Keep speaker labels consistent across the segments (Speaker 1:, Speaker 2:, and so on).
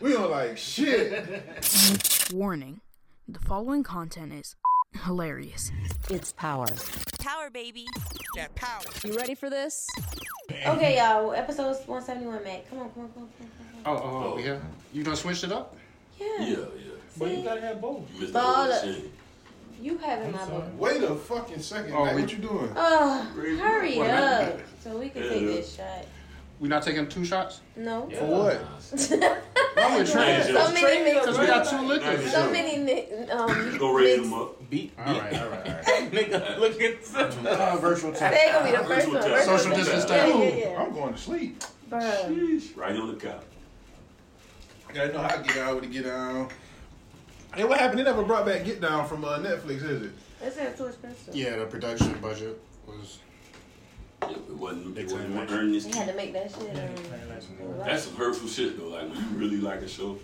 Speaker 1: We don't like shit.
Speaker 2: Warning the following content is hilarious.
Speaker 3: It's power.
Speaker 4: Power, baby. That power.
Speaker 3: You ready for this?
Speaker 5: Okay, y'all. Episode 171, Mac. Come on, come on, come on, come on. Come on.
Speaker 6: Oh, oh, yeah. You gonna switch it up?
Speaker 5: Yeah.
Speaker 7: Yeah, yeah.
Speaker 6: But you gotta have both.
Speaker 7: You missed the
Speaker 5: Ball
Speaker 7: whole
Speaker 5: up.
Speaker 7: shit.
Speaker 5: You having my book.
Speaker 1: Wait a fucking second.
Speaker 6: Oh,
Speaker 1: man.
Speaker 6: we-
Speaker 1: what you doing?
Speaker 5: Oh,
Speaker 7: Raise it
Speaker 5: hurry
Speaker 6: up.
Speaker 5: up. So we can
Speaker 7: Yeah.
Speaker 5: take this shot.
Speaker 6: We not taking two shots?
Speaker 5: No.
Speaker 1: For what?
Speaker 6: I'm with
Speaker 7: Yeah,
Speaker 6: Trey.
Speaker 7: yeah.
Speaker 5: So many
Speaker 6: Because we
Speaker 5: niggas.
Speaker 6: got two liquors.
Speaker 5: So many ni- um,
Speaker 7: You gonna raise
Speaker 5: niggas.
Speaker 7: them up.
Speaker 8: Beat,
Speaker 6: All right, all right, all right.
Speaker 8: nigga, look at
Speaker 6: Uh, virtual tap.
Speaker 5: They gonna be the first
Speaker 7: Virtual
Speaker 5: one.
Speaker 7: tap.
Speaker 5: virtual
Speaker 6: Social
Speaker 5: tap.
Speaker 6: distancing.
Speaker 5: Yeah,
Speaker 1: Ooh,
Speaker 5: yeah, yeah.
Speaker 1: I'm going to sleep.
Speaker 5: Bruh.
Speaker 7: Right on the cop.
Speaker 1: I gotta know how to get out with the get down. Hey, what happened? They never brought back Get Down from uh, Netflix, is it?
Speaker 5: This is too expensive.
Speaker 6: Yeah, the production budget was.
Speaker 7: It it wasn't,
Speaker 6: Big
Speaker 7: it
Speaker 6: time
Speaker 7: wasn't
Speaker 6: action.
Speaker 7: earning this.
Speaker 5: We had to make that shit. Um,
Speaker 7: That's some hurtful shit though. Like when you really like a show.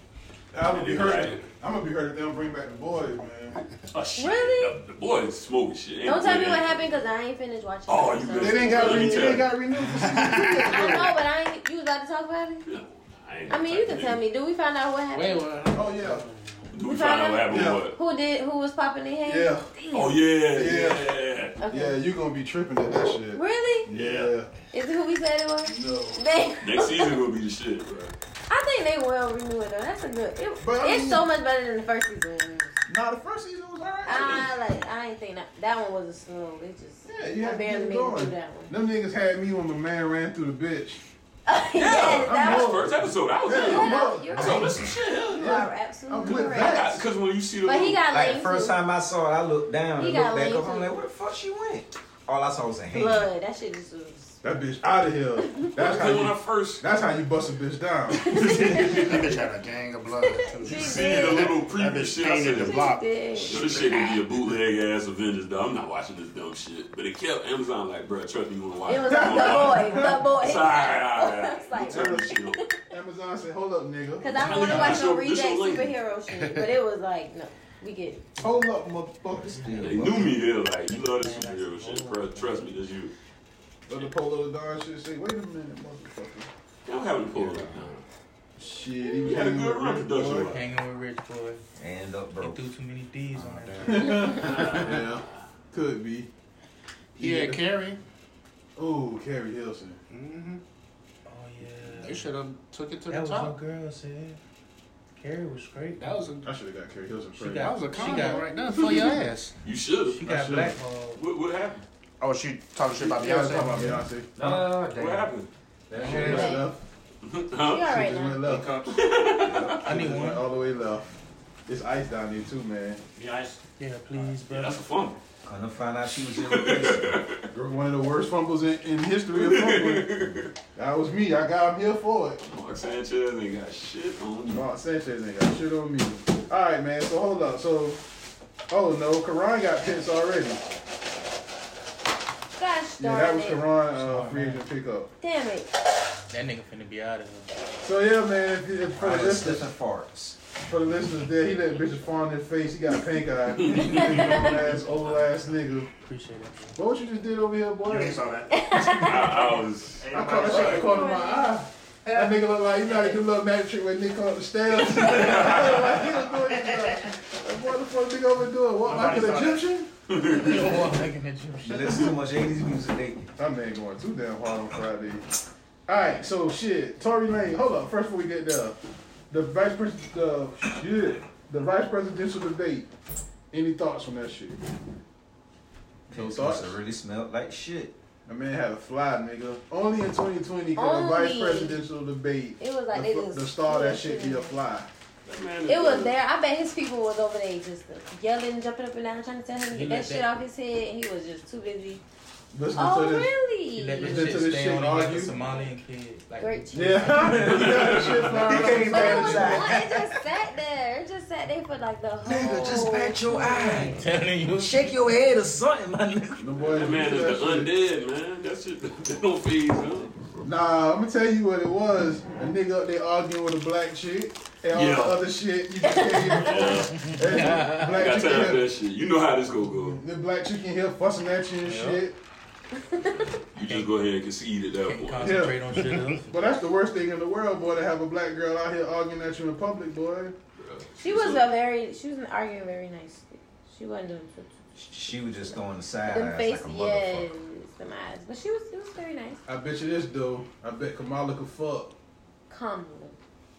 Speaker 1: I'm gonna be
Speaker 7: Yeah,
Speaker 1: hurt.
Speaker 7: right.
Speaker 1: I'm gonna be hurt if they don't bring back the boys, man.
Speaker 7: Oh, shit.
Speaker 5: Really?
Speaker 7: The, the boy is smoking shit. Ain't
Speaker 5: don't tell
Speaker 7: good
Speaker 5: me what
Speaker 7: at it.
Speaker 5: happened because I ain't finished watching.
Speaker 7: Oh,
Speaker 5: it,
Speaker 7: you
Speaker 5: so-
Speaker 7: good.
Speaker 1: They didn't got
Speaker 7: Let me
Speaker 1: renewed.
Speaker 7: tell
Speaker 1: They
Speaker 7: you.
Speaker 1: got renewed. for season
Speaker 5: I know, but I ain't. You was about to talk about it?
Speaker 7: No, ain't
Speaker 5: I mean, you
Speaker 7: that type
Speaker 5: can
Speaker 7: of
Speaker 5: tell
Speaker 7: nigga.
Speaker 5: me. Do we find out what happened?
Speaker 8: Wait, what?
Speaker 1: Oh yeah.
Speaker 7: Do we find out what happened?
Speaker 1: Yeah.
Speaker 7: What?
Speaker 5: Who did? Who was popping their head?
Speaker 1: Yeah.
Speaker 7: Oh yeah,
Speaker 1: Yeah.
Speaker 7: yeah.
Speaker 5: Okay.
Speaker 1: Yeah, you gonna be tripping at that shit.
Speaker 5: Really?
Speaker 1: Yeah.
Speaker 5: Is it who we said it was?
Speaker 1: No.
Speaker 5: They,
Speaker 7: Next season will be the shit, bro.
Speaker 5: I think they will renew it though. That's a good. It,
Speaker 1: But I
Speaker 5: it's
Speaker 1: mean-
Speaker 5: so much better than the first season.
Speaker 1: Nah, the first season was alright.
Speaker 5: I like. I ain't think that that one was a slow. It just.
Speaker 1: yeah, you
Speaker 5: I
Speaker 1: had to
Speaker 5: barely
Speaker 1: get it
Speaker 5: made it
Speaker 1: going.
Speaker 5: through that one.
Speaker 1: Them niggas had me when my man ran through the bitch.
Speaker 5: yes, that
Speaker 1: I'm
Speaker 5: was.
Speaker 7: That's the first episode. I was
Speaker 1: Yeah,
Speaker 7: in.
Speaker 1: I'm up.
Speaker 5: You're
Speaker 7: So
Speaker 5: right.
Speaker 7: this is shit. hell
Speaker 5: You
Speaker 7: yeah.
Speaker 5: are
Speaker 1: I'm
Speaker 5: absolutely
Speaker 1: with
Speaker 5: correct.
Speaker 1: that.
Speaker 7: I- Cause when you see the
Speaker 5: But he got
Speaker 8: Like
Speaker 5: lazy.
Speaker 8: the first time I saw it, I looked down
Speaker 5: He
Speaker 8: and
Speaker 5: got
Speaker 8: looked back
Speaker 5: lazy.
Speaker 8: up. I'm like, where the fuck she went? All I saw was a hand.
Speaker 5: blood. That shit just was.
Speaker 1: That bitch out of here. That's how
Speaker 7: Cause when I
Speaker 1: you.
Speaker 7: first
Speaker 1: That's how you bust a bitch down.
Speaker 6: That bitch had a gang of blood.
Speaker 5: She
Speaker 7: seen the
Speaker 5: did.
Speaker 7: little preview shit, I
Speaker 5: She
Speaker 7: said,
Speaker 5: did.
Speaker 7: Yo, this shit gonna be a bootleg ass Avengers, though. I'm not watching this dumb shit. But it kept Amazon like, bruh, trust me, you wanna watch
Speaker 5: It was
Speaker 7: You
Speaker 5: the
Speaker 7: wanna watch
Speaker 5: boy. The boy.
Speaker 7: It's alright, alright,
Speaker 5: It's
Speaker 7: alright.
Speaker 5: like-
Speaker 7: You turn this shit on.
Speaker 1: Amazon said, "Hold up,
Speaker 5: Because
Speaker 1: nigga.
Speaker 5: I don't want to watch no
Speaker 7: Sure,
Speaker 5: reject
Speaker 7: this your link.
Speaker 5: superhero shit. But it was like, no, we get it.
Speaker 1: Hold up, motherfucker."
Speaker 7: They knew me there, like, you love this superhero shit, bruh, trust me, this you.
Speaker 1: But the polo don shit say, "Wait a minute, motherfucker."
Speaker 7: They don't have to pull it up now.
Speaker 1: Shit, he
Speaker 7: You
Speaker 1: was
Speaker 7: had a
Speaker 1: hanging
Speaker 7: good
Speaker 1: with
Speaker 7: run
Speaker 1: Rich
Speaker 7: production.
Speaker 1: Boy.
Speaker 8: Hanging with Rich Boy.
Speaker 3: And up,
Speaker 8: He
Speaker 3: bro.
Speaker 8: threw too many D's on that.
Speaker 1: Yeah, could be.
Speaker 6: Yeah, Carrie.
Speaker 1: Oh, Carrie Hilson.
Speaker 6: Mm-hmm.
Speaker 8: Oh, yeah.
Speaker 6: They should have took it to
Speaker 8: That
Speaker 6: the
Speaker 8: was no
Speaker 6: top.
Speaker 8: girl, said. Carrie was great.
Speaker 6: That was a
Speaker 1: I should have got Carrie Hilson.
Speaker 8: She
Speaker 1: first.
Speaker 8: got-
Speaker 6: that was a
Speaker 8: She
Speaker 6: combo
Speaker 8: got-
Speaker 6: right there for your ass.
Speaker 7: You should've.
Speaker 8: She
Speaker 1: I
Speaker 8: got
Speaker 1: should've.
Speaker 8: blackballed.
Speaker 7: What, what happened?
Speaker 6: Oh, she talking shit about
Speaker 1: Yeah, I was talking about
Speaker 6: Beyonce. Uh,
Speaker 1: Beyonce.
Speaker 8: Oh,
Speaker 7: What happened?
Speaker 8: That
Speaker 1: She
Speaker 8: shit.
Speaker 1: went left.
Speaker 5: We
Speaker 7: Huh?
Speaker 5: all
Speaker 1: She
Speaker 5: right
Speaker 1: just went
Speaker 5: now.
Speaker 1: left.
Speaker 8: I need
Speaker 1: Went
Speaker 8: one.
Speaker 1: all the way left. It's ice down there too, man.
Speaker 7: Yeah, it's-
Speaker 8: Yeah, please,
Speaker 7: yeah,
Speaker 8: bro.
Speaker 7: that's a fun.
Speaker 3: Gonna find out she was in the
Speaker 1: One of the worst fumbles in, in history of fumbling. that was me. I got him here for it.
Speaker 7: Mark Sanchez ain't got shit on you.
Speaker 1: Mark Sanchez ain't got shit on me. All right, man. So hold up. So, oh no, Karan got pissed already.
Speaker 5: Gosh
Speaker 1: Yeah, that
Speaker 5: darn
Speaker 1: was
Speaker 5: it.
Speaker 1: Karan uh, free agent pickup.
Speaker 5: Damn it.
Speaker 8: That nigga finna be out of here.
Speaker 1: So yeah, man. If, if, for the
Speaker 3: prison.
Speaker 1: listeners,
Speaker 3: Slipping farts.
Speaker 1: for the listeners, there he let bitches fall in their face. He got pink eye. ass old ass nigga.
Speaker 8: Appreciate it.
Speaker 1: What you just did over here, boy?
Speaker 6: saw that.
Speaker 7: I, I was.
Speaker 1: I caught that shit in the corner of my eye. That nigga look like, you know, he do little magic trick when nigga up the stairs. like, he was doing it. Like, what the fuck nigga over doing? What, like an
Speaker 6: Nobody saw that.
Speaker 1: Egyptian?
Speaker 3: You listen to much 80s music lately.
Speaker 1: That man going too damn hard on Friday. All right, so shit, Tory Lane. Hold up, first before we get there, the vice pres, the shit, the vice presidential debate. Any thoughts on that shit? No
Speaker 3: Those
Speaker 1: thoughts?
Speaker 3: must have really smelled like shit.
Speaker 1: The man had a fly, nigga. Only in 2020 can the
Speaker 5: Only.
Speaker 1: vice presidential debate.
Speaker 5: It was like
Speaker 1: the,
Speaker 5: they
Speaker 1: fu-
Speaker 5: just
Speaker 1: the star that
Speaker 5: split
Speaker 1: shit be
Speaker 5: it.
Speaker 1: a fly.
Speaker 7: That man is
Speaker 5: It was
Speaker 7: good.
Speaker 5: there. I bet his people was over there just yelling, jumping up and down, trying to tell him to
Speaker 8: He
Speaker 5: get
Speaker 8: let
Speaker 5: that shit
Speaker 8: that-
Speaker 5: off his head. and He was just too busy.
Speaker 1: Listen
Speaker 5: Oh,
Speaker 1: to this.
Speaker 8: He
Speaker 5: really?
Speaker 8: let
Speaker 1: Listen
Speaker 8: that
Speaker 1: to
Speaker 8: shit
Speaker 1: this
Speaker 8: stay
Speaker 1: shit
Speaker 8: on him like a
Speaker 1: argue.
Speaker 8: Somalian kid. Like,
Speaker 5: Great cheese.
Speaker 1: Yeah. that shit fly.
Speaker 3: He can't even
Speaker 5: But it was
Speaker 3: Exactly.
Speaker 5: one. It just sat there. It just sat there for like the whole.
Speaker 3: Nigga, just bat your eye.
Speaker 8: telling you.
Speaker 3: Shake your head or something, my nigga.
Speaker 1: The boy
Speaker 7: That man is the undead, man. That shit, that don't phase him.
Speaker 1: Nah, I'm gonna tell you what it was. A nigga up there arguing with a black chick and all
Speaker 7: Yeah.
Speaker 1: the other shit. You just can't even.
Speaker 7: Yeah.
Speaker 1: And
Speaker 7: Uh, I
Speaker 1: black
Speaker 7: got
Speaker 1: chick
Speaker 7: time for
Speaker 1: in here,
Speaker 7: that shit. You know how this gonna go.
Speaker 1: the black chick in here fussing at you and shit.
Speaker 7: You just go ahead and concede at that
Speaker 8: Can't
Speaker 7: point.
Speaker 8: concentrate on shit else.
Speaker 1: But that's the worst thing in the world, boy, to have a black girl out here arguing at you in public, boy.
Speaker 5: She was
Speaker 7: So-
Speaker 5: a very, she was arguing very nice. She wasn't doing foot.
Speaker 3: She was just throwing the side
Speaker 5: Them
Speaker 3: eyes
Speaker 5: face,
Speaker 3: like a
Speaker 5: yes,
Speaker 3: motherfucker.
Speaker 5: them eyes. But she was, it was very nice.
Speaker 1: I bet you this, though. I bet Kamala could fuck.
Speaker 5: Come.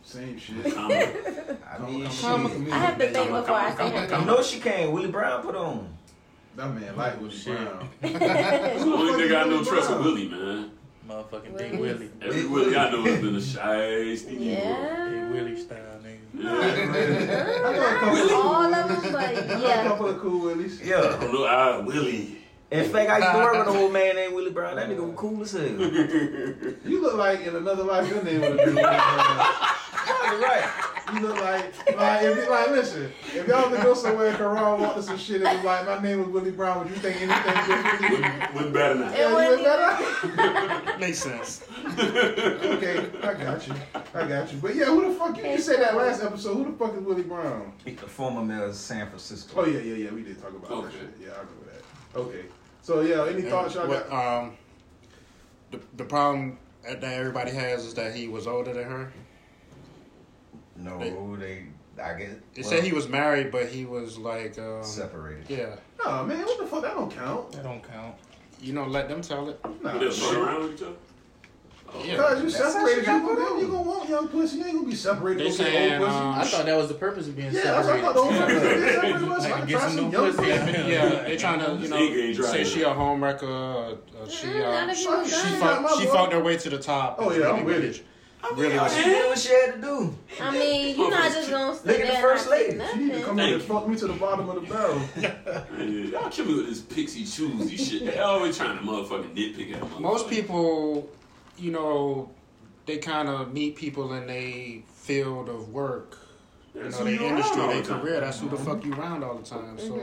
Speaker 1: Same shit.
Speaker 7: I'm-
Speaker 3: I mean,
Speaker 1: Kamala
Speaker 3: shit.
Speaker 1: could
Speaker 5: I have
Speaker 1: be-
Speaker 5: to think before I say her
Speaker 3: You
Speaker 5: name.
Speaker 3: know she came. Willie Brown put on.
Speaker 1: That man like Willie Brown.
Speaker 7: That's the only nigga I know trust with Willie, man.
Speaker 8: Motherfucking
Speaker 5: Willie.
Speaker 8: Dick Willie.
Speaker 7: Every Willie I know has been a shy, sneaky
Speaker 8: Dick
Speaker 5: Yeah.
Speaker 8: Willie style, nigga.
Speaker 1: I know a couple of cool
Speaker 5: All of
Speaker 1: Willies.
Speaker 5: them, but
Speaker 1: I know a
Speaker 5: yeah.
Speaker 1: couple of cool Willies.
Speaker 7: I
Speaker 3: Yeah.
Speaker 7: don't know, I, Willie.
Speaker 3: In fact, I used to work with an old man named Willie Brown. That nigga was cool as hell.
Speaker 1: You look like in another life your name would have been Willie Brown.
Speaker 3: You're right.
Speaker 1: You look like like if you, like listen, if y'all would go somewhere and Karan walked to some shit and was like, my name was Willie Brown, would you think anything was Willie?
Speaker 7: Wouldn't wouldn't better not.
Speaker 5: It
Speaker 1: Yeah, you ain't
Speaker 5: wouldn't
Speaker 1: better?
Speaker 6: Makes sense.
Speaker 1: Okay, I got you. I got you. But yeah, who the fuck you, you said that last episode? Who the fuck is Willie Brown?
Speaker 3: The former mayor of San Francisco.
Speaker 1: Oh yeah, yeah, yeah. We did talk about that
Speaker 7: Okay.
Speaker 1: shit. Yeah, I remember that. Okay. So yeah, any thoughts y'all
Speaker 6: What,
Speaker 1: got?
Speaker 6: um, the, the problem that everybody has is that he was older than her.
Speaker 3: No, they. I guess.
Speaker 6: It
Speaker 3: well,
Speaker 6: said he was married, but he was like, um,
Speaker 3: separated.
Speaker 6: yeah,
Speaker 1: Nah, man, what the fuck? That don't count.
Speaker 8: That don't count.
Speaker 6: you know, let them tell it.
Speaker 7: Would
Speaker 1: Nah.
Speaker 7: they fuck around with each other?
Speaker 1: Cause
Speaker 6: Yeah.
Speaker 1: you
Speaker 3: That's
Speaker 1: separated,
Speaker 3: how she
Speaker 1: you
Speaker 3: got
Speaker 1: gonna,
Speaker 3: put out.
Speaker 1: you gonna want young pussy. You ain't gonna be separated
Speaker 6: They
Speaker 1: over your
Speaker 6: saying,
Speaker 1: old pussy.
Speaker 6: um,
Speaker 8: I thought that was the purpose of being
Speaker 1: yeah, that's what I
Speaker 8: separated.
Speaker 1: thought. The whole
Speaker 8: Yeah.
Speaker 1: purpose of being separated was
Speaker 8: I
Speaker 1: so I
Speaker 8: can
Speaker 1: could
Speaker 8: get
Speaker 1: try
Speaker 8: some
Speaker 1: some
Speaker 8: new
Speaker 1: young
Speaker 8: pussy.
Speaker 1: pussy.
Speaker 6: Yeah, they trying to, you
Speaker 7: Nigga ain't
Speaker 6: know,
Speaker 7: trying
Speaker 6: say
Speaker 7: to-
Speaker 6: she a homewrecker. Uh, uh, she,
Speaker 5: Mm, None
Speaker 6: uh,
Speaker 5: of
Speaker 6: she,
Speaker 5: you was
Speaker 1: she
Speaker 5: done.
Speaker 1: fuck-
Speaker 6: fucked, she fucked her way to the top.
Speaker 1: Oh yeah, I'm with it.
Speaker 3: I mean,
Speaker 6: Really
Speaker 3: y'all
Speaker 6: was-
Speaker 3: She did what she had to do.
Speaker 5: I mean, you're not just gonna sit
Speaker 3: Look at
Speaker 5: there
Speaker 3: the
Speaker 5: and
Speaker 3: first
Speaker 5: not say
Speaker 3: lady.
Speaker 1: She need to
Speaker 5: nothing.
Speaker 1: come in and
Speaker 7: Thank you.
Speaker 1: fuck me to the bottom of the barrel.
Speaker 7: Man, y'all kill me with this pixie choosy shit. They always trying to motherfucking nitpick at motherfucker.
Speaker 6: Most people, you know, they kind of meet people in they field of work, you
Speaker 7: That's
Speaker 6: know,
Speaker 7: who
Speaker 6: their
Speaker 7: you around
Speaker 6: industry,
Speaker 7: all the
Speaker 6: their
Speaker 7: time.
Speaker 6: career. That's who the fuck you around all the time.
Speaker 5: Mm-hmm.
Speaker 6: So,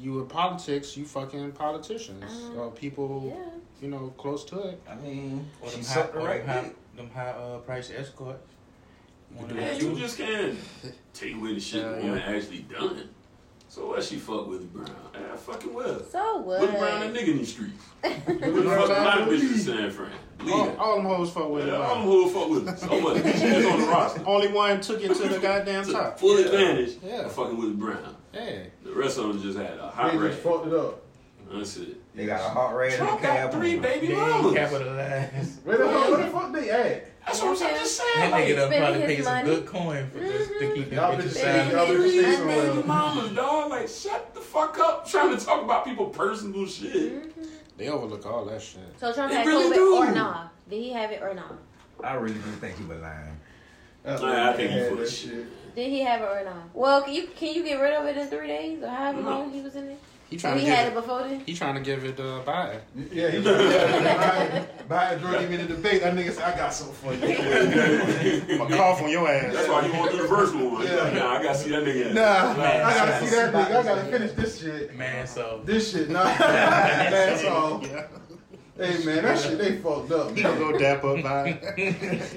Speaker 6: you in politics, you fucking politicians, or people,
Speaker 5: Uh, Yeah.
Speaker 6: you know, close to it.
Speaker 3: I mean,
Speaker 8: Or
Speaker 3: she
Speaker 8: them high,
Speaker 3: sucked the
Speaker 8: or them
Speaker 3: right
Speaker 8: high,
Speaker 3: dick.
Speaker 8: them high uh, price escort. One of
Speaker 7: Man,
Speaker 8: them
Speaker 7: you
Speaker 8: two.
Speaker 7: just can't take away the shit
Speaker 6: Yeah,
Speaker 7: the
Speaker 6: yeah.
Speaker 7: woman actually done. So what? She fuck Willie Brown. And I fucking will.
Speaker 5: So
Speaker 7: Willie Brown, that
Speaker 5: what?
Speaker 7: nigga in the streets.
Speaker 1: Willie
Speaker 7: Who the
Speaker 1: Brown
Speaker 7: fuck a lot of
Speaker 1: out
Speaker 7: bitches in
Speaker 1: the league.
Speaker 7: San Fran? Leave
Speaker 6: All,
Speaker 7: it.
Speaker 6: all them hoes fuck with
Speaker 7: Yeah,
Speaker 6: it.
Speaker 7: I'm who the fuck with it. So what? She's on the roster.
Speaker 6: Only one took it to the goddamn
Speaker 7: To
Speaker 6: top.
Speaker 7: full advantage
Speaker 6: Yeah.
Speaker 7: of fucking Willie Brown.
Speaker 6: Yeah.
Speaker 7: The rest of them just had a hot
Speaker 1: They
Speaker 7: rag.
Speaker 1: just fucked it up.
Speaker 7: That's it.
Speaker 3: They got a hot rag and a
Speaker 7: Trump
Speaker 3: cab.
Speaker 7: got three
Speaker 3: on.
Speaker 7: baby
Speaker 8: They
Speaker 7: mamas.
Speaker 8: ain't capitalized.
Speaker 1: Where the fuck, where the fuck they at?
Speaker 7: That's what I'm saying. Just saying.
Speaker 8: That
Speaker 7: Like,
Speaker 8: nigga done
Speaker 5: spending
Speaker 8: probably
Speaker 5: his
Speaker 8: picking some
Speaker 5: money. Mm-hmm.
Speaker 8: good coin for just to keep them
Speaker 1: Y'all
Speaker 8: bitches
Speaker 1: bitches
Speaker 8: silent.
Speaker 1: say y'all bitches say
Speaker 5: Baby
Speaker 1: somewhere.
Speaker 7: baby mamas, dog. Like, shut the fuck up. Trying to talk about people personal shit.
Speaker 6: They overlook all that shit.
Speaker 5: So Trump
Speaker 7: They
Speaker 5: had
Speaker 7: really
Speaker 5: COVID
Speaker 7: do.
Speaker 5: or not? Did he have it or not?
Speaker 3: I really do think he was lying.
Speaker 7: Nah, I think you
Speaker 1: Yeah,
Speaker 7: full of
Speaker 1: that
Speaker 7: shit.
Speaker 5: Did he have it or not? Well, can you can you get rid of it in three days or however
Speaker 7: No.
Speaker 5: long he was in it?
Speaker 6: He
Speaker 5: So
Speaker 6: trying
Speaker 5: he
Speaker 6: to
Speaker 5: had it
Speaker 6: give it.
Speaker 5: before then.
Speaker 6: He trying to give it uh, by.
Speaker 1: Yeah, he yeah, Biden drug him in the debate. That nigga said, I got something for you.
Speaker 6: I'm gonna cough on your ass.
Speaker 7: That's why you won't do the first one.
Speaker 1: Yeah.
Speaker 7: Like, nah, I gotta see that nigga.
Speaker 1: Nah, I gotta
Speaker 3: son.
Speaker 1: see that nigga. I gotta finish this shit.
Speaker 8: Man, so
Speaker 1: This shit, nah. That's all.
Speaker 6: Yeah.
Speaker 1: Hey, man, that shit, they fucked up,
Speaker 6: He gonna
Speaker 1: man.
Speaker 6: go dap up by. it.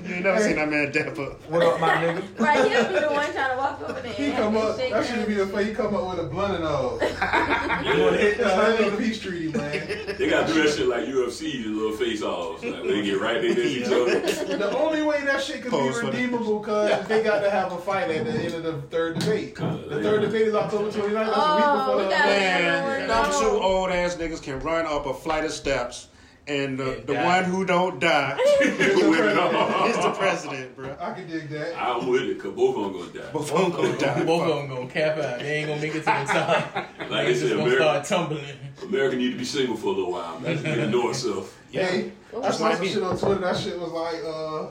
Speaker 6: you ain't never seen that man dap up.
Speaker 3: What up, my nigga?
Speaker 5: Right, he'll be the one trying to walk over there.
Speaker 1: He
Speaker 5: and
Speaker 1: come
Speaker 5: have
Speaker 1: up,
Speaker 5: this shit
Speaker 1: that should be the
Speaker 5: done.
Speaker 1: fight. He come up with a blunt and all.
Speaker 7: You wanna hit-
Speaker 1: Yeah, that ain't a peace treaty, man.
Speaker 7: They gotta do that shit like UFC, the little face offs. Like, when they get right there to each other.
Speaker 1: The only way that shit could be
Speaker 6: Pose for the-
Speaker 1: redeemable, cuz, they got to have a fight at the end of the third debate. The third debate is October 29th. That's a week
Speaker 5: Oh,
Speaker 1: before
Speaker 5: we
Speaker 1: the
Speaker 5: gotta-
Speaker 6: Man,
Speaker 5: Yeah.
Speaker 6: them two old ass niggas can run up a flight of steps, and the,
Speaker 8: And
Speaker 6: the
Speaker 8: die.
Speaker 6: one who don't die
Speaker 7: Women, no.
Speaker 6: is the president, bro.
Speaker 1: I can dig that.
Speaker 7: I'm with it, cause both of them gonna
Speaker 6: Both of them gonna die.
Speaker 8: both of them gonna cap out. They ain't gonna make it to the top.
Speaker 7: die. Like I
Speaker 8: They just
Speaker 7: said,
Speaker 8: gonna
Speaker 7: America,
Speaker 8: start tumbling.
Speaker 7: America need to be single for a little while. Man, Just nigga know itself.
Speaker 1: Hey, I
Speaker 6: That's
Speaker 1: saw
Speaker 6: what I
Speaker 1: some
Speaker 6: mean.
Speaker 1: shit on Twitter. That shit was like, uh,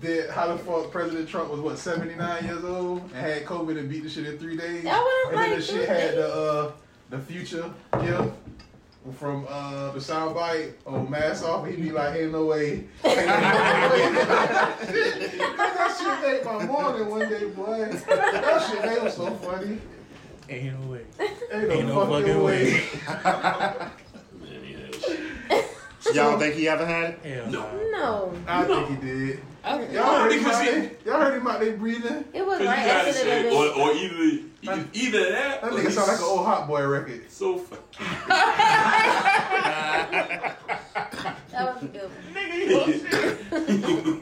Speaker 1: that how the fuck President Trump was what seventy nine years old and had COVID and beat the shit in three days.
Speaker 5: That was
Speaker 1: and then
Speaker 5: like
Speaker 1: the
Speaker 5: three
Speaker 1: shit had
Speaker 5: days.
Speaker 1: the uh, the future gift from uh the soundbite on mask off. He'd be like, ain't no way. Ain't no way. that shit made my morning one day, boy. That shit they was so funny.
Speaker 8: Ain't no way.
Speaker 1: Ain't no,
Speaker 8: Ain't no
Speaker 1: fucking,
Speaker 8: fucking
Speaker 1: way.
Speaker 8: way.
Speaker 7: Man, yeah, that shit.
Speaker 6: Y'all think he ever had it?
Speaker 8: Hell
Speaker 7: No.
Speaker 8: no.
Speaker 5: No,
Speaker 1: I think he did. Y'all
Speaker 7: No,
Speaker 1: heard him
Speaker 7: because
Speaker 1: out
Speaker 7: he-
Speaker 1: there? Y'all heard him out there breathing?
Speaker 5: it was
Speaker 7: Cause you
Speaker 5: right
Speaker 7: gotta
Speaker 5: after the
Speaker 7: say, or,
Speaker 5: debate.
Speaker 7: or either, you can- either that,
Speaker 1: That
Speaker 7: or
Speaker 1: nigga
Speaker 7: he's
Speaker 1: sound like an old hot boy record.
Speaker 7: so fucking.
Speaker 5: That was good. one.
Speaker 8: Nigga,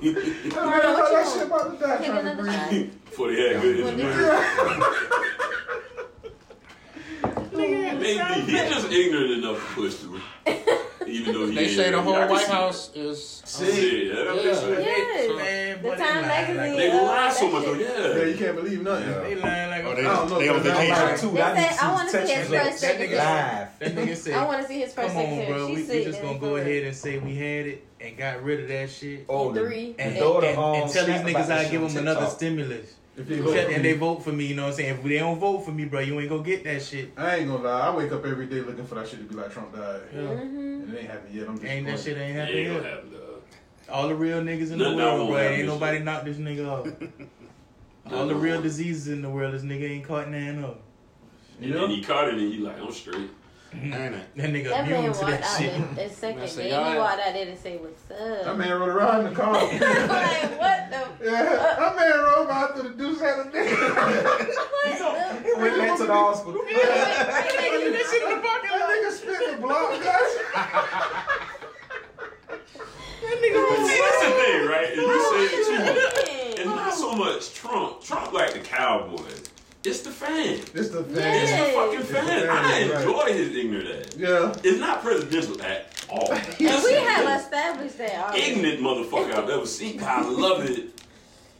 Speaker 8: you bullshit.
Speaker 1: That man, I thought that
Speaker 5: what you
Speaker 1: shit about to die
Speaker 5: Take
Speaker 1: trying to
Speaker 5: another shot.
Speaker 1: breathe.
Speaker 7: Before they had good engineering. Maybe he's just ignorant enough to push through. Even though he
Speaker 6: They
Speaker 7: ain't
Speaker 6: say the
Speaker 7: really-
Speaker 6: whole
Speaker 7: I can
Speaker 6: White
Speaker 7: see
Speaker 6: House is.
Speaker 7: that. Yeah, that
Speaker 6: Yeah.
Speaker 7: makes sense.
Speaker 5: Yes.
Speaker 8: Man,
Speaker 5: The
Speaker 8: boy, they
Speaker 5: Time
Speaker 8: lying
Speaker 5: magazine.
Speaker 8: Like,
Speaker 7: They lie
Speaker 5: Yeah,
Speaker 7: so much,
Speaker 5: that
Speaker 7: though.
Speaker 1: Yeah,
Speaker 7: Yeah.
Speaker 1: you can't believe nothing.
Speaker 8: they lying like.
Speaker 6: Oh,
Speaker 8: a-
Speaker 6: they,
Speaker 1: I don't know,
Speaker 6: they on
Speaker 1: but I like
Speaker 6: vacation.
Speaker 1: it.
Speaker 5: They said, I want to see his first
Speaker 8: That
Speaker 5: secretary.
Speaker 8: nigga
Speaker 3: Live.
Speaker 8: That nigga said.
Speaker 5: I want to see his first
Speaker 8: Come on,
Speaker 5: secretary.
Speaker 8: bro. We,
Speaker 5: She's
Speaker 8: we
Speaker 5: sick.
Speaker 8: just gonna go ahead and say we had it and got rid of that shit.
Speaker 3: Oh, the-
Speaker 5: Three.
Speaker 3: the
Speaker 8: And,
Speaker 3: daughter
Speaker 8: and,
Speaker 3: on
Speaker 8: and tell these
Speaker 3: Snap
Speaker 8: niggas
Speaker 3: about
Speaker 8: I
Speaker 3: this
Speaker 8: give
Speaker 3: shit
Speaker 8: them
Speaker 3: on
Speaker 8: another
Speaker 3: TikTok.
Speaker 8: stimulus.
Speaker 1: If they vote for
Speaker 8: And they
Speaker 1: me,
Speaker 8: vote for me, you know what I'm saying? If they don't vote for me, bro, you ain't gonna get that shit.
Speaker 1: I ain't gonna lie. I wake up every day looking for that shit to be like Trump died,
Speaker 5: Mm-hmm.
Speaker 1: and it ain't happened yet. I'm
Speaker 8: Ain't that shit
Speaker 1: disappointed.
Speaker 8: ain't
Speaker 7: Yeah,
Speaker 8: happening
Speaker 7: ain't gonna
Speaker 8: yet.
Speaker 7: happen, dog.
Speaker 8: All the real niggas in the
Speaker 7: Nothing
Speaker 8: world,
Speaker 7: won't
Speaker 8: bro.
Speaker 7: happen
Speaker 8: Ain't
Speaker 7: this
Speaker 8: nobody
Speaker 7: year.
Speaker 8: knocked this nigga off. All
Speaker 7: Nothing
Speaker 8: the real
Speaker 7: won't.
Speaker 8: diseases in the world, this nigga ain't caught none of.
Speaker 7: And then he caught it and he like, I'm straight.
Speaker 6: Ain't it?
Speaker 8: That nigga
Speaker 5: That man
Speaker 8: immune
Speaker 5: walked
Speaker 8: to
Speaker 5: out
Speaker 8: that shit.
Speaker 5: there the second
Speaker 6: I said,
Speaker 5: day. He
Speaker 6: y'all-
Speaker 5: walked out there to say what's up.
Speaker 1: That man rode around in the car. yeah,
Speaker 5: like what the?
Speaker 1: that man rode by through the deuce had a nigga.
Speaker 5: What the?
Speaker 3: Went back to the hospital.
Speaker 1: That nigga spit the block, guys.
Speaker 7: See, that's the thing, right? And you say that you, and not so much Trump. Trump like the cowboy. It's the fan.
Speaker 1: This the thing.
Speaker 7: It's the
Speaker 5: Yeah.
Speaker 7: fucking
Speaker 1: the
Speaker 7: fan.
Speaker 1: fan,
Speaker 7: I
Speaker 1: right.
Speaker 7: enjoy his ignorant ass.
Speaker 1: Yeah.
Speaker 7: It's not presidential at all.
Speaker 5: And we have established that already.
Speaker 7: ignorant motherfucker I've ever seen. I love it.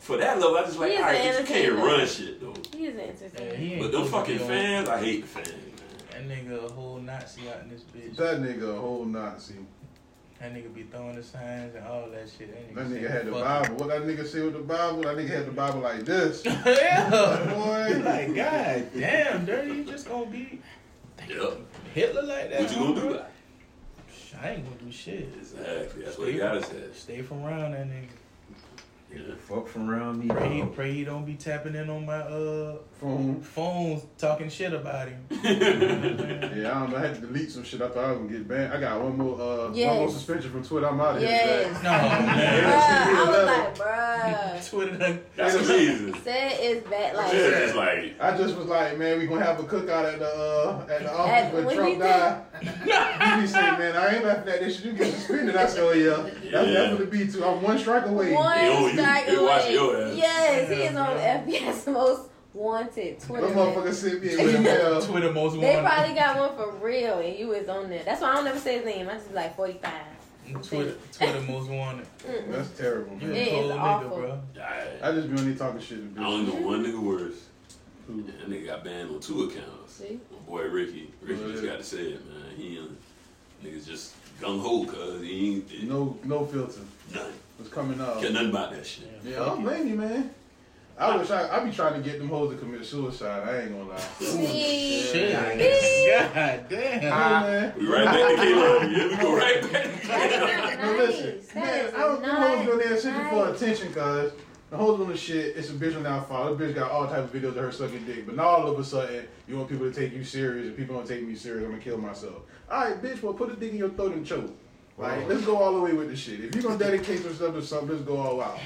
Speaker 7: For that level, I just like,
Speaker 5: He is
Speaker 7: all right,
Speaker 5: an
Speaker 7: you can't
Speaker 5: entertainer.
Speaker 7: run shit though.
Speaker 5: He is
Speaker 8: Yeah,
Speaker 5: interesting.
Speaker 8: he ain't
Speaker 7: But them
Speaker 8: supposed to
Speaker 7: fucking
Speaker 8: be on-
Speaker 7: fans, I hate the fans. man.
Speaker 8: That nigga a whole Nazi out in this bitch.
Speaker 1: That nigga a whole Nazi.
Speaker 8: That nigga be throwing the signs and all that shit. That nigga,
Speaker 1: That nigga
Speaker 8: said,
Speaker 1: had the
Speaker 8: "Fuck
Speaker 1: Bible. What that nigga said with the Bible? That nigga had the Bible like this. Boy.
Speaker 8: Yeah. like, God damn, dirty, you just gonna be
Speaker 7: Yeah.
Speaker 8: Hitler like that?
Speaker 7: What you gonna do
Speaker 8: bro?
Speaker 7: about it?
Speaker 8: I ain't gonna do shit.
Speaker 7: Exactly. That's what he got us at.
Speaker 8: Stay from around that nigga.
Speaker 7: Yeah.
Speaker 3: Fuck from around me.
Speaker 8: Pray, he,
Speaker 7: Oh.
Speaker 3: dog.
Speaker 8: pray he don't be tapping in on my uh
Speaker 1: Phone.
Speaker 8: phones talking shit about him.
Speaker 1: Yeah, I don't know. I had to delete some shit. I thought I was gonna get banned. I got one more, uh, one more
Speaker 5: Yes.
Speaker 1: suspension from Twitter. I'm out of here.
Speaker 7: Oh,
Speaker 5: Yes.
Speaker 8: No man,
Speaker 5: Bruh, I was like, bruh.
Speaker 8: Twitter. done-
Speaker 7: That's amazing.
Speaker 5: Said is back
Speaker 7: Yeah,
Speaker 5: like
Speaker 7: it's like
Speaker 1: Zach. I just was like, man, we gonna have a cookout at the uh, at the
Speaker 5: At-
Speaker 1: office when
Speaker 5: when
Speaker 1: Trump
Speaker 5: he
Speaker 1: died. he said, man, I ain't laughing at this shit. You get suspended. I said, oh yeah, that's
Speaker 7: Yeah.
Speaker 1: definitely be too. I'm one strike away.
Speaker 7: They own you.
Speaker 5: one strike
Speaker 7: They watch
Speaker 5: away.
Speaker 7: your ass.
Speaker 5: Yes, he
Speaker 8: Yeah,
Speaker 5: is on the FBI's most wanted
Speaker 1: That
Speaker 5: Twitter.
Speaker 1: motherfucker
Speaker 5: list.
Speaker 1: sent me an email.
Speaker 8: Twitter most wanted.
Speaker 5: They probably got one for real, and you is on there. That's why I don't ever say his name. I just be like forty five.
Speaker 8: Twitter, Twitter most wanted.
Speaker 1: That's terrible,
Speaker 8: You
Speaker 1: man.
Speaker 5: It
Speaker 8: a
Speaker 5: is
Speaker 8: cold nigga,
Speaker 5: awful.
Speaker 8: bro.
Speaker 7: I
Speaker 1: I just be on there talking shit. to bitches.
Speaker 7: don't know one nigga worse.
Speaker 1: Who?
Speaker 7: That nigga got banned on two accounts.
Speaker 5: See?
Speaker 7: My boy Ricky, Ricky
Speaker 1: Oh,
Speaker 7: just
Speaker 1: yeah.
Speaker 7: got to say it, man. He and niggas just gung ho, cause he ain't did
Speaker 1: No, no filter.
Speaker 7: nothing.
Speaker 1: What's coming up?
Speaker 7: Care nothing about that shit.
Speaker 1: Yeah, I don't blame you, man. I wish I I be trying to get them hoes to commit suicide. I ain't gonna lie.
Speaker 5: See?
Speaker 8: Shit. God damn.
Speaker 1: Hey, man.
Speaker 7: We right back to K-Lo. Yeah, we go right back to K-Lo.
Speaker 5: That's
Speaker 1: But
Speaker 5: not
Speaker 1: listen,
Speaker 5: nice.
Speaker 1: man,
Speaker 5: That
Speaker 1: I don't
Speaker 5: is
Speaker 1: think hoes go
Speaker 5: not
Speaker 1: there and searching for
Speaker 5: nice.
Speaker 1: attention, cause the hoes on the shit. It's a bitch on our file. The bitch got all type of videos of her sucking dick, but now all of a sudden you want people to take you serious. If people don't take me serious, I'm gonna kill myself. All right, bitch. Well, put a dick in your throat and choke. Like, let's go all the way with the shit. If you gonna dedicate yourself to something, let's go all out.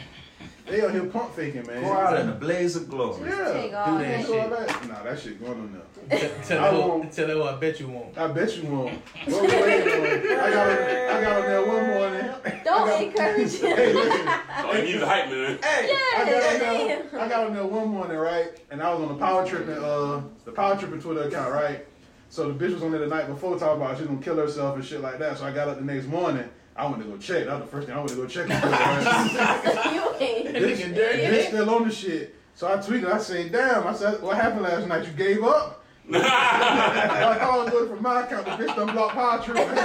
Speaker 1: They out here pump faking, man.
Speaker 3: Go out in a blaze of glory.
Speaker 1: Yeah,
Speaker 5: Take all
Speaker 1: do
Speaker 8: that
Speaker 1: do all
Speaker 8: shit.
Speaker 1: that. Nah, that shit going on there.
Speaker 8: Tell-
Speaker 1: I
Speaker 8: Tell her,
Speaker 1: won't.
Speaker 8: tell her what I bet you won't.
Speaker 1: I bet you won't. Go away, boy. I got I got on there one morning.
Speaker 5: Don't encourage him.
Speaker 1: Hey, listen.
Speaker 7: Oh, he needs a hype man.
Speaker 1: I got, on
Speaker 5: Yes,
Speaker 1: there, I got on there one morning, right? And I was on the power tripping, uh, the power tripping Twitter account, right? So the bitch was on there the night before talking about she's gonna kill herself and shit like that. So I got up the next morning. I went to go check. That was the first thing I went to go check. on Twitter, right?
Speaker 5: you ain't.
Speaker 8: Nigga dirty.
Speaker 1: bitch still on the shit. So I tweeted. I said, "Damn!" I said, "What happened last night? You gave up?" I called it from my account. The bitch done blocked power tripping.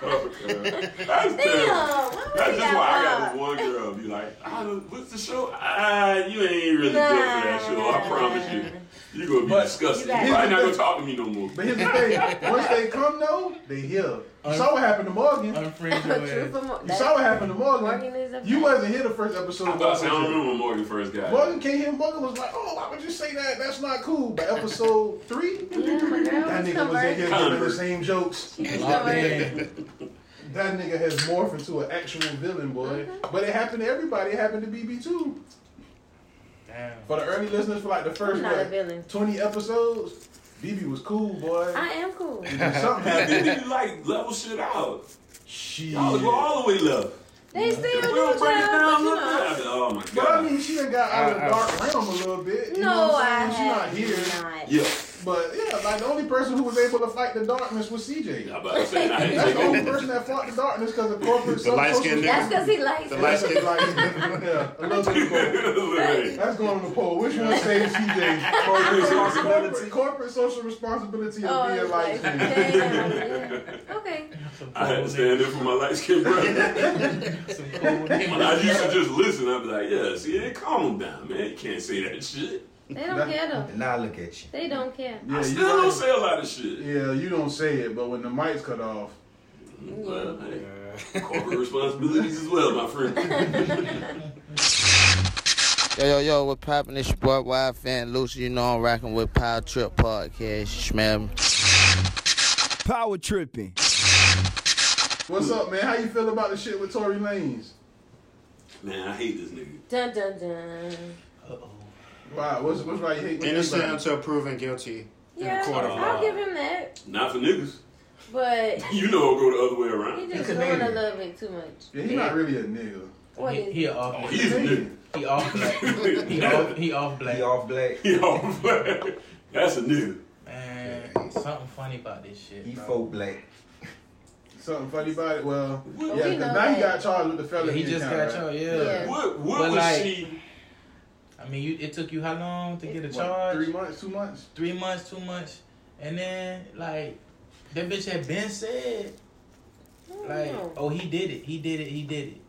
Speaker 7: That's
Speaker 5: Damn,
Speaker 7: terrible.
Speaker 5: why would
Speaker 7: That's
Speaker 5: you
Speaker 7: just
Speaker 5: got
Speaker 7: why I got
Speaker 5: robbed?
Speaker 7: this one girl be like, I don't- what's the show? Ah, you ain't really good for that show. I promise you. You're going to be
Speaker 8: But-
Speaker 7: disgusted.
Speaker 5: You got-
Speaker 7: You're probably not going to talk to me no more.
Speaker 1: But here's the thing: once they come though, they here. You saw what happened to Morgan.
Speaker 8: Unfriend your
Speaker 5: True
Speaker 8: ass.
Speaker 5: for Mo-
Speaker 1: You saw what happened to
Speaker 5: Morgan is
Speaker 1: Morgan.
Speaker 5: a-
Speaker 1: You wasn't here the first episode.
Speaker 7: I
Speaker 1: of
Speaker 7: thought- I don't
Speaker 1: Morgan.
Speaker 7: remember when Morgan first got it.
Speaker 1: Morgan came here. Morgan was like, "Oh, why would you say that? That's not cool." But episode three,
Speaker 5: Yeah, my girl
Speaker 1: that nigga was
Speaker 5: was
Speaker 1: in here
Speaker 5: converted.
Speaker 1: giving the same jokes.
Speaker 5: She was
Speaker 8: Locked
Speaker 5: converted.
Speaker 8: in.
Speaker 1: That nigga has morphed into an actual villain, boy.
Speaker 5: Uh-huh.
Speaker 1: But it happened to everybody. It happened to BB too.
Speaker 8: Damn.
Speaker 1: For the early listeners, for like the first
Speaker 5: I'm not a
Speaker 1: what,
Speaker 5: villain.
Speaker 1: twenty episodes, BB was cool, boy.
Speaker 5: I am cool.
Speaker 1: Something happened.
Speaker 7: Didn't you like level shit out?
Speaker 1: She.
Speaker 7: Y'all go all the way left.
Speaker 5: They still do
Speaker 7: We
Speaker 5: it,
Speaker 7: don't break it
Speaker 5: y'all,
Speaker 7: down. Look
Speaker 5: but
Speaker 7: at it. Oh my
Speaker 1: But I
Speaker 7: god.
Speaker 1: mean, she done got out of the
Speaker 6: I- I-
Speaker 1: dark realm a little bit.
Speaker 5: you
Speaker 1: You
Speaker 5: know.
Speaker 1: know
Speaker 5: No,
Speaker 1: what
Speaker 5: I
Speaker 1: I'm saying?
Speaker 5: have
Speaker 1: She not here.
Speaker 5: not.
Speaker 7: Yeah.
Speaker 1: But yeah, like the only person who was able to fight the darkness was CJ.
Speaker 7: I'm about to say I ain't
Speaker 1: That's the
Speaker 7: taking
Speaker 1: only person that fought the darkness because of corporate
Speaker 6: The light-skinned
Speaker 1: social-
Speaker 5: That's because he likes
Speaker 6: The
Speaker 5: it.
Speaker 6: light-
Speaker 1: That's it, like, yeah, a little bit of both.
Speaker 7: Right.
Speaker 1: That's going on the poll. Which one saves CJ?
Speaker 7: Corporate
Speaker 1: Corporate,
Speaker 7: responsibility.
Speaker 1: corporate social responsibility of
Speaker 5: Oh,
Speaker 1: being
Speaker 5: it's
Speaker 1: like,
Speaker 5: like, damn, yeah. Okay.
Speaker 7: I had to stand in for my light skinned brother. When I used to just listen, I'd be like, yeah, see, they calm down, man. You can't say that shit.
Speaker 5: They don't care though.
Speaker 3: And now look at you.
Speaker 5: They don't care.
Speaker 1: yeah,
Speaker 7: I
Speaker 1: you
Speaker 7: still don't
Speaker 1: don't,
Speaker 7: say a lot of shit.
Speaker 1: yeah, you don't say it, but when the mic's cut off,
Speaker 7: Mm, Well, hey, corporate responsibilities as well, my friend.
Speaker 9: Yo, yo, yo, what poppin'? It's your boy, Wild Fan Lucy. You know I'm rocking with Power Trip Podcast. Smell me.
Speaker 10: Power tripping.
Speaker 1: what's up, man? How you feel about the shit with Tory Lanez?
Speaker 7: Man, I hate this nigga.
Speaker 5: Dun dun dun.
Speaker 1: Wow, what's what's right? You hate with
Speaker 6: Innocent
Speaker 1: everybody?
Speaker 6: until proven guilty.
Speaker 5: Yeah,
Speaker 6: quarter
Speaker 5: I'll give him that,
Speaker 7: Not for niggas.
Speaker 5: but
Speaker 7: You know it'll go the other way
Speaker 5: he
Speaker 7: around.
Speaker 5: just
Speaker 8: a
Speaker 5: going a
Speaker 8: nigga.
Speaker 5: little bit too much.
Speaker 1: Yeah, he's not really a nigga.
Speaker 5: What
Speaker 8: He,
Speaker 5: is
Speaker 8: he
Speaker 5: it?
Speaker 7: Oh,
Speaker 8: off.
Speaker 7: he's a nigga.
Speaker 8: He off black. He off.
Speaker 7: Yeah.
Speaker 8: He off black.
Speaker 3: He all black.
Speaker 7: Yo, that's a nigga.
Speaker 8: Man, something funny about this shit.
Speaker 3: He
Speaker 8: bro.
Speaker 3: folk black.
Speaker 1: Something funny about it. Well, yeah,
Speaker 5: we
Speaker 1: 'cause
Speaker 5: know
Speaker 1: now he
Speaker 5: that.
Speaker 1: got charged with the
Speaker 8: Yeah,
Speaker 1: felony.
Speaker 8: he just
Speaker 1: count,
Speaker 8: got
Speaker 1: right?
Speaker 8: y'all.
Speaker 5: Yeah.
Speaker 8: Yeah.
Speaker 7: What what
Speaker 8: But
Speaker 7: was
Speaker 8: like-
Speaker 7: she?
Speaker 8: I mean, you, it took you how long to get a
Speaker 1: What,
Speaker 8: charge?
Speaker 1: Three months, two months.
Speaker 8: three months, two months, and then like that bitch had been said like,
Speaker 5: Mm.
Speaker 8: oh he did it, he did it, he did it,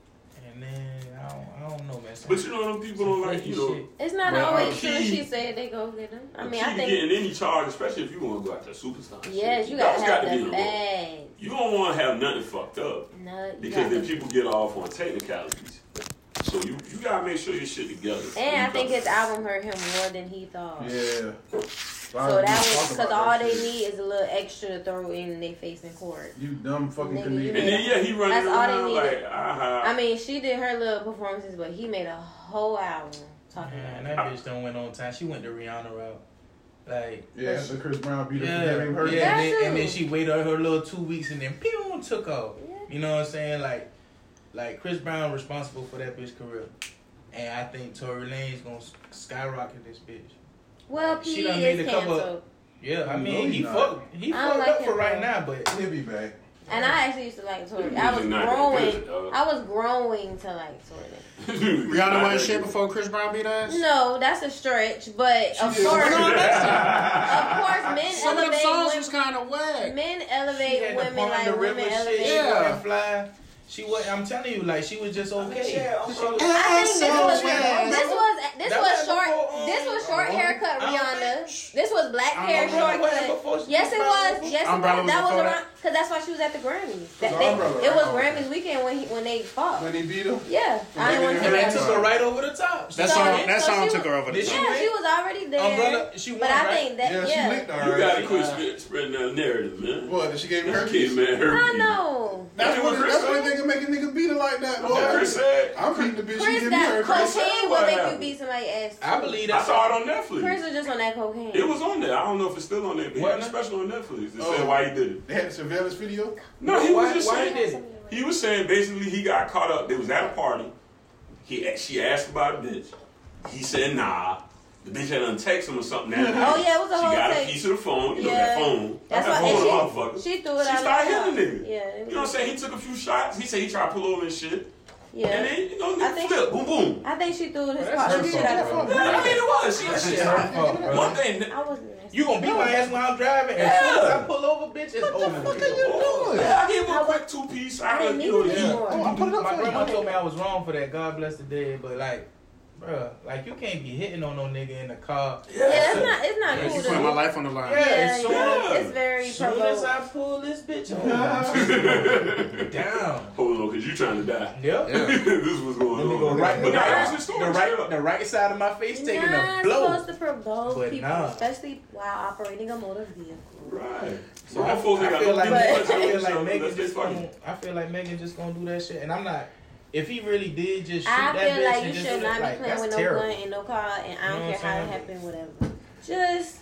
Speaker 8: and then I don't, I don't know man.
Speaker 7: But you know them people don't like you know.
Speaker 5: It's not
Speaker 8: Well,
Speaker 5: always
Speaker 8: uh,
Speaker 5: true.
Speaker 8: she-
Speaker 5: She said they go get him. I
Speaker 7: I
Speaker 5: mean, I think
Speaker 7: getting any charge, especially if you want to go out to superstar. shit.
Speaker 5: yes, you
Speaker 7: That's
Speaker 5: gotta have
Speaker 7: be in
Speaker 5: the
Speaker 7: the rule.
Speaker 5: bags.
Speaker 7: You don't want to have nothing fucked up
Speaker 5: No, you
Speaker 7: because
Speaker 5: got
Speaker 7: then
Speaker 5: the.
Speaker 7: people get off on technicalities. So you you gotta make sure your shit together.
Speaker 5: And I think his album hurt him more than he
Speaker 8: Oh.
Speaker 5: thought.
Speaker 1: Yeah.
Speaker 5: So that was because all they need is a little extra to throw in their face in court.
Speaker 1: You dumb fucking
Speaker 5: Nigga,
Speaker 1: comedian.
Speaker 7: And then yeah, he running
Speaker 5: That's all they
Speaker 7: around
Speaker 5: needed.
Speaker 7: like "Uh-huh." aha.
Speaker 5: I mean, she did her little performances, but he made a whole album talking
Speaker 8: Man,
Speaker 5: about
Speaker 8: that bitch done went on time. She went the Rihanna route, like
Speaker 1: Yeah, that's the Chris Brown beautiful
Speaker 8: yeah, yeah.
Speaker 1: forgiving
Speaker 8: And
Speaker 1: person.
Speaker 5: That
Speaker 8: then, and
Speaker 5: too.
Speaker 8: then she waited her little two weeks and then pew took off.
Speaker 5: Yeah.
Speaker 8: You know what I'm saying? Like, like Chris Brown responsible for that bitch career, and I think Tory Lane's gonna s- skyrocket this bitch.
Speaker 5: it. Well,
Speaker 8: She
Speaker 5: P E
Speaker 8: done
Speaker 5: is
Speaker 8: made a couple-
Speaker 5: canceled,
Speaker 8: Yeah, I
Speaker 1: No,
Speaker 8: mean
Speaker 1: he
Speaker 8: he
Speaker 1: not.
Speaker 8: fucked he
Speaker 5: I don't
Speaker 8: fucked
Speaker 5: like
Speaker 8: up
Speaker 5: him,
Speaker 8: for right
Speaker 5: though.
Speaker 8: now, but
Speaker 1: He'll be back.
Speaker 5: and I actually used to like Tory.
Speaker 7: You're
Speaker 5: I was
Speaker 7: really not that
Speaker 5: growing.
Speaker 7: good, dog.
Speaker 5: I was growing to like Tory.
Speaker 6: Rihanna wasn't shit before Chris Brown beat us.
Speaker 5: No, that's a stretch, but of
Speaker 1: did.
Speaker 5: course,
Speaker 1: No,
Speaker 5: of course, men
Speaker 6: Some of them
Speaker 5: elevate
Speaker 6: songs
Speaker 5: women.
Speaker 6: was kind of whack.
Speaker 5: Men
Speaker 8: She
Speaker 5: elevate
Speaker 8: had the
Speaker 5: women
Speaker 8: Pond
Speaker 5: like
Speaker 8: the
Speaker 5: women
Speaker 8: River
Speaker 5: elevate.
Speaker 8: shit. She
Speaker 6: Yeah.
Speaker 8: wasn't fly. She was. I'm telling you, like she was just okay. She was-
Speaker 5: I think this was
Speaker 6: Yeah.
Speaker 5: this was this
Speaker 8: That
Speaker 5: was
Speaker 8: wasn't
Speaker 5: short
Speaker 8: before, um,
Speaker 5: this was short
Speaker 8: um,
Speaker 5: haircut
Speaker 8: I don't
Speaker 5: Rihanna.
Speaker 8: think-
Speaker 5: This was black
Speaker 6: I
Speaker 5: hair
Speaker 6: don't know.
Speaker 5: short
Speaker 8: Wasn't before
Speaker 5: cut.
Speaker 8: she
Speaker 5: Yes it
Speaker 8: was
Speaker 5: was. Yes it
Speaker 6: Umbrella
Speaker 5: was.
Speaker 6: was
Speaker 5: That was
Speaker 6: before
Speaker 5: around because that's why she was at the Grammys. That,
Speaker 1: The
Speaker 5: they-
Speaker 1: Umbrella,
Speaker 5: it was
Speaker 1: okay.
Speaker 5: Grammys weekend when he when they
Speaker 1: When
Speaker 5: fought.
Speaker 1: he beat him.
Speaker 5: Yeah, I didn't want to
Speaker 8: And they
Speaker 5: hear
Speaker 8: took
Speaker 5: that.
Speaker 8: her right over the top.
Speaker 6: That
Speaker 5: So-
Speaker 6: song, that
Speaker 5: so
Speaker 6: song
Speaker 5: she
Speaker 6: took her
Speaker 5: was-
Speaker 6: over the
Speaker 8: Did
Speaker 6: top.
Speaker 8: she
Speaker 5: Yeah,
Speaker 8: win?
Speaker 5: she was already there.
Speaker 8: Umbrella, she won,
Speaker 5: But I
Speaker 8: right?
Speaker 5: think that
Speaker 1: Yeah, she
Speaker 5: yeah.
Speaker 1: leaked her.
Speaker 7: You gotta quit
Speaker 8: Uh,
Speaker 7: spread- spreading that narrative, man.
Speaker 1: What? Did she gave him
Speaker 7: This kid,
Speaker 1: herpes?
Speaker 7: man, herpes.
Speaker 5: I know.
Speaker 1: That's
Speaker 7: That's
Speaker 1: what.
Speaker 7: what
Speaker 1: That's
Speaker 7: Chris
Speaker 1: what
Speaker 7: said.
Speaker 1: they can make a nigga beat her like that, boy.
Speaker 7: That Chris said.
Speaker 1: I'm beating the bitch. she
Speaker 5: Chris
Speaker 1: give me
Speaker 5: that
Speaker 1: herpes.
Speaker 5: cocaine will
Speaker 7: What
Speaker 5: make you
Speaker 7: happened?
Speaker 5: beat somebody's ass.
Speaker 8: I believe
Speaker 7: I
Speaker 8: that's
Speaker 7: saw it on Netflix.
Speaker 5: Chris was just on that cocaine.
Speaker 7: It was on there. I don't know if it's still on there, but he
Speaker 8: What?
Speaker 7: had a special on Netflix. It
Speaker 1: Oh.
Speaker 7: said why he did it.
Speaker 1: They had a surveillance video.
Speaker 7: No, he
Speaker 8: Why-
Speaker 7: was just
Speaker 8: why
Speaker 7: saying
Speaker 8: he did it?
Speaker 7: He was saying basically he got caught up. They was at a party. He a- she asked about a bitch. He said nah. The bitch had done text him or something. That
Speaker 5: Oh, yeah, it was a
Speaker 7: She
Speaker 5: whole
Speaker 7: got a
Speaker 5: text.
Speaker 7: piece of the phone. You know
Speaker 5: Yeah.
Speaker 7: that phone.
Speaker 5: That's
Speaker 7: that
Speaker 5: why- and
Speaker 7: phone, motherfucker.
Speaker 5: she threw it out.
Speaker 7: started
Speaker 5: of the
Speaker 7: hitting the
Speaker 5: car.
Speaker 7: nigga.
Speaker 5: Yeah. it
Speaker 7: You know what I'm
Speaker 5: was-
Speaker 7: saying? He took a few shots. He said he tried to pull over and shit. And
Speaker 5: Yeah.
Speaker 7: then you know
Speaker 5: I
Speaker 7: nigga
Speaker 5: think-
Speaker 7: flip. Boom boom.
Speaker 5: I think she threw his
Speaker 8: Well,
Speaker 5: car.
Speaker 8: that's her
Speaker 5: She should have
Speaker 8: fault,
Speaker 5: thrown.
Speaker 8: bro.
Speaker 7: I mean it was. She,
Speaker 8: That
Speaker 7: she,
Speaker 8: shit her fault, bro.
Speaker 7: one thing.
Speaker 5: I wasn't. there.
Speaker 8: You gonna beat my ass when I'm driving? As soon as I
Speaker 7: Yeah.
Speaker 8: pull over, bitch, it's over.
Speaker 7: Oh, yeah, I gave him a quick two piece. I,
Speaker 5: I didn't
Speaker 7: you
Speaker 5: need
Speaker 7: know,
Speaker 5: it
Speaker 7: yeah.
Speaker 5: anymore.
Speaker 1: Oh, I put it up
Speaker 8: My
Speaker 1: for you.
Speaker 8: grandma told me I was wrong for that. God bless the dead, but like, bruh, like you can't be hitting on no nigga in the car.
Speaker 5: yeah, that's not. It's not
Speaker 8: Yeah,
Speaker 5: cool.
Speaker 8: she
Speaker 5: to
Speaker 6: Put
Speaker 5: do.
Speaker 6: my life on the line.
Speaker 8: Yeah.
Speaker 5: Yeah,
Speaker 8: it's so-
Speaker 5: yeah, it's very
Speaker 8: As soon as
Speaker 5: provoked.
Speaker 8: I pull this bitch over, down.
Speaker 7: Hold on, cause you trying to die.
Speaker 8: Yep.
Speaker 7: this was going
Speaker 3: me
Speaker 7: on.
Speaker 3: go
Speaker 7: Right,
Speaker 3: ahead.
Speaker 8: The
Speaker 7: but that was
Speaker 8: right,
Speaker 7: his
Speaker 8: the
Speaker 7: story.
Speaker 8: right,
Speaker 7: straight
Speaker 8: the
Speaker 7: up.
Speaker 8: right side of my face taking a
Speaker 5: Not
Speaker 8: blow.
Speaker 5: supposed to provoke
Speaker 8: But
Speaker 5: people,
Speaker 8: nah.
Speaker 5: especially while operating a motor vehicle.
Speaker 7: right. So
Speaker 8: So I,
Speaker 7: all folks
Speaker 8: I
Speaker 7: ain't got
Speaker 8: feel
Speaker 7: no
Speaker 8: like I
Speaker 7: business
Speaker 8: feel
Speaker 7: touching
Speaker 8: like
Speaker 7: each other
Speaker 8: Megan
Speaker 7: unless they
Speaker 8: just gonna,
Speaker 7: fucking.
Speaker 8: I feel like Megan just gonna do that shit, and I'm not. If he really did just shoot
Speaker 5: I
Speaker 8: that bitch
Speaker 5: feel like you
Speaker 8: and just
Speaker 5: should
Speaker 8: do that,
Speaker 5: not be
Speaker 8: like,
Speaker 5: playing
Speaker 8: that's
Speaker 5: with no
Speaker 8: terrible.
Speaker 5: gun in no car, and I
Speaker 8: You
Speaker 5: don't
Speaker 8: know
Speaker 5: care
Speaker 8: what
Speaker 5: how
Speaker 8: I'm
Speaker 5: it
Speaker 8: saying?
Speaker 5: happened, whatever. Just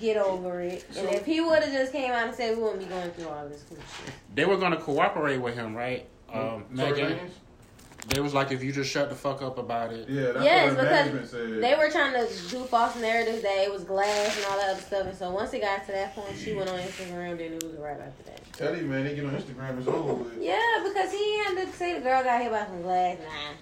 Speaker 5: get over it. And if he would have just came out and said, we wouldn't be going through all this cool shit.
Speaker 6: They were gonna cooperate with him, right? Um,
Speaker 1: Tory
Speaker 6: Megan.
Speaker 1: Lanez?
Speaker 6: They was like, if you just shut the fuck up about it.
Speaker 1: Yeah, that's
Speaker 5: Yes,
Speaker 1: what the
Speaker 5: because
Speaker 1: management said.
Speaker 5: They were trying to do false narratives that it was glass and all that other stuff. And so once it got to that point, she went on Instagram, then it was right after that.
Speaker 1: Tell you, man, they get on Instagram, it's over with.
Speaker 5: Yeah, because he had to say the girl got hit by some glass. Nah.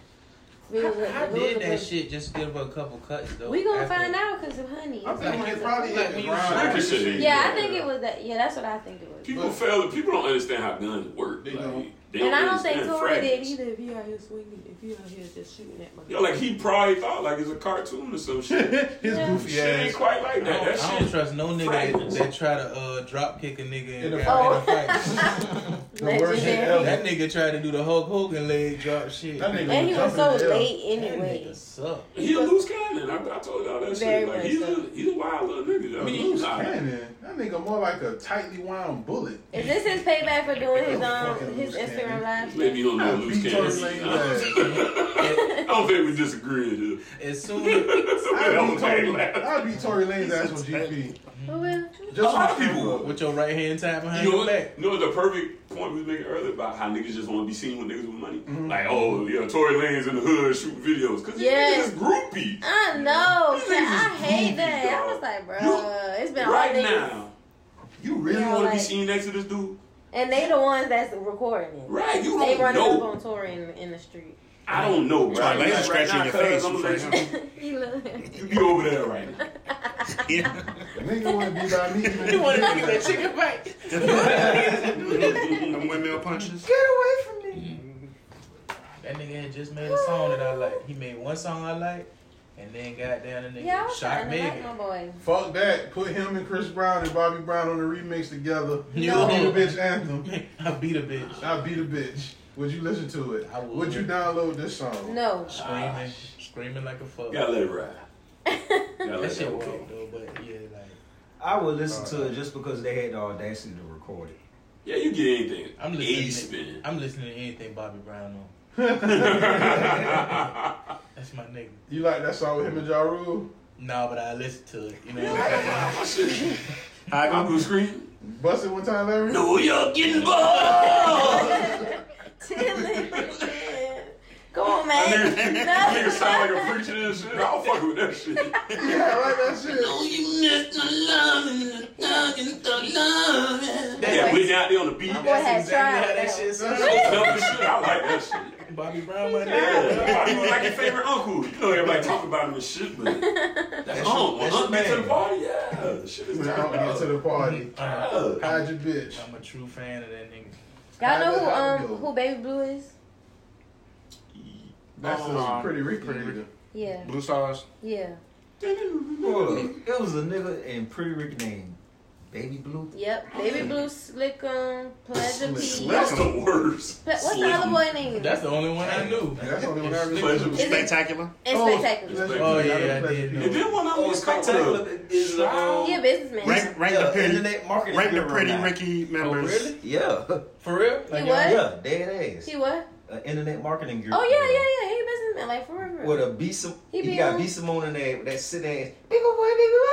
Speaker 5: We was with-
Speaker 8: I
Speaker 5: we was
Speaker 8: did that
Speaker 5: with-
Speaker 8: shit just to give her a couple cuts though.
Speaker 5: We gonna
Speaker 8: after-
Speaker 5: find out because of honey.
Speaker 1: I think it probably
Speaker 8: Like,
Speaker 1: hit
Speaker 8: when
Speaker 1: the
Speaker 8: you
Speaker 1: ground.
Speaker 8: shoot
Speaker 7: it, it-
Speaker 5: Yeah, I think it was that. Yeah, that's what I think it was.
Speaker 7: People fail. People don't understand how guns work.
Speaker 1: They
Speaker 7: like,
Speaker 1: don't.
Speaker 7: They
Speaker 5: And I don't
Speaker 7: understand
Speaker 5: think Tori did
Speaker 7: fragments.
Speaker 5: either. If you out here swinging, if you out here just shooting at my.
Speaker 7: Yo, like he probably thought like it's a cartoon or some shit.
Speaker 1: His
Speaker 5: Yeah.
Speaker 1: goofy
Speaker 7: Shit ain't
Speaker 1: ass.
Speaker 7: quite like
Speaker 8: I
Speaker 7: that.
Speaker 8: don't,
Speaker 7: That
Speaker 8: I
Speaker 7: shit.
Speaker 8: don't trust no nigga that,
Speaker 7: Fragments.
Speaker 8: that try to uh, drop kick a nigga
Speaker 1: In
Speaker 8: and
Speaker 1: a
Speaker 8: got in a
Speaker 5: fight.
Speaker 8: fight.
Speaker 1: The worst shit
Speaker 5: Legendary.
Speaker 1: ever.
Speaker 8: that nigga tried to do the Hulk Hogan leg drop shit.
Speaker 1: That nigga
Speaker 5: And he was so
Speaker 1: jumping in the air.
Speaker 5: late
Speaker 8: That
Speaker 5: anyway.
Speaker 8: nigga suck.
Speaker 7: He a loose cannon. I, I told y'all that
Speaker 5: Very
Speaker 7: shit. Like
Speaker 5: much
Speaker 7: he's
Speaker 5: so.
Speaker 7: a, he's a wild little nigga. I mean, he's
Speaker 1: Loose
Speaker 7: not.
Speaker 1: cannon. That nigga more like a tightly wound bullet.
Speaker 5: Is this his payback for doing his um
Speaker 1: Fucking
Speaker 5: his
Speaker 1: loose
Speaker 5: Instagram live?
Speaker 7: Maybe you don't know
Speaker 1: I
Speaker 7: loose
Speaker 1: beat Tory Lanez
Speaker 7: cannon.
Speaker 1: ass.
Speaker 7: I don't think we disagree. dude.
Speaker 8: As soon as
Speaker 1: I
Speaker 7: don't
Speaker 1: beat Tory-
Speaker 7: think that.
Speaker 1: I beat Tory Lanez ass with GP.
Speaker 5: Who will?
Speaker 1: Just on
Speaker 7: lot of
Speaker 1: camera.
Speaker 7: people would.
Speaker 8: with your right hand tied behind
Speaker 7: You know,
Speaker 8: your back.
Speaker 7: what- you know what the perfect point we was making earlier about how niggas just want to be seen with niggas with money.
Speaker 8: Mm-hmm.
Speaker 7: Like, oh, yeah, Tory Lane's in the hood shooting videos
Speaker 5: Yes.
Speaker 7: because yes. niggas is groupie.
Speaker 5: I know.
Speaker 7: This nigga's
Speaker 5: I hate
Speaker 7: goofy,
Speaker 5: that. I
Speaker 7: dog.
Speaker 5: was like, bro,
Speaker 7: You-
Speaker 5: it's been all
Speaker 7: right
Speaker 5: these-
Speaker 7: now, you really
Speaker 5: Yeah,
Speaker 7: want to
Speaker 5: like-
Speaker 7: be seen next to this dude?
Speaker 5: And they the ones that's recording it.
Speaker 7: Right, you
Speaker 5: They
Speaker 7: don't
Speaker 5: running up
Speaker 7: know.
Speaker 5: on Tory in, in the street.
Speaker 7: I don't know. bro.
Speaker 3: Tory Lanez
Speaker 7: Right
Speaker 3: scratching
Speaker 7: now,
Speaker 3: your
Speaker 7: cuz,
Speaker 3: face.
Speaker 7: I'm
Speaker 3: What's
Speaker 7: like,
Speaker 5: he look.
Speaker 7: You be over there right now.
Speaker 1: Nigga wanna be by me. man.
Speaker 8: chicken fight.
Speaker 6: Them windmill punches.
Speaker 8: That nigga had just made a song that I like. He made one song I like, and then got down and nigga
Speaker 5: Yeah, I was
Speaker 8: shot
Speaker 5: trying to
Speaker 8: Megan.
Speaker 5: like my boy.
Speaker 1: Fuck that. Put him and Chris Brown and Bobby Brown on the remix together.
Speaker 8: No.
Speaker 1: I beat a bitch anthem.
Speaker 8: I beat a bitch.
Speaker 1: I beat a bitch. Would you listen to it?
Speaker 8: I would.
Speaker 1: you download this song?
Speaker 5: No.
Speaker 8: Screaming, screaming like a fuck.
Speaker 7: Gotta let it ride. Gotta
Speaker 8: That
Speaker 7: let
Speaker 8: shit
Speaker 7: that
Speaker 8: was
Speaker 7: go.
Speaker 8: though, but yeah, like
Speaker 3: I would listen to it just because they had the audacity to record it.
Speaker 7: Yeah, you get anything.
Speaker 8: I'm
Speaker 7: A
Speaker 8: listening.
Speaker 7: spin.
Speaker 8: To, I'm listening to anything Bobby Brown on. That's my nigga.
Speaker 1: You like that song with him and Ja Rule?
Speaker 8: Nah, but I listen to it. You know what I'm saying?
Speaker 7: My shit. I go to screen.
Speaker 1: Bust it one time, Larry?
Speaker 7: New York getting ball.
Speaker 5: Chilling. Go on, man.
Speaker 7: Nigga sound like a preacher and shit. I don't fuck with that shit.
Speaker 1: Yeah, I like that shit.
Speaker 7: Yeah, we out there on the beach.
Speaker 5: My boy had tried.
Speaker 8: that
Speaker 5: though.
Speaker 8: shit sound.
Speaker 7: Dumb as shit. I like that shit.
Speaker 8: Bobby Brown, my nigga.
Speaker 7: Yeah, he was like your favorite uncle. You know everybody talking about him and shit, but that's uncle.
Speaker 8: that's your
Speaker 7: When uncle get to the
Speaker 8: man.
Speaker 7: party, yeah, shit is
Speaker 1: When I don't get to the party.
Speaker 8: I'm
Speaker 7: Yeah.
Speaker 1: Hide your bitch.
Speaker 8: a true fan of that nigga.
Speaker 5: Y'all know who um who Baby Blue is?
Speaker 1: That's
Speaker 6: Um,
Speaker 1: a pretty Ricky
Speaker 6: Pretty
Speaker 1: nigga.
Speaker 5: Yeah.
Speaker 6: Blue stars.
Speaker 5: Yeah.
Speaker 3: Hold up. It was a nigga in Pretty Rick named Baby Blue.
Speaker 5: Yep. Baby Blue Slick um Pleasure
Speaker 1: Slick.
Speaker 5: P.
Speaker 7: That's the worst.
Speaker 5: Ple- What's the other boy name?
Speaker 8: That's the only one I knew.
Speaker 1: That's the only one I
Speaker 7: Pleasure.
Speaker 1: remember.
Speaker 5: Is it
Speaker 6: Spectacular.
Speaker 5: and Spectacular?
Speaker 8: Oh, yeah, I did know.
Speaker 7: And then one of them
Speaker 3: Oh,
Speaker 7: was called
Speaker 3: Spectacular is the um,
Speaker 5: He a businessman.
Speaker 6: Rank, rank the pretty,
Speaker 3: internet marketing.
Speaker 6: rank the
Speaker 3: hero
Speaker 6: pretty
Speaker 3: now.
Speaker 6: Ricky
Speaker 8: Oh,
Speaker 6: members.
Speaker 8: really?
Speaker 3: Yeah,
Speaker 8: For real?
Speaker 5: He
Speaker 8: y'all-
Speaker 5: what?
Speaker 3: yeah, dead ass.
Speaker 5: He what?
Speaker 3: An internet marketing group.
Speaker 5: Oh yeah, yeah, yeah. He a businessman. Like for real, for real.
Speaker 3: With a B, Sim-
Speaker 5: He
Speaker 3: he,
Speaker 5: be
Speaker 3: got
Speaker 5: on-
Speaker 3: B Simone in there with that sit ass. Big boy, big boy.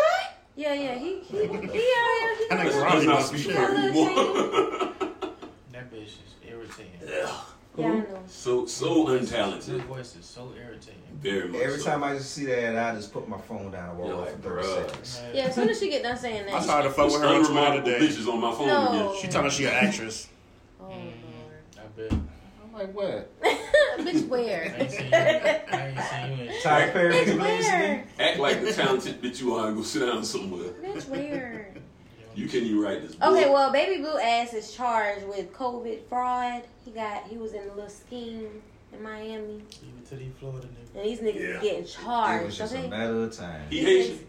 Speaker 5: Yeah, yeah. He he he out here. He
Speaker 6: That nigga's
Speaker 5: got-
Speaker 6: wrong.
Speaker 7: does not speak
Speaker 5: He got a
Speaker 7: anymore.
Speaker 5: little
Speaker 8: That bitch is irritating.
Speaker 5: Yeah, I know.
Speaker 7: So so
Speaker 8: Her
Speaker 7: untalented.
Speaker 8: voice is so irritating.
Speaker 7: Very much.
Speaker 3: Every
Speaker 7: so.
Speaker 3: time I just see that, I just put my phone down and walk
Speaker 7: You're
Speaker 3: off
Speaker 7: like,
Speaker 3: for 30
Speaker 7: bruh.
Speaker 3: seconds.
Speaker 5: Yeah, as soon as she get done saying that.
Speaker 6: I started to fuck
Speaker 7: There's
Speaker 6: with her on Twitter
Speaker 7: unremarkable
Speaker 6: today.
Speaker 7: bitches on my phone
Speaker 5: No.
Speaker 7: again.
Speaker 6: She told me she an actress.
Speaker 5: Oh, Lord.
Speaker 8: I bet.
Speaker 6: I'm like, what?
Speaker 5: Bitch, where?
Speaker 8: I ain't seen you. I ain't seen you in shit.
Speaker 3: Tyler Perry,
Speaker 5: Bitch,
Speaker 3: Ricky Blaze,
Speaker 5: where?
Speaker 7: Act like the talented bitch you are and go sit down somewhere.
Speaker 5: Bitch, where?
Speaker 7: You can't even write this book.
Speaker 5: Okay, well, Baby Blue Ass is charged with COVID fraud. He got he was in a little scheme in Miami,
Speaker 8: Leave it to these Florida niggas.
Speaker 5: and these niggas
Speaker 7: Yeah.
Speaker 5: is getting
Speaker 3: It was
Speaker 5: charged.
Speaker 3: just a
Speaker 5: Okay,
Speaker 3: matter of time.
Speaker 7: he Haitian.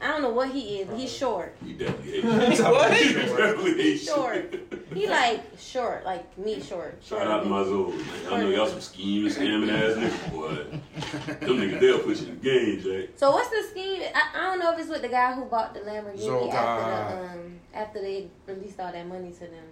Speaker 5: I don't know what he is. but He's short.
Speaker 7: He definitely Haitian. He definitely
Speaker 5: He's
Speaker 7: Haitian.
Speaker 5: short. He like short, like me short.
Speaker 7: Shout out to my Zoe, man. I know y'all some scheming, scamming ass niggas, boy. Them niggas, they'll put you in the game, Jay.
Speaker 5: So what's the scheme? I, I don't know if it's with the guy who bought the Lamborghini
Speaker 6: Zogar.
Speaker 5: after the, um after they released all that money to them.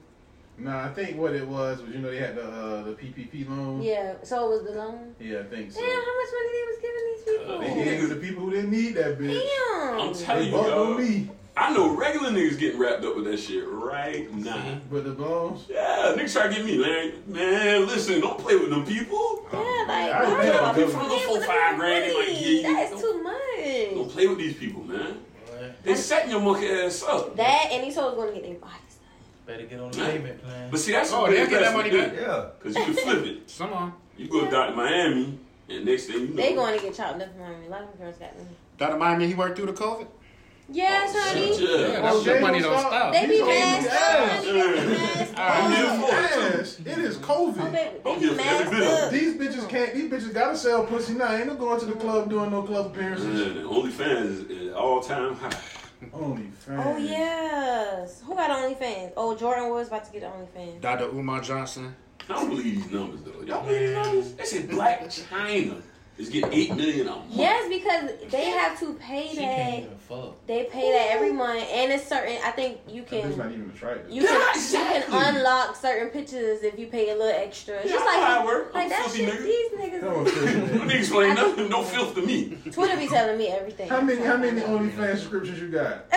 Speaker 1: Nah, I think what it was was, you know, they had the uh, the PPP
Speaker 7: Mm-hmm.
Speaker 1: loan.
Speaker 5: Yeah. So it was the loan.
Speaker 1: Yeah, I think so.
Speaker 5: Damn, how much money they was giving these people?
Speaker 1: They gave it to the people who didn't need that bitch.
Speaker 5: Damn.
Speaker 7: I'm telling
Speaker 1: They
Speaker 7: you,
Speaker 1: bucked on
Speaker 7: dog.
Speaker 1: me.
Speaker 7: I I know regular niggas getting wrapped up with that shit right now.
Speaker 1: With the bones.
Speaker 7: Yeah, niggas try to get me, Larry. Man, listen, don't play with them people.
Speaker 5: Yeah, like,
Speaker 1: I
Speaker 5: why
Speaker 1: ain't
Speaker 5: y'all
Speaker 1: got no
Speaker 5: playing
Speaker 7: difference.
Speaker 5: with
Speaker 7: Four,
Speaker 5: the
Speaker 7: five grand, they
Speaker 5: money?
Speaker 7: might give you-
Speaker 5: That is too much.
Speaker 7: Don't play with these people, man. They setting your monkey ass up.
Speaker 5: That and these hoes gonna get their bodies done.
Speaker 8: Better get on the payment plan.
Speaker 7: But see, that's
Speaker 6: Oh,
Speaker 7: a good
Speaker 6: they'll get that
Speaker 7: investment,
Speaker 6: money back.
Speaker 7: dude,
Speaker 3: Yeah.
Speaker 7: Cause you can flip it.
Speaker 6: Come on.
Speaker 7: You go down to Miami, and next thing you know,
Speaker 5: They going to get chopped up in Miami. A lot of girls got them.
Speaker 6: That remind me he worked through the COVID.
Speaker 5: Yes, honey.
Speaker 7: Yeah.
Speaker 6: Yeah,
Speaker 1: Oh,
Speaker 6: that's
Speaker 1: they
Speaker 6: your money
Speaker 1: don't
Speaker 6: don't
Speaker 1: stop.
Speaker 6: stop.
Speaker 5: They be
Speaker 1: These hoes
Speaker 5: masked up.
Speaker 1: ass.
Speaker 5: honey. They be masked
Speaker 7: I'm
Speaker 5: up.
Speaker 7: here for it.
Speaker 1: Ass. It is
Speaker 5: Oh,
Speaker 1: COVID.
Speaker 5: baby,
Speaker 7: I'm
Speaker 5: They
Speaker 7: here
Speaker 5: be
Speaker 7: for every
Speaker 5: masked
Speaker 7: bill.
Speaker 5: up.
Speaker 1: These bitches can't. These bitches gotta sell pussy now. Ain't no going to the club doing no club appearances.
Speaker 7: Yeah, OnlyFans is, is all time high.
Speaker 1: Only fans.
Speaker 5: Oh yes. Who got OnlyFans? Oh, Jordan was about to get OnlyFans.
Speaker 6: Dr. Umar Johnson.
Speaker 7: I don't believe these numbers though. Y'all believe these numbers? They said Black China is getting eight million a month.
Speaker 5: Yes, because they have to pay
Speaker 8: She can't
Speaker 5: that.
Speaker 8: even fuck.
Speaker 5: They pay that every month, and it's certain. I think you
Speaker 1: That bitch not
Speaker 5: can.
Speaker 1: even attractive.
Speaker 5: You can, you
Speaker 7: Exactly.
Speaker 5: can unlock certain pictures if you pay a little extra. It's
Speaker 7: Yeah,
Speaker 5: Just
Speaker 7: I know how
Speaker 5: like,
Speaker 7: it work. I'm
Speaker 5: like that
Speaker 7: filthy
Speaker 5: shit,
Speaker 7: nigga.
Speaker 5: these
Speaker 1: That one
Speaker 5: niggas.
Speaker 7: You
Speaker 1: crazy.
Speaker 7: niggas ain't nothing. Don't filth to me.
Speaker 5: Twitter be telling me everything.
Speaker 1: How many how many OnlyFans subscriptions you got?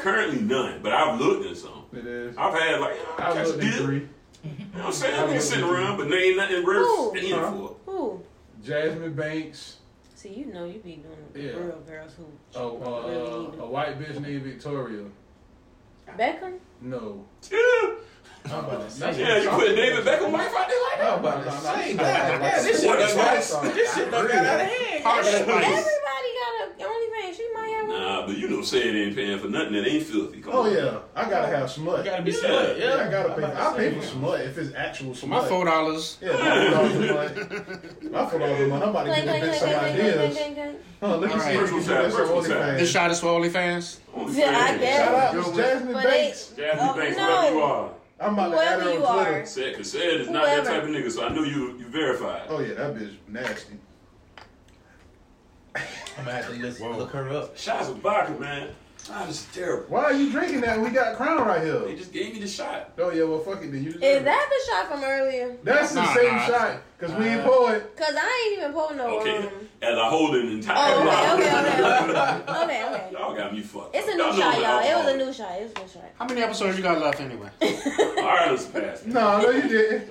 Speaker 7: Currently none, but I've looked at some.
Speaker 1: It is.
Speaker 7: I've had like I
Speaker 1: I
Speaker 7: catch a
Speaker 1: looked
Speaker 7: deal.
Speaker 1: at
Speaker 7: You
Speaker 1: three.
Speaker 7: know what I'm saying? I've been sitting around, but there ain't nothing worth
Speaker 5: Ooh.
Speaker 7: paying
Speaker 1: Huh?
Speaker 7: for.
Speaker 5: Who?
Speaker 1: Jasmine Banks.
Speaker 5: See, you know you be doing the
Speaker 1: Yeah.
Speaker 5: real girls who
Speaker 1: Oh,
Speaker 5: really
Speaker 1: uh,
Speaker 5: need
Speaker 1: a
Speaker 5: them.
Speaker 1: white bitch named Victoria.
Speaker 5: Beckham.
Speaker 1: No.
Speaker 7: Yeah,
Speaker 1: I'm about to say.
Speaker 7: yeah. You put David Beckham wife out there like that?
Speaker 8: I'm about to say
Speaker 1: that.
Speaker 8: Yeah, this shit
Speaker 7: What
Speaker 8: done
Speaker 7: is
Speaker 8: got this shit done got out of hand.
Speaker 5: Everybody got a OnlyFans. She might have one.
Speaker 7: Nah, but you know, saying ain't paying for nothing that ain't filthy. Come
Speaker 1: Oh
Speaker 7: on.
Speaker 1: yeah, I gotta have smut.
Speaker 8: Gotta be
Speaker 7: Yeah.
Speaker 8: slick.
Speaker 1: Yeah, I gotta pay.
Speaker 8: I'm
Speaker 1: I
Speaker 8: about to
Speaker 1: pay
Speaker 8: say,
Speaker 1: for smut if it's actual
Speaker 6: For my
Speaker 1: smut.
Speaker 6: four dollars.
Speaker 1: Yeah, my four dollars a month. My four dollars a month. I'm about to
Speaker 5: Clang,
Speaker 1: get that
Speaker 5: clang,
Speaker 1: bitch
Speaker 5: clang,
Speaker 1: some
Speaker 5: clang, clang, clang,
Speaker 1: ideas.
Speaker 5: clang, clang.
Speaker 1: Huh, let me see if we can do
Speaker 7: Alright.
Speaker 1: this on
Speaker 7: Personal
Speaker 6: This
Speaker 1: OnlyFans.
Speaker 6: shot is for OnlyFans.
Speaker 7: Only
Speaker 5: Yeah, I
Speaker 7: fans.
Speaker 5: guess.
Speaker 1: Shout out
Speaker 6: Good
Speaker 1: to
Speaker 6: one.
Speaker 1: Jasmine
Speaker 5: But
Speaker 1: Banks.
Speaker 5: they,
Speaker 7: Jasmine
Speaker 5: Oh,
Speaker 7: Banks,
Speaker 5: no.
Speaker 7: whoever you are.
Speaker 1: I'm about to add
Speaker 5: whoever
Speaker 1: her
Speaker 5: you
Speaker 1: on
Speaker 5: are,
Speaker 1: Twitter.
Speaker 7: Said, cause said is not that
Speaker 5: Whoever.
Speaker 7: type of nigga, so I know you you verified.
Speaker 1: Oh yeah, that bitch nasty.
Speaker 8: I'm gonna have to listen, look her up.
Speaker 7: Shots of vodka, man. Ah, this is terrible.
Speaker 1: Why are you drinking that? when We got Crown right
Speaker 7: They
Speaker 1: here.
Speaker 7: just gave me the shot.
Speaker 1: Oh yeah, well fuck it then. You deserve
Speaker 5: is
Speaker 1: it.
Speaker 5: that the shot from earlier?
Speaker 1: That's the
Speaker 6: Nah,
Speaker 1: same
Speaker 6: nah.
Speaker 1: shot because we ain't pour it.
Speaker 5: Cause I ain't even pulling no
Speaker 7: Okay,
Speaker 5: um.
Speaker 7: as I hold an entire
Speaker 5: Oh, okay,
Speaker 7: bottle.
Speaker 5: okay, okay, okay, okay, okay.
Speaker 7: Y'all got me fucked.
Speaker 5: It's a
Speaker 7: Y'all
Speaker 5: new
Speaker 7: know
Speaker 5: shot,
Speaker 7: I'm
Speaker 5: y'all. It
Speaker 7: an
Speaker 5: was a
Speaker 7: alcoholic.
Speaker 5: new shot. It was a new shot.
Speaker 6: How many episodes you got left anyway? I
Speaker 7: All right, let's pass.
Speaker 1: No, no, you didn't.
Speaker 6: don't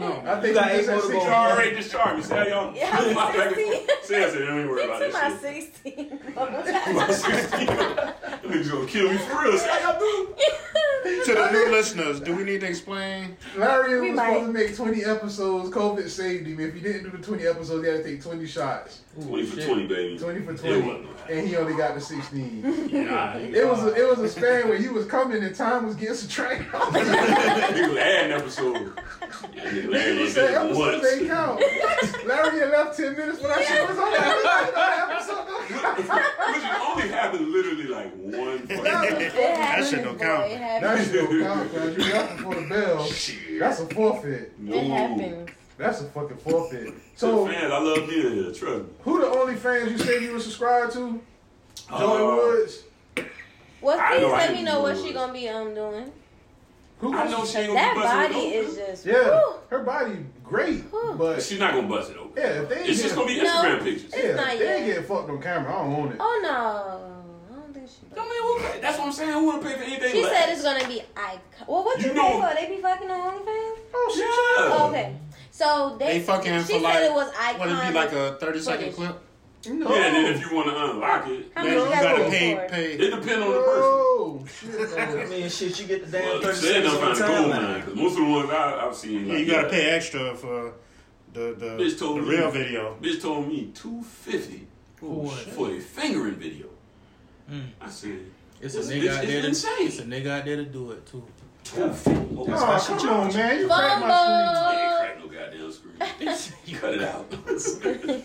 Speaker 6: know.
Speaker 1: I think
Speaker 3: You got
Speaker 1: you just had
Speaker 3: eight more to
Speaker 1: six
Speaker 3: go.
Speaker 7: Y'all already discharged me. See how y'all
Speaker 5: Yeah, I'm
Speaker 7: blew my back and
Speaker 5: 16.
Speaker 7: forth? Seriously, don't even worry about
Speaker 5: Into
Speaker 7: this
Speaker 5: my
Speaker 7: shit.
Speaker 5: 16.
Speaker 7: My 16. Niggas gonna kill me for real. See how y'all do?
Speaker 6: To the new listeners, do we need to explain?
Speaker 1: Larry
Speaker 5: We
Speaker 1: was
Speaker 5: might.
Speaker 1: supposed to make 20 episodes. COVID saved him. If he didn't do the 20 episodes, he had to take 20 shots.
Speaker 7: 20 for 20, baby.
Speaker 1: 20 for
Speaker 7: It
Speaker 1: 20.
Speaker 7: wasn't that.
Speaker 1: And he only got to 16.
Speaker 7: Nah, he-
Speaker 1: It was a, it was a span where he was coming and time was getting subtracted. off.
Speaker 7: he was adding episodes. Yeah, nigga, Larry,
Speaker 1: He
Speaker 7: you
Speaker 1: said
Speaker 7: did it
Speaker 1: episodes
Speaker 7: once.
Speaker 1: ain't count. Larry had left 10 minutes when I shit was on. That episode don't count.
Speaker 7: Which only happened literally like one fucking
Speaker 1: That
Speaker 6: shit don't count.
Speaker 1: shit don't count because you left before the bell.
Speaker 7: shit.
Speaker 1: That's a forfeit.
Speaker 7: No.
Speaker 5: It happened.
Speaker 1: That's a fucking forfeit. So,
Speaker 7: So, fans, I love being here. Trust me.
Speaker 1: who the only fans you said you were subscribed to? Joy
Speaker 7: Uh,
Speaker 1: Woods.
Speaker 5: Well,
Speaker 7: I
Speaker 5: please
Speaker 7: know I
Speaker 5: let
Speaker 7: can
Speaker 5: me
Speaker 7: do
Speaker 5: know what
Speaker 7: it.
Speaker 5: she gonna be um doing.
Speaker 1: Who
Speaker 7: Uh, I know she ain't gonna
Speaker 5: That
Speaker 7: be busting
Speaker 5: body
Speaker 7: it open.
Speaker 5: is just.
Speaker 1: Yeah,
Speaker 5: whew.
Speaker 1: her body great,
Speaker 5: Whew.
Speaker 1: but
Speaker 7: She's not gonna bust it open.
Speaker 1: yeah, if they ain't
Speaker 7: It's just
Speaker 1: getting-
Speaker 7: gonna be
Speaker 5: No.
Speaker 7: Instagram pictures.
Speaker 5: It's
Speaker 1: yeah,
Speaker 5: not
Speaker 1: if they ain't
Speaker 5: yet.
Speaker 1: getting fucked on camera. I don't own it.
Speaker 5: Oh no, I don't think she.
Speaker 7: I mean, who pay- that's what I'm saying. Who would pay for anything?
Speaker 5: She
Speaker 7: less?
Speaker 5: said it's gonna be icon. Well, what
Speaker 7: You
Speaker 5: you,
Speaker 7: know-
Speaker 5: pay for? They be fucking on OnlyFans.
Speaker 1: Oh shit!
Speaker 7: Yeah.
Speaker 5: Oh, okay, so they,
Speaker 6: They fucking
Speaker 5: she
Speaker 6: for
Speaker 5: said
Speaker 6: like,
Speaker 5: it was iconic.
Speaker 6: what it be like a 30 second
Speaker 5: footage.
Speaker 6: clip?
Speaker 1: No.
Speaker 7: Yeah, and then if you want to unlock it,
Speaker 5: How
Speaker 6: Then
Speaker 5: much
Speaker 6: you
Speaker 5: you
Speaker 6: gotta
Speaker 5: got
Speaker 6: pay,
Speaker 5: paid?
Speaker 6: pay.
Speaker 7: it depends on the person.
Speaker 1: Oh shit!
Speaker 8: I
Speaker 1: though.
Speaker 8: mean, shit, you get the damn
Speaker 7: Well, you
Speaker 8: 30
Speaker 7: said
Speaker 8: seconds
Speaker 7: I'm
Speaker 8: on the
Speaker 7: trying to go,
Speaker 8: timeline.
Speaker 7: man. 'cause most of the ones I, I've seen,
Speaker 6: Yeah,
Speaker 7: like,
Speaker 6: you gotta pay extra for the the,
Speaker 7: Bitch told
Speaker 6: the
Speaker 7: me.
Speaker 6: real video.
Speaker 7: Bitch told me two fifty
Speaker 8: Oh,
Speaker 7: for a fingering video. I said
Speaker 8: Hmm. It's a
Speaker 7: This
Speaker 8: nigga
Speaker 7: bitch
Speaker 8: out
Speaker 7: is
Speaker 8: there. To,
Speaker 7: insane.
Speaker 8: it's a nigga out there to do it too.
Speaker 7: two fifty. Oh, that's
Speaker 1: Oh,
Speaker 7: not
Speaker 1: come
Speaker 7: your
Speaker 1: on,
Speaker 7: charge.
Speaker 1: man! You cracked my
Speaker 7: I ain't
Speaker 5: Bumble.
Speaker 7: crack no goddamn screen. you cut it out.
Speaker 5: Oh
Speaker 1: screen.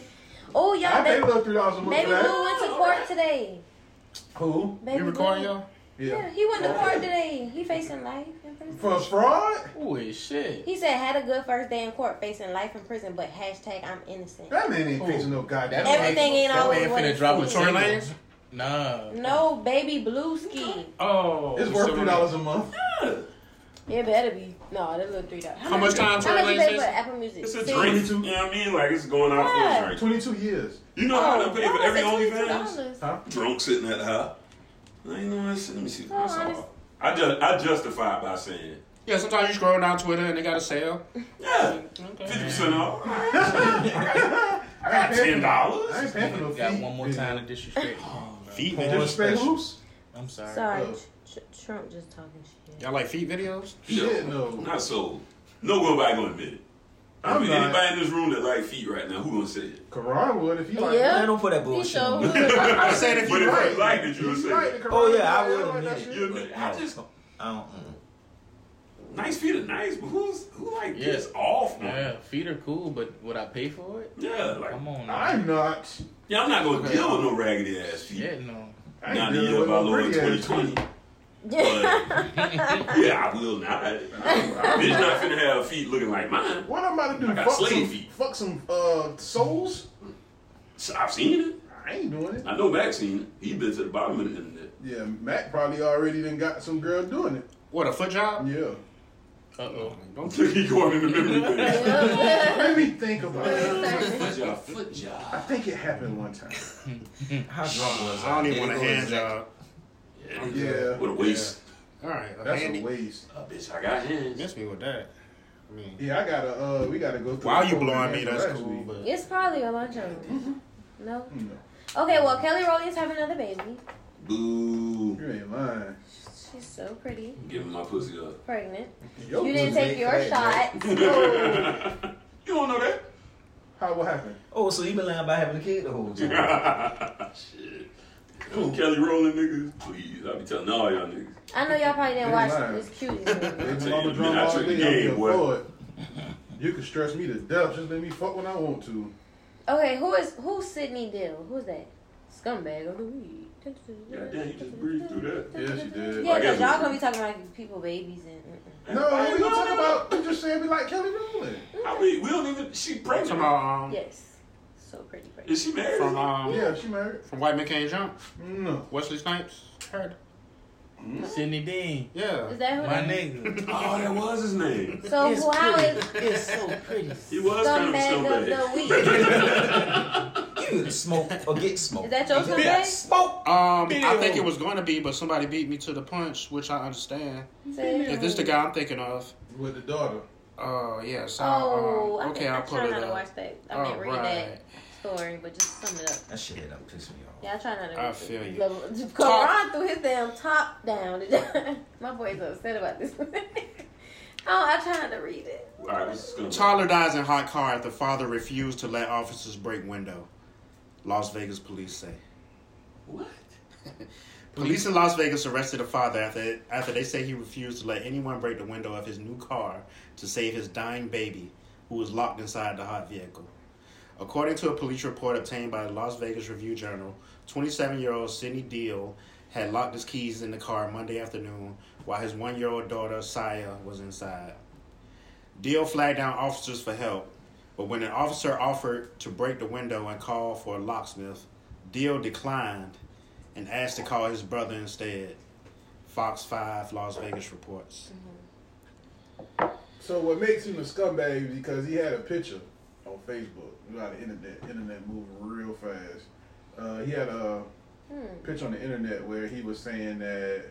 Speaker 1: I
Speaker 5: y'all,
Speaker 1: paid
Speaker 5: baby,
Speaker 1: about three dollars a month
Speaker 5: baby
Speaker 1: for
Speaker 5: Blue went
Speaker 1: that.
Speaker 5: to court today.
Speaker 1: Who?
Speaker 5: Baby
Speaker 6: You recording
Speaker 5: Blue-
Speaker 6: y'all?
Speaker 5: Yeah,
Speaker 1: Yeah.
Speaker 5: he went to court today. He facing life in prison.
Speaker 1: For fraud?
Speaker 8: Holy shit.
Speaker 5: He said had a good first day in court, facing life in prison, but hashtag I'm innocent.
Speaker 1: That man ain't
Speaker 8: Who?
Speaker 1: facing no goddamn.
Speaker 5: Every- Everything ain't
Speaker 8: that
Speaker 5: always
Speaker 8: man
Speaker 5: what
Speaker 8: finna
Speaker 5: it
Speaker 8: drop a
Speaker 5: seems.
Speaker 6: Tory
Speaker 8: single.
Speaker 6: Lanez?
Speaker 8: Nah.
Speaker 5: No, baby Blueski.
Speaker 8: Oh.
Speaker 1: It's worth three dollars a month.
Speaker 5: It better be. No, that little three dollars.
Speaker 6: How much
Speaker 5: How
Speaker 6: time Tory
Speaker 5: much you
Speaker 6: Lanez
Speaker 5: pay for
Speaker 6: is?
Speaker 5: Apple Music?
Speaker 7: It's a
Speaker 5: Six.
Speaker 7: drink. You know what I mean? Like it's going out
Speaker 5: Yeah.
Speaker 7: for a drink.
Speaker 1: Twenty-two years.
Speaker 7: You know
Speaker 5: Oh,
Speaker 7: how I done paid for
Speaker 5: why
Speaker 7: every
Speaker 5: was it $22?
Speaker 7: OnlyFans?
Speaker 1: Huh?
Speaker 7: Drunk sitting at the house. I ain't know this. Let me see. That's
Speaker 5: honest.
Speaker 7: all. I just I justify by saying
Speaker 6: Yeah, sometimes you scroll down Twitter and they got a sale.
Speaker 7: yeah,
Speaker 6: Okay.
Speaker 7: fifty percent off. I got ten
Speaker 1: I ain't
Speaker 7: dollars.
Speaker 1: paying for no
Speaker 8: You got
Speaker 1: feet.
Speaker 8: one more time to disrespect me.
Speaker 7: Feet
Speaker 8: Porn
Speaker 7: nigga.
Speaker 1: Disrespect
Speaker 8: special.
Speaker 1: who's?
Speaker 8: I'm sorry.
Speaker 5: Sorry,
Speaker 1: Oh.
Speaker 5: Tr- Trump just talking shit.
Speaker 6: Y'all like feet videos?
Speaker 1: Shit, no.
Speaker 7: Not sold. No nobody gonna admit it. I
Speaker 1: I'm
Speaker 7: mean,
Speaker 1: not.
Speaker 7: anybody in this room that like feet right now, who gonna say it?
Speaker 1: Karan would if he like.
Speaker 5: Yeah.
Speaker 1: that.
Speaker 3: Man, don't put that
Speaker 5: He
Speaker 3: bullshit
Speaker 5: showed
Speaker 3: on me.
Speaker 5: who-
Speaker 1: I said if
Speaker 7: But
Speaker 1: he
Speaker 7: if
Speaker 1: right.
Speaker 7: you liked it, you would
Speaker 1: If
Speaker 7: say
Speaker 1: he right,
Speaker 7: it.
Speaker 1: then Karan
Speaker 3: Oh,
Speaker 1: would
Speaker 3: yeah, I
Speaker 1: say
Speaker 3: would
Speaker 1: like that
Speaker 3: admit
Speaker 1: shit.
Speaker 3: it.
Speaker 7: You admit, I just
Speaker 3: I don't. mm.
Speaker 7: nice feet are nice, but who's who like
Speaker 8: Yeah.
Speaker 7: this off man?
Speaker 8: Yeah, feet are cool, but would I pay for it?
Speaker 7: Yeah, like
Speaker 8: Come on. Now.
Speaker 1: I'm not.
Speaker 7: yeah, I'm not gonna deal with no raggedy ass feet.
Speaker 8: Yeah, no.
Speaker 1: I
Speaker 7: Not
Speaker 1: ain't
Speaker 7: the
Speaker 1: dealing
Speaker 7: year
Speaker 1: with
Speaker 7: of our
Speaker 1: no
Speaker 7: Lord
Speaker 1: pretty ass
Speaker 7: 2020.
Speaker 1: feet.
Speaker 7: But yeah, I will not. Bitch, not finna have feet looking like mine.
Speaker 1: What I'm about to do?
Speaker 7: I got
Speaker 1: Fuck
Speaker 7: slave
Speaker 1: some,
Speaker 7: feet.
Speaker 1: fuck some uh, souls.
Speaker 7: So I've seen it.
Speaker 1: I ain't doing it.
Speaker 7: I know Max seen it. He been to the bottom of the internet.
Speaker 1: Yeah, Matt probably already done got some girl doing it.
Speaker 6: What a foot job?
Speaker 1: Yeah.
Speaker 8: Uh oh.
Speaker 6: Don't
Speaker 7: he going in the memory bank.
Speaker 1: Let me think about it.
Speaker 7: Foot job, foot
Speaker 1: I
Speaker 7: job.
Speaker 1: think it happened one time.
Speaker 3: How drunk was I?
Speaker 6: I don't even want a
Speaker 3: It
Speaker 6: hand
Speaker 3: was-
Speaker 6: job.
Speaker 1: Yeah.
Speaker 7: What a waste.
Speaker 6: All right, a
Speaker 1: That's a
Speaker 6: handy.
Speaker 1: waste.
Speaker 7: Uh, bitch, I got hands.
Speaker 6: Miss me with that. I mean,
Speaker 1: Yeah, I gotta. Uh, we gotta go. through
Speaker 6: while
Speaker 1: the
Speaker 6: you blowing
Speaker 1: program
Speaker 6: me,
Speaker 1: for
Speaker 6: that's
Speaker 1: last
Speaker 6: cool.
Speaker 1: week.
Speaker 6: But
Speaker 5: It's probably a bunch of them. No.
Speaker 1: No.
Speaker 5: Okay, well Kelly Rowland's having another baby.
Speaker 7: Boo.
Speaker 1: You ain't lying.
Speaker 5: She's so pretty,
Speaker 7: Giving my pussy up.
Speaker 5: pregnant.
Speaker 1: Yo,
Speaker 5: You didn't take your shot.
Speaker 7: You don't know that?
Speaker 1: How what happened?
Speaker 8: uh,
Speaker 3: Oh, so you been lying about having a kid the whole time?
Speaker 7: Shit. Them Kelly Rowland niggas, please. I be telling all y'all niggas.
Speaker 5: I know y'all probably didn't
Speaker 1: They
Speaker 5: watch
Speaker 1: lying.
Speaker 5: this cuties movie.
Speaker 1: Baby
Speaker 7: tell
Speaker 1: mama
Speaker 7: you,
Speaker 1: drunk
Speaker 7: man, I
Speaker 1: all
Speaker 7: took the
Speaker 1: day.
Speaker 7: game,
Speaker 1: I'm
Speaker 7: boy.
Speaker 1: here for it. You can stress me to death. Just let me fuck when I want to.
Speaker 5: Okay, who is who's Sydney Dill? Who's that? Scumbag of the week.
Speaker 7: God damn, you just breathed through that.
Speaker 1: Yes, you did.
Speaker 5: Yeah,
Speaker 7: I
Speaker 5: because
Speaker 7: guess it
Speaker 5: y'all
Speaker 7: was-
Speaker 5: gonna be talking about like, people, babies, and mm-mm.
Speaker 1: No, we don't talk about. We just said we like Kelly Rowland.
Speaker 7: I mean, we don't even. She
Speaker 6: I'm talking
Speaker 7: pregnant.
Speaker 6: about um,
Speaker 5: yes, so pretty, pretty.
Speaker 7: Is she married?
Speaker 6: from um,
Speaker 1: Yeah, she married.
Speaker 6: from White Man Can't Jump,
Speaker 1: No.
Speaker 6: Wesley Snipes. Heard.
Speaker 8: Sydney Dean.
Speaker 6: Yeah.
Speaker 5: Is that who?
Speaker 8: My
Speaker 5: that is?
Speaker 8: nigga.
Speaker 7: Oh, that was his name.
Speaker 5: So
Speaker 8: It's
Speaker 5: wow,
Speaker 8: pretty.
Speaker 5: is
Speaker 8: It's so pretty.
Speaker 7: He was kind of a
Speaker 5: scumbag of
Speaker 7: scumbag.
Speaker 5: the week?
Speaker 3: You either smoke or get smoked.
Speaker 5: Is that your
Speaker 3: You
Speaker 5: scumbag?
Speaker 3: either Smoke.
Speaker 6: Um, I think it was going to be, but somebody beat me to the punch, which I understand.
Speaker 5: Say-
Speaker 6: If this uh, the guy I'm thinking of,
Speaker 1: With the daughter.
Speaker 6: uh, yeah. So
Speaker 5: Oh,
Speaker 6: um,
Speaker 5: I
Speaker 6: okay,
Speaker 5: think-
Speaker 6: I'll
Speaker 5: I'm
Speaker 6: put
Speaker 5: trying
Speaker 6: it
Speaker 5: not to
Speaker 6: up.
Speaker 5: watch that. I
Speaker 6: All
Speaker 5: can't read
Speaker 6: right.
Speaker 5: that story, but just sum it up.
Speaker 3: That shit done pissed me off.
Speaker 5: Yeah, I try not to.
Speaker 6: I
Speaker 5: read
Speaker 6: feel
Speaker 5: it.
Speaker 6: you.
Speaker 5: The- the-
Speaker 6: Top-
Speaker 5: Karan threw his damn top down. My boy's upset about this. oh, I try not to read it.
Speaker 7: All right, what's this scumbag?
Speaker 6: Tyler dies in hot car after father refused to let officers break window. Las Vegas police say.
Speaker 7: What?
Speaker 6: Police in Las Vegas arrested a father after after they say he refused to let anyone break the window of his new car to save his dying baby, who was locked inside the hot vehicle. According to a police report obtained by the Las Vegas Review Journal, 27-year-old Sidney Deal had locked his keys in the car Monday afternoon while his one-year-old daughter Saya was inside. Deal flagged down officers for help, but when an officer offered to break the window and call for a locksmith, Deal declined and asked to call his brother instead. Fox 5 Las Vegas reports.
Speaker 1: So what makes him a scumbag is because he had a picture on Facebook. You know how the internet internet moving real fast. Uh, he had a picture on the internet where he was saying that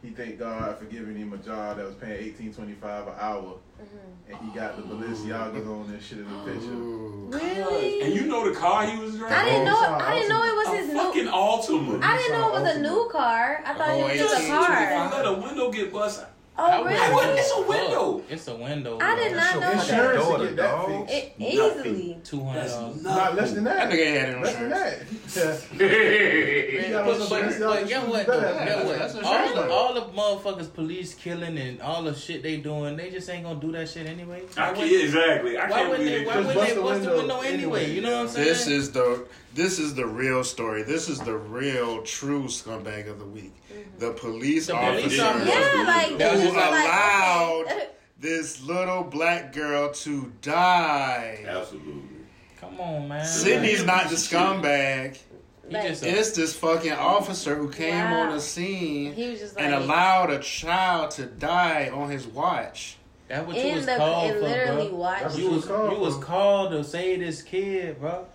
Speaker 1: he thanked God for giving him a job that was paying eighteen twenty five an hour, and he got the Balenciagas on and shit in the picture.
Speaker 6: Mm-hmm.
Speaker 5: Really?
Speaker 7: And you know the car he was driving?
Speaker 5: I didn't know.
Speaker 1: Sorry,
Speaker 5: I didn't know it was his
Speaker 7: a
Speaker 5: new.
Speaker 7: fucking Altima.
Speaker 5: I didn't know it was a new car. I thought it was just a car.
Speaker 7: Let a window get busted.
Speaker 5: Oh
Speaker 7: Hey, what?
Speaker 5: really?
Speaker 7: It's a window.
Speaker 8: It's a window.
Speaker 5: I did not know that.
Speaker 1: Insurance to
Speaker 3: daughter,
Speaker 1: get that
Speaker 3: dog.
Speaker 1: fixed.
Speaker 5: It easily.
Speaker 8: Two hundred
Speaker 7: That's
Speaker 8: dollars.
Speaker 1: Not less than
Speaker 6: That
Speaker 1: that.
Speaker 6: nigga had
Speaker 1: Less than
Speaker 6: insurance.
Speaker 1: that. Yeah.
Speaker 7: that.
Speaker 1: You got
Speaker 8: But,
Speaker 1: some
Speaker 8: but,
Speaker 1: insurance,
Speaker 8: but
Speaker 1: you
Speaker 8: get what?
Speaker 1: better
Speaker 8: Though,
Speaker 1: have
Speaker 8: get
Speaker 1: it.
Speaker 8: what?
Speaker 6: That's insurance
Speaker 8: all, the,
Speaker 6: money.
Speaker 8: all the motherfuckers, police killing and all the shit they doing, they just ain't gonna do that shit anyway.
Speaker 7: I
Speaker 8: Why
Speaker 7: can't,
Speaker 8: wouldn't-
Speaker 7: exactly. I
Speaker 8: Why
Speaker 7: can't
Speaker 8: wouldn't they?
Speaker 7: believe
Speaker 8: Why
Speaker 1: Just
Speaker 8: wouldn't
Speaker 7: it.
Speaker 1: bust
Speaker 8: they
Speaker 1: the
Speaker 8: bust the
Speaker 1: window
Speaker 8: window anyway? You know what I'm saying?
Speaker 6: This is the this is the real story. This is the real true scumbag of the week.
Speaker 5: Mm-hmm.
Speaker 6: The police
Speaker 8: The
Speaker 6: officer
Speaker 8: police officer.
Speaker 5: Yeah, like
Speaker 6: who
Speaker 5: they
Speaker 8: was
Speaker 5: just were like,
Speaker 6: allowed
Speaker 5: okay.
Speaker 6: this little black girl to die.
Speaker 7: Absolutely.
Speaker 8: Come on, man.
Speaker 6: Sydney's not the scumbag.
Speaker 8: He just a,
Speaker 6: It's this fucking officer who came
Speaker 5: Wow.
Speaker 6: on the scene
Speaker 5: He was just like
Speaker 6: and allowed a child to die on his watch.
Speaker 8: that what you
Speaker 5: in
Speaker 8: was
Speaker 5: the
Speaker 8: called
Speaker 5: it
Speaker 8: for,
Speaker 5: literally
Speaker 8: bro.
Speaker 5: watched.
Speaker 8: You was you was called to save this kid, bro.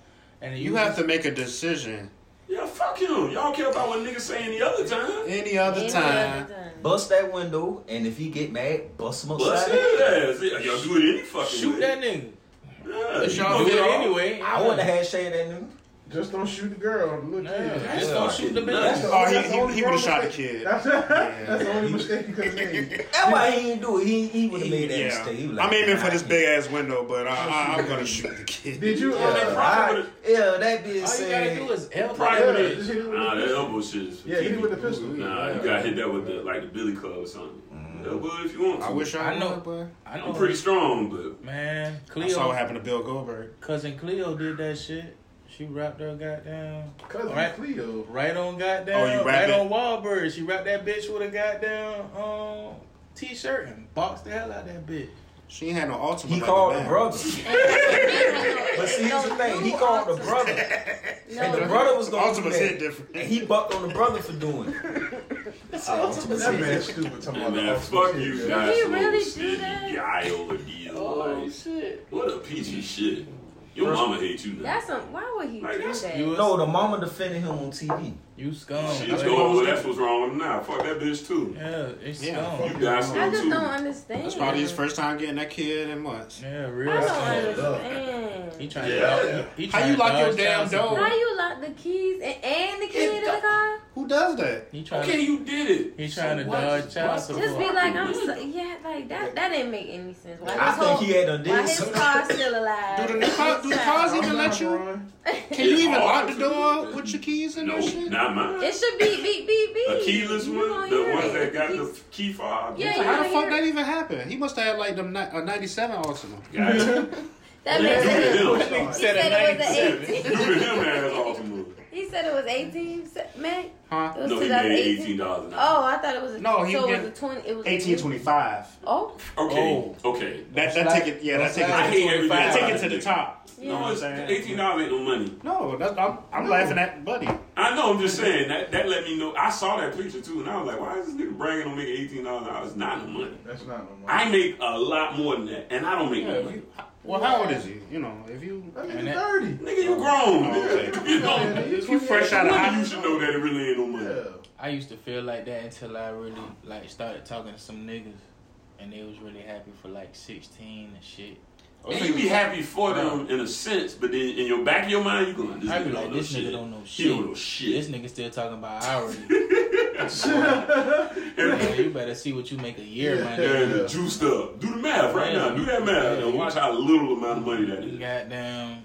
Speaker 8: And
Speaker 6: You have to make a decision.
Speaker 7: Yeah, fuck Fuck him. Y'all care about what niggas say any other time.
Speaker 6: Any other
Speaker 5: Any
Speaker 6: time.
Speaker 5: other time.
Speaker 3: Bust that window, and if he get mad, bust him
Speaker 7: Bust
Speaker 3: upside
Speaker 7: his
Speaker 3: the
Speaker 7: ass. Yeah, Y'all do it any fucking
Speaker 8: Shoot
Speaker 7: way.
Speaker 8: that nigga.
Speaker 7: Yeah,
Speaker 6: It's
Speaker 7: you
Speaker 6: y'all do
Speaker 7: know
Speaker 8: But
Speaker 6: it
Speaker 7: y'all-
Speaker 8: anyway,
Speaker 3: I wouldn't have had shade that nigga.
Speaker 1: Just don't shoot the girl. Look,
Speaker 8: Yeah,
Speaker 1: yeah.
Speaker 8: just
Speaker 7: Yeah.
Speaker 8: don't shoot the
Speaker 7: That's
Speaker 8: bitch.
Speaker 6: Oh, he,
Speaker 1: That's the
Speaker 6: he,
Speaker 1: only
Speaker 6: he
Speaker 1: wrong
Speaker 6: would have shot the
Speaker 1: mistake.
Speaker 6: kid.
Speaker 1: That's, that's the only mistake you could have made.
Speaker 3: That's why he didn't do it. He, he would have made that
Speaker 6: Yeah.
Speaker 3: mistake. He was like,
Speaker 6: I'm aiming for this
Speaker 3: "Nah,
Speaker 6: big ass window, but I, I, I'm gonna shoot the kid.
Speaker 1: Did you?
Speaker 3: Yeah,
Speaker 1: Uh,
Speaker 7: probably
Speaker 3: I- yeah, that bitch
Speaker 8: All you gotta do
Speaker 3: said.
Speaker 8: is help
Speaker 1: yeah,
Speaker 7: Probably
Speaker 8: her.
Speaker 1: just hit it with
Speaker 7: Nah, that
Speaker 1: the-
Speaker 7: elbow shit is for
Speaker 1: yeah, hit it
Speaker 7: TV.
Speaker 1: with the pistol.
Speaker 7: Nah, you gotta hit that with the like the Billy Club or something. Elbow if you want
Speaker 6: Mm-hmm.
Speaker 7: to.
Speaker 6: I wish I,
Speaker 8: I know.
Speaker 6: would, but
Speaker 8: I know.
Speaker 7: I'm pretty strong, but
Speaker 8: Man,
Speaker 6: I saw what
Speaker 8: Cleo,
Speaker 6: happened to Bill Goldberg.
Speaker 8: cousin Cleo did that shit. She wrapped her goddamn
Speaker 1: Cousin
Speaker 8: right,
Speaker 1: Cleo.
Speaker 8: right on goddamn.
Speaker 6: Oh, you
Speaker 8: right
Speaker 6: wrap it?
Speaker 8: on Wahlberg. She wrapped that bitch with a goddamn um t-shirt and boxed the hell out of that bitch.
Speaker 6: She ain't had no ultimate.
Speaker 3: He
Speaker 6: like
Speaker 3: called
Speaker 6: that.
Speaker 3: the brother. But see, here's the thing. He called the brother. And the brother was going to
Speaker 6: Ultima's hit
Speaker 3: that.
Speaker 6: different.
Speaker 3: And he bucked on the brother for doing it. So, Ultima's
Speaker 1: That
Speaker 3: hit.
Speaker 1: man stupid. Talking about
Speaker 7: man,
Speaker 1: the
Speaker 7: fuck
Speaker 1: ultimate
Speaker 7: you
Speaker 1: shit.
Speaker 7: guys.
Speaker 5: he
Speaker 7: little
Speaker 5: really do
Speaker 7: silly
Speaker 5: that? Oh.
Speaker 7: guy over deal. like,
Speaker 8: shit!
Speaker 7: what a piece of shit. Your mama hate you now.
Speaker 5: That's a, why would he
Speaker 7: Like,
Speaker 5: do
Speaker 7: that's-
Speaker 5: that?
Speaker 8: You was,
Speaker 3: No, the mama defended him on TV.
Speaker 8: you scum.
Speaker 7: Shit,
Speaker 8: That's
Speaker 7: that's,
Speaker 8: what I was
Speaker 7: going, that's what's wrong with him now. Fuck that bitch too.
Speaker 8: yeah, it's
Speaker 6: Yeah,
Speaker 8: scum.
Speaker 7: You guys
Speaker 5: I
Speaker 7: some
Speaker 5: just
Speaker 7: too.
Speaker 5: don't understand.
Speaker 6: That's probably his first time getting that kid in months.
Speaker 8: Yeah, real.
Speaker 5: I don't
Speaker 8: scum. He
Speaker 5: understand.
Speaker 8: trying
Speaker 7: Yeah.
Speaker 8: to. He, he
Speaker 6: How
Speaker 8: trying
Speaker 6: you
Speaker 8: to
Speaker 6: lock your
Speaker 8: dodge
Speaker 6: damn
Speaker 8: child support.
Speaker 5: How
Speaker 6: door?
Speaker 5: you lock the keys and, and the kid in the car?
Speaker 6: Who does that?
Speaker 8: He trying
Speaker 7: Okay,
Speaker 8: to.
Speaker 7: you did it.
Speaker 8: He trying to
Speaker 7: what?
Speaker 8: dodge child
Speaker 7: Just
Speaker 8: support.
Speaker 5: Just be like, I'm so, yeah, like that. That didn't make any sense. Why
Speaker 3: I
Speaker 5: his
Speaker 3: think
Speaker 5: whole,
Speaker 3: he had done
Speaker 5: why
Speaker 3: did
Speaker 5: his
Speaker 3: something.
Speaker 5: car still alive?
Speaker 6: Do the car, do the cars even let you?
Speaker 1: Run.
Speaker 6: Can you even lock
Speaker 7: hard
Speaker 6: the
Speaker 7: to do
Speaker 6: door
Speaker 7: that.
Speaker 6: with your keys in
Speaker 7: No,
Speaker 6: that shit?
Speaker 7: not mine.
Speaker 5: It should be beep beep beep.
Speaker 7: A keyless
Speaker 5: You
Speaker 7: one,
Speaker 5: gonna
Speaker 7: the
Speaker 5: hear
Speaker 7: ones
Speaker 5: it.
Speaker 7: that got
Speaker 5: Keys-
Speaker 7: the key fob.
Speaker 5: Yeah,
Speaker 6: How the
Speaker 5: you
Speaker 6: fuck
Speaker 5: hear-
Speaker 6: that even happened? He must have had like them ni- a '97 Ultima.
Speaker 7: Got it.
Speaker 5: That
Speaker 7: You
Speaker 5: makes sense.
Speaker 7: do
Speaker 1: That
Speaker 7: him.
Speaker 1: nigga
Speaker 5: He said it was an 18.
Speaker 7: You and him ass off the move.
Speaker 5: He said it was 18, se- man.
Speaker 6: Huh?
Speaker 5: It was
Speaker 7: No, he made
Speaker 5: 2018.
Speaker 7: eighteen dollars.
Speaker 5: Oh, I thought it was a,
Speaker 6: No, he
Speaker 5: so it
Speaker 6: did-
Speaker 5: was a 20. It was a
Speaker 6: 1825.
Speaker 5: Oh,
Speaker 7: Okay, okay.
Speaker 6: That that
Speaker 8: Slide-
Speaker 6: take it. Yeah, that take
Speaker 8: slide
Speaker 7: I
Speaker 6: it.
Speaker 7: hate everything.
Speaker 6: That
Speaker 8: That
Speaker 6: take it to the top.
Speaker 5: yeah.
Speaker 7: No, it's eighteen dollars ain't no money.
Speaker 6: No, that's, I'm I'm laughing at Buddy.
Speaker 7: I know. I'm just saying that that let me know. I saw that picture too, and I was like, why is this nigga bragging on making eighteen dollars? It's not no money.
Speaker 1: That's not normal.
Speaker 7: I make a lot more than that, and I don't make no money.
Speaker 6: Well, how old is he? You know, if you
Speaker 1: That
Speaker 8: And
Speaker 1: nigga
Speaker 8: that-
Speaker 1: thirty.
Speaker 7: Nigga, you grown.
Speaker 8: Oh,
Speaker 7: nigga. You
Speaker 1: Yeah,
Speaker 7: know,
Speaker 1: he's
Speaker 6: you fresh out of
Speaker 7: you
Speaker 6: high
Speaker 7: should know that it really ain't no money.
Speaker 1: Yeah.
Speaker 8: I used to feel like that until I really like started talking to some niggas, and they was really happy for like sixteen and shit.
Speaker 7: And you be happy for them in a sense, but then in your back of your mind, you going, this
Speaker 8: I be
Speaker 7: nigga
Speaker 8: like,
Speaker 7: don't know
Speaker 8: this nigga
Speaker 7: "Oh, shit.
Speaker 8: don't know
Speaker 7: He don't know
Speaker 8: shit. This
Speaker 7: shit.
Speaker 8: nigga still talking about hourly. Man, you better see what you make a year, my nigga.
Speaker 7: And juiced up. Do the math right
Speaker 8: Yeah.
Speaker 7: now. Do that math and watch how little amount of money that is.
Speaker 8: Goddamn,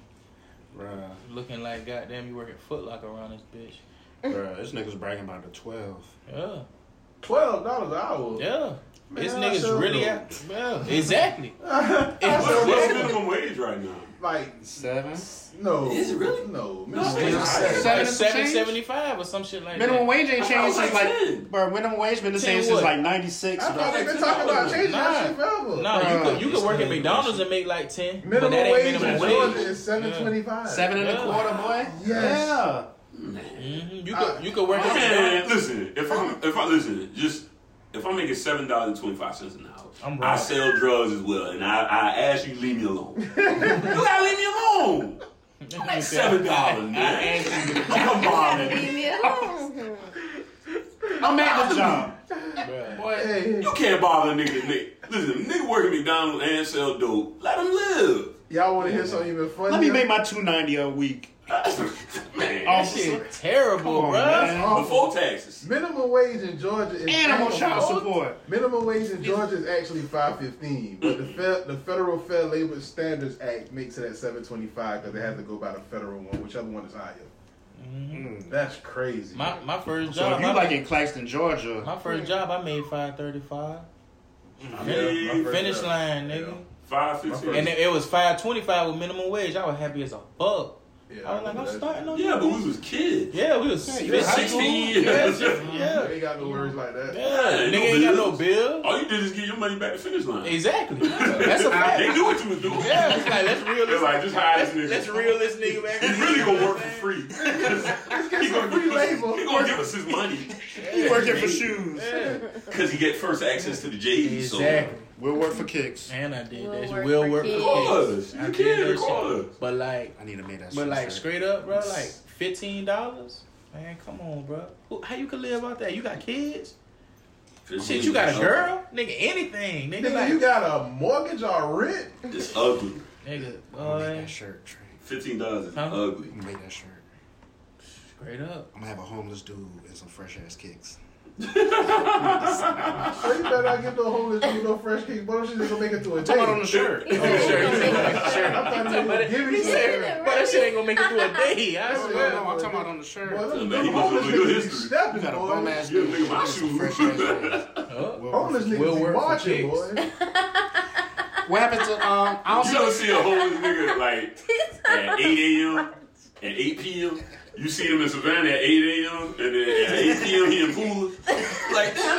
Speaker 6: Bruh,
Speaker 8: looking like goddamn you work at Foot Locker around this bitch.
Speaker 6: bruh, this nigga's bragging about the 12.
Speaker 8: Yeah,
Speaker 1: Twelve dollars an hour.
Speaker 8: yeah.
Speaker 1: Man,
Speaker 8: this
Speaker 1: I
Speaker 8: nigga's
Speaker 1: sure
Speaker 8: really
Speaker 1: do.
Speaker 8: at, yeah, exactly.
Speaker 7: What's, what's
Speaker 8: exactly.
Speaker 7: minimum wage right now?
Speaker 1: Like
Speaker 6: Seven?
Speaker 1: no.
Speaker 7: Is it really?
Speaker 1: No.
Speaker 7: No,
Speaker 1: man.
Speaker 7: it's
Speaker 1: I-
Speaker 7: seven.
Speaker 8: Like
Speaker 6: and some
Speaker 8: seven
Speaker 6: change?
Speaker 8: seventy five or some shit like
Speaker 6: Minimum
Speaker 8: that.
Speaker 6: wage ain't
Speaker 7: I thought it
Speaker 6: changed
Speaker 7: was
Speaker 6: since
Speaker 7: like
Speaker 6: like,
Speaker 7: 10.
Speaker 6: bruh, minimum wage been the
Speaker 8: Ten
Speaker 6: same since
Speaker 8: what?
Speaker 6: like 96.
Speaker 1: I thought
Speaker 6: bruh.
Speaker 1: they've been talking about changing that
Speaker 8: Nah.
Speaker 1: shit forever.
Speaker 8: No,
Speaker 6: Bruh.
Speaker 8: you could you could work at McDonald's and make like ten, but
Speaker 1: Minimum
Speaker 8: that ain't
Speaker 1: wage in
Speaker 8: minimum
Speaker 1: Georgia
Speaker 8: wage.
Speaker 1: is seven twenty-five.
Speaker 6: Seven and
Speaker 8: Yeah.
Speaker 6: a quarter, boy?
Speaker 1: Yes.
Speaker 6: Yeah.
Speaker 8: hmm You could you could work at
Speaker 7: Man,
Speaker 8: McDonald's.
Speaker 7: listen, if I'm if I listen, just if I'm making seven dollars and twenty five cents an hour,
Speaker 8: I'm
Speaker 7: I
Speaker 8: right.
Speaker 7: sell drugs as well, and I, I ask you to leave me alone. you gotta leave me alone. Seven dollars, man. Come on, man.
Speaker 5: leave me alone.
Speaker 6: I'm at the job.
Speaker 1: Hey, hey,
Speaker 7: You can't bother a nigga. Nigga, listen, nigga work at McDonald's and sell dope. Let him live.
Speaker 1: y'all want to hear something even funnier?
Speaker 6: Let me make my 290 a week.
Speaker 7: man,
Speaker 6: Oh,
Speaker 7: that shit.
Speaker 8: Shit, terrible,
Speaker 6: Come on,
Speaker 8: bruh.
Speaker 6: man.
Speaker 7: Before taxes.
Speaker 1: Minimum wage in Georgia is
Speaker 6: Animal child
Speaker 1: actually-
Speaker 6: support.
Speaker 1: Minimum wage in Georgia is actually five fifteen, but the fe- the Federal Fair Labor Standards Act makes it at seven twenty five because they have to go by the federal one, whichever one is higher. That's crazy.
Speaker 8: Mm-hmm. My my first
Speaker 6: So
Speaker 8: job,
Speaker 6: if you
Speaker 8: I-
Speaker 6: like in Claxton, Georgia,
Speaker 8: my first job, I made five thirty five.
Speaker 1: Yeah, my first
Speaker 8: Finish
Speaker 1: job.
Speaker 8: line, nigga.
Speaker 7: Five fifteen.
Speaker 8: And it, it was five twenty five with minimum wage. I was happy as a fuck.
Speaker 1: yeah,
Speaker 8: I was like, I'm
Speaker 1: that's-
Speaker 8: starting on
Speaker 7: Yeah, but we was kids.
Speaker 8: Yeah, we was
Speaker 6: you was
Speaker 8: high
Speaker 7: 16
Speaker 8: school. Yeah,
Speaker 7: years.
Speaker 8: shit,
Speaker 1: You
Speaker 8: yeah.
Speaker 1: ain't got no words like that.
Speaker 8: Yeah,
Speaker 7: ain't
Speaker 8: nigga
Speaker 7: no
Speaker 8: ain't got no
Speaker 7: bills.
Speaker 8: bill.
Speaker 7: All you did is get your money back to finish line.
Speaker 8: Exactly. That's a
Speaker 7: They
Speaker 8: fact.
Speaker 7: knew what you was doing.
Speaker 8: Yeah, it's like let's reel
Speaker 7: They're
Speaker 8: this.
Speaker 7: like, just hire this nigga.
Speaker 8: Let's reel this nigga back.
Speaker 7: He's really gonna work for free.
Speaker 1: get
Speaker 7: He's
Speaker 1: some free labor.
Speaker 7: He gonna give us his money
Speaker 6: you working for shoes.
Speaker 8: Yeah.
Speaker 7: because he get first access to the E, JD.
Speaker 8: Exactly.
Speaker 6: We'll work for kicks.
Speaker 8: And I did
Speaker 5: Will
Speaker 8: that.
Speaker 5: work
Speaker 8: shit. Will
Speaker 5: for
Speaker 8: work for
Speaker 7: So,
Speaker 5: kids.
Speaker 8: kids.
Speaker 7: of course, you
Speaker 8: I
Speaker 7: can,
Speaker 8: did
Speaker 7: of
Speaker 8: that shit.
Speaker 7: course.
Speaker 8: But like,
Speaker 6: I need to make that
Speaker 8: but
Speaker 6: shit
Speaker 8: like
Speaker 6: straight.
Speaker 8: straight up, bro, like fifteen dollars. Man, come on, bro. Who- How you can live out that? You got kids? Shit, you got a girl? Nigga, anything. Nigga,
Speaker 1: Nigga,
Speaker 8: like,
Speaker 1: you got a mortgage or rent?
Speaker 7: It's ugly.
Speaker 8: Nigga, boy.
Speaker 6: shirt, Trey.
Speaker 7: Fifteen dollars is
Speaker 8: Huh?
Speaker 7: ugly.
Speaker 6: I'm gonna make that shirt.
Speaker 8: Straight up.
Speaker 6: I'm gonna have a homeless dude and some fresh ass kicks.
Speaker 1: So you better not get no homeless dude no fresh kick. But I'm just gonna make it to a
Speaker 6: Talk about on
Speaker 1: day.
Speaker 6: the shirt.
Speaker 8: Sure.
Speaker 1: I'm
Speaker 8: But
Speaker 1: not even
Speaker 8: that
Speaker 1: giving you that.
Speaker 8: but that shit ain't gonna make it through a day. I
Speaker 6: No,
Speaker 8: swear.
Speaker 6: no, I'm talking about on the shirt.
Speaker 1: Boy, them,
Speaker 7: Man, he
Speaker 1: them
Speaker 7: must
Speaker 1: homeless
Speaker 7: know your
Speaker 1: niggas be
Speaker 7: history.
Speaker 1: stepping,
Speaker 6: You got a
Speaker 1: boy.
Speaker 6: bum ass
Speaker 7: You
Speaker 6: dude.
Speaker 7: a nigga my
Speaker 6: and some
Speaker 7: shoes.
Speaker 6: fresh ass kicks.
Speaker 8: Huh?
Speaker 6: We'll-
Speaker 1: Homeless niggas
Speaker 8: Will
Speaker 1: be
Speaker 8: work for
Speaker 1: marching,
Speaker 8: chicks.
Speaker 1: boy.
Speaker 6: What happened to um? I don't
Speaker 7: You
Speaker 6: see
Speaker 7: don't see a homeless nigga like at 8 a.m. and 8 p.m. You see him in Savannah at 8 a.m. and then at 8 p.m. he in Pooler. Like, damn,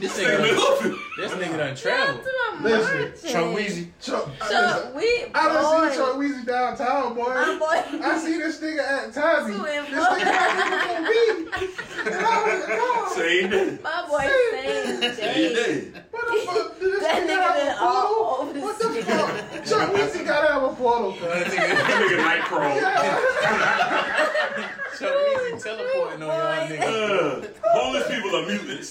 Speaker 7: this
Speaker 8: This
Speaker 7: nigga been
Speaker 8: nigga,
Speaker 7: open.
Speaker 8: this nigga done
Speaker 5: Shout out
Speaker 8: traveled.
Speaker 5: to my
Speaker 1: Listen,
Speaker 5: merchant.
Speaker 6: Chuck Weezy.
Speaker 1: Chuck, I
Speaker 5: Chuck,
Speaker 1: done-
Speaker 5: we
Speaker 1: I done
Speaker 5: boy.
Speaker 1: seen Chuck Weezy downtown, boy.
Speaker 5: My boy.
Speaker 1: I see this nigga at Tazzy.
Speaker 5: Too
Speaker 1: This
Speaker 5: involved.
Speaker 1: nigga at me. And I was like, oh,
Speaker 7: Same day.
Speaker 5: My boy
Speaker 7: Same
Speaker 5: Same
Speaker 7: day.
Speaker 1: What the fuck? Did this
Speaker 5: That
Speaker 1: nigga
Speaker 5: nigga
Speaker 1: have
Speaker 5: been
Speaker 1: a
Speaker 5: all
Speaker 1: portal?
Speaker 5: over the
Speaker 1: What the
Speaker 5: city.
Speaker 1: fuck? Chuck Weezy gotta have a portal, cuz.
Speaker 7: That nigga night crawl.
Speaker 8: Chuck Weezy teleporting on y'all nigga.
Speaker 7: Uh, homeless people are mutants.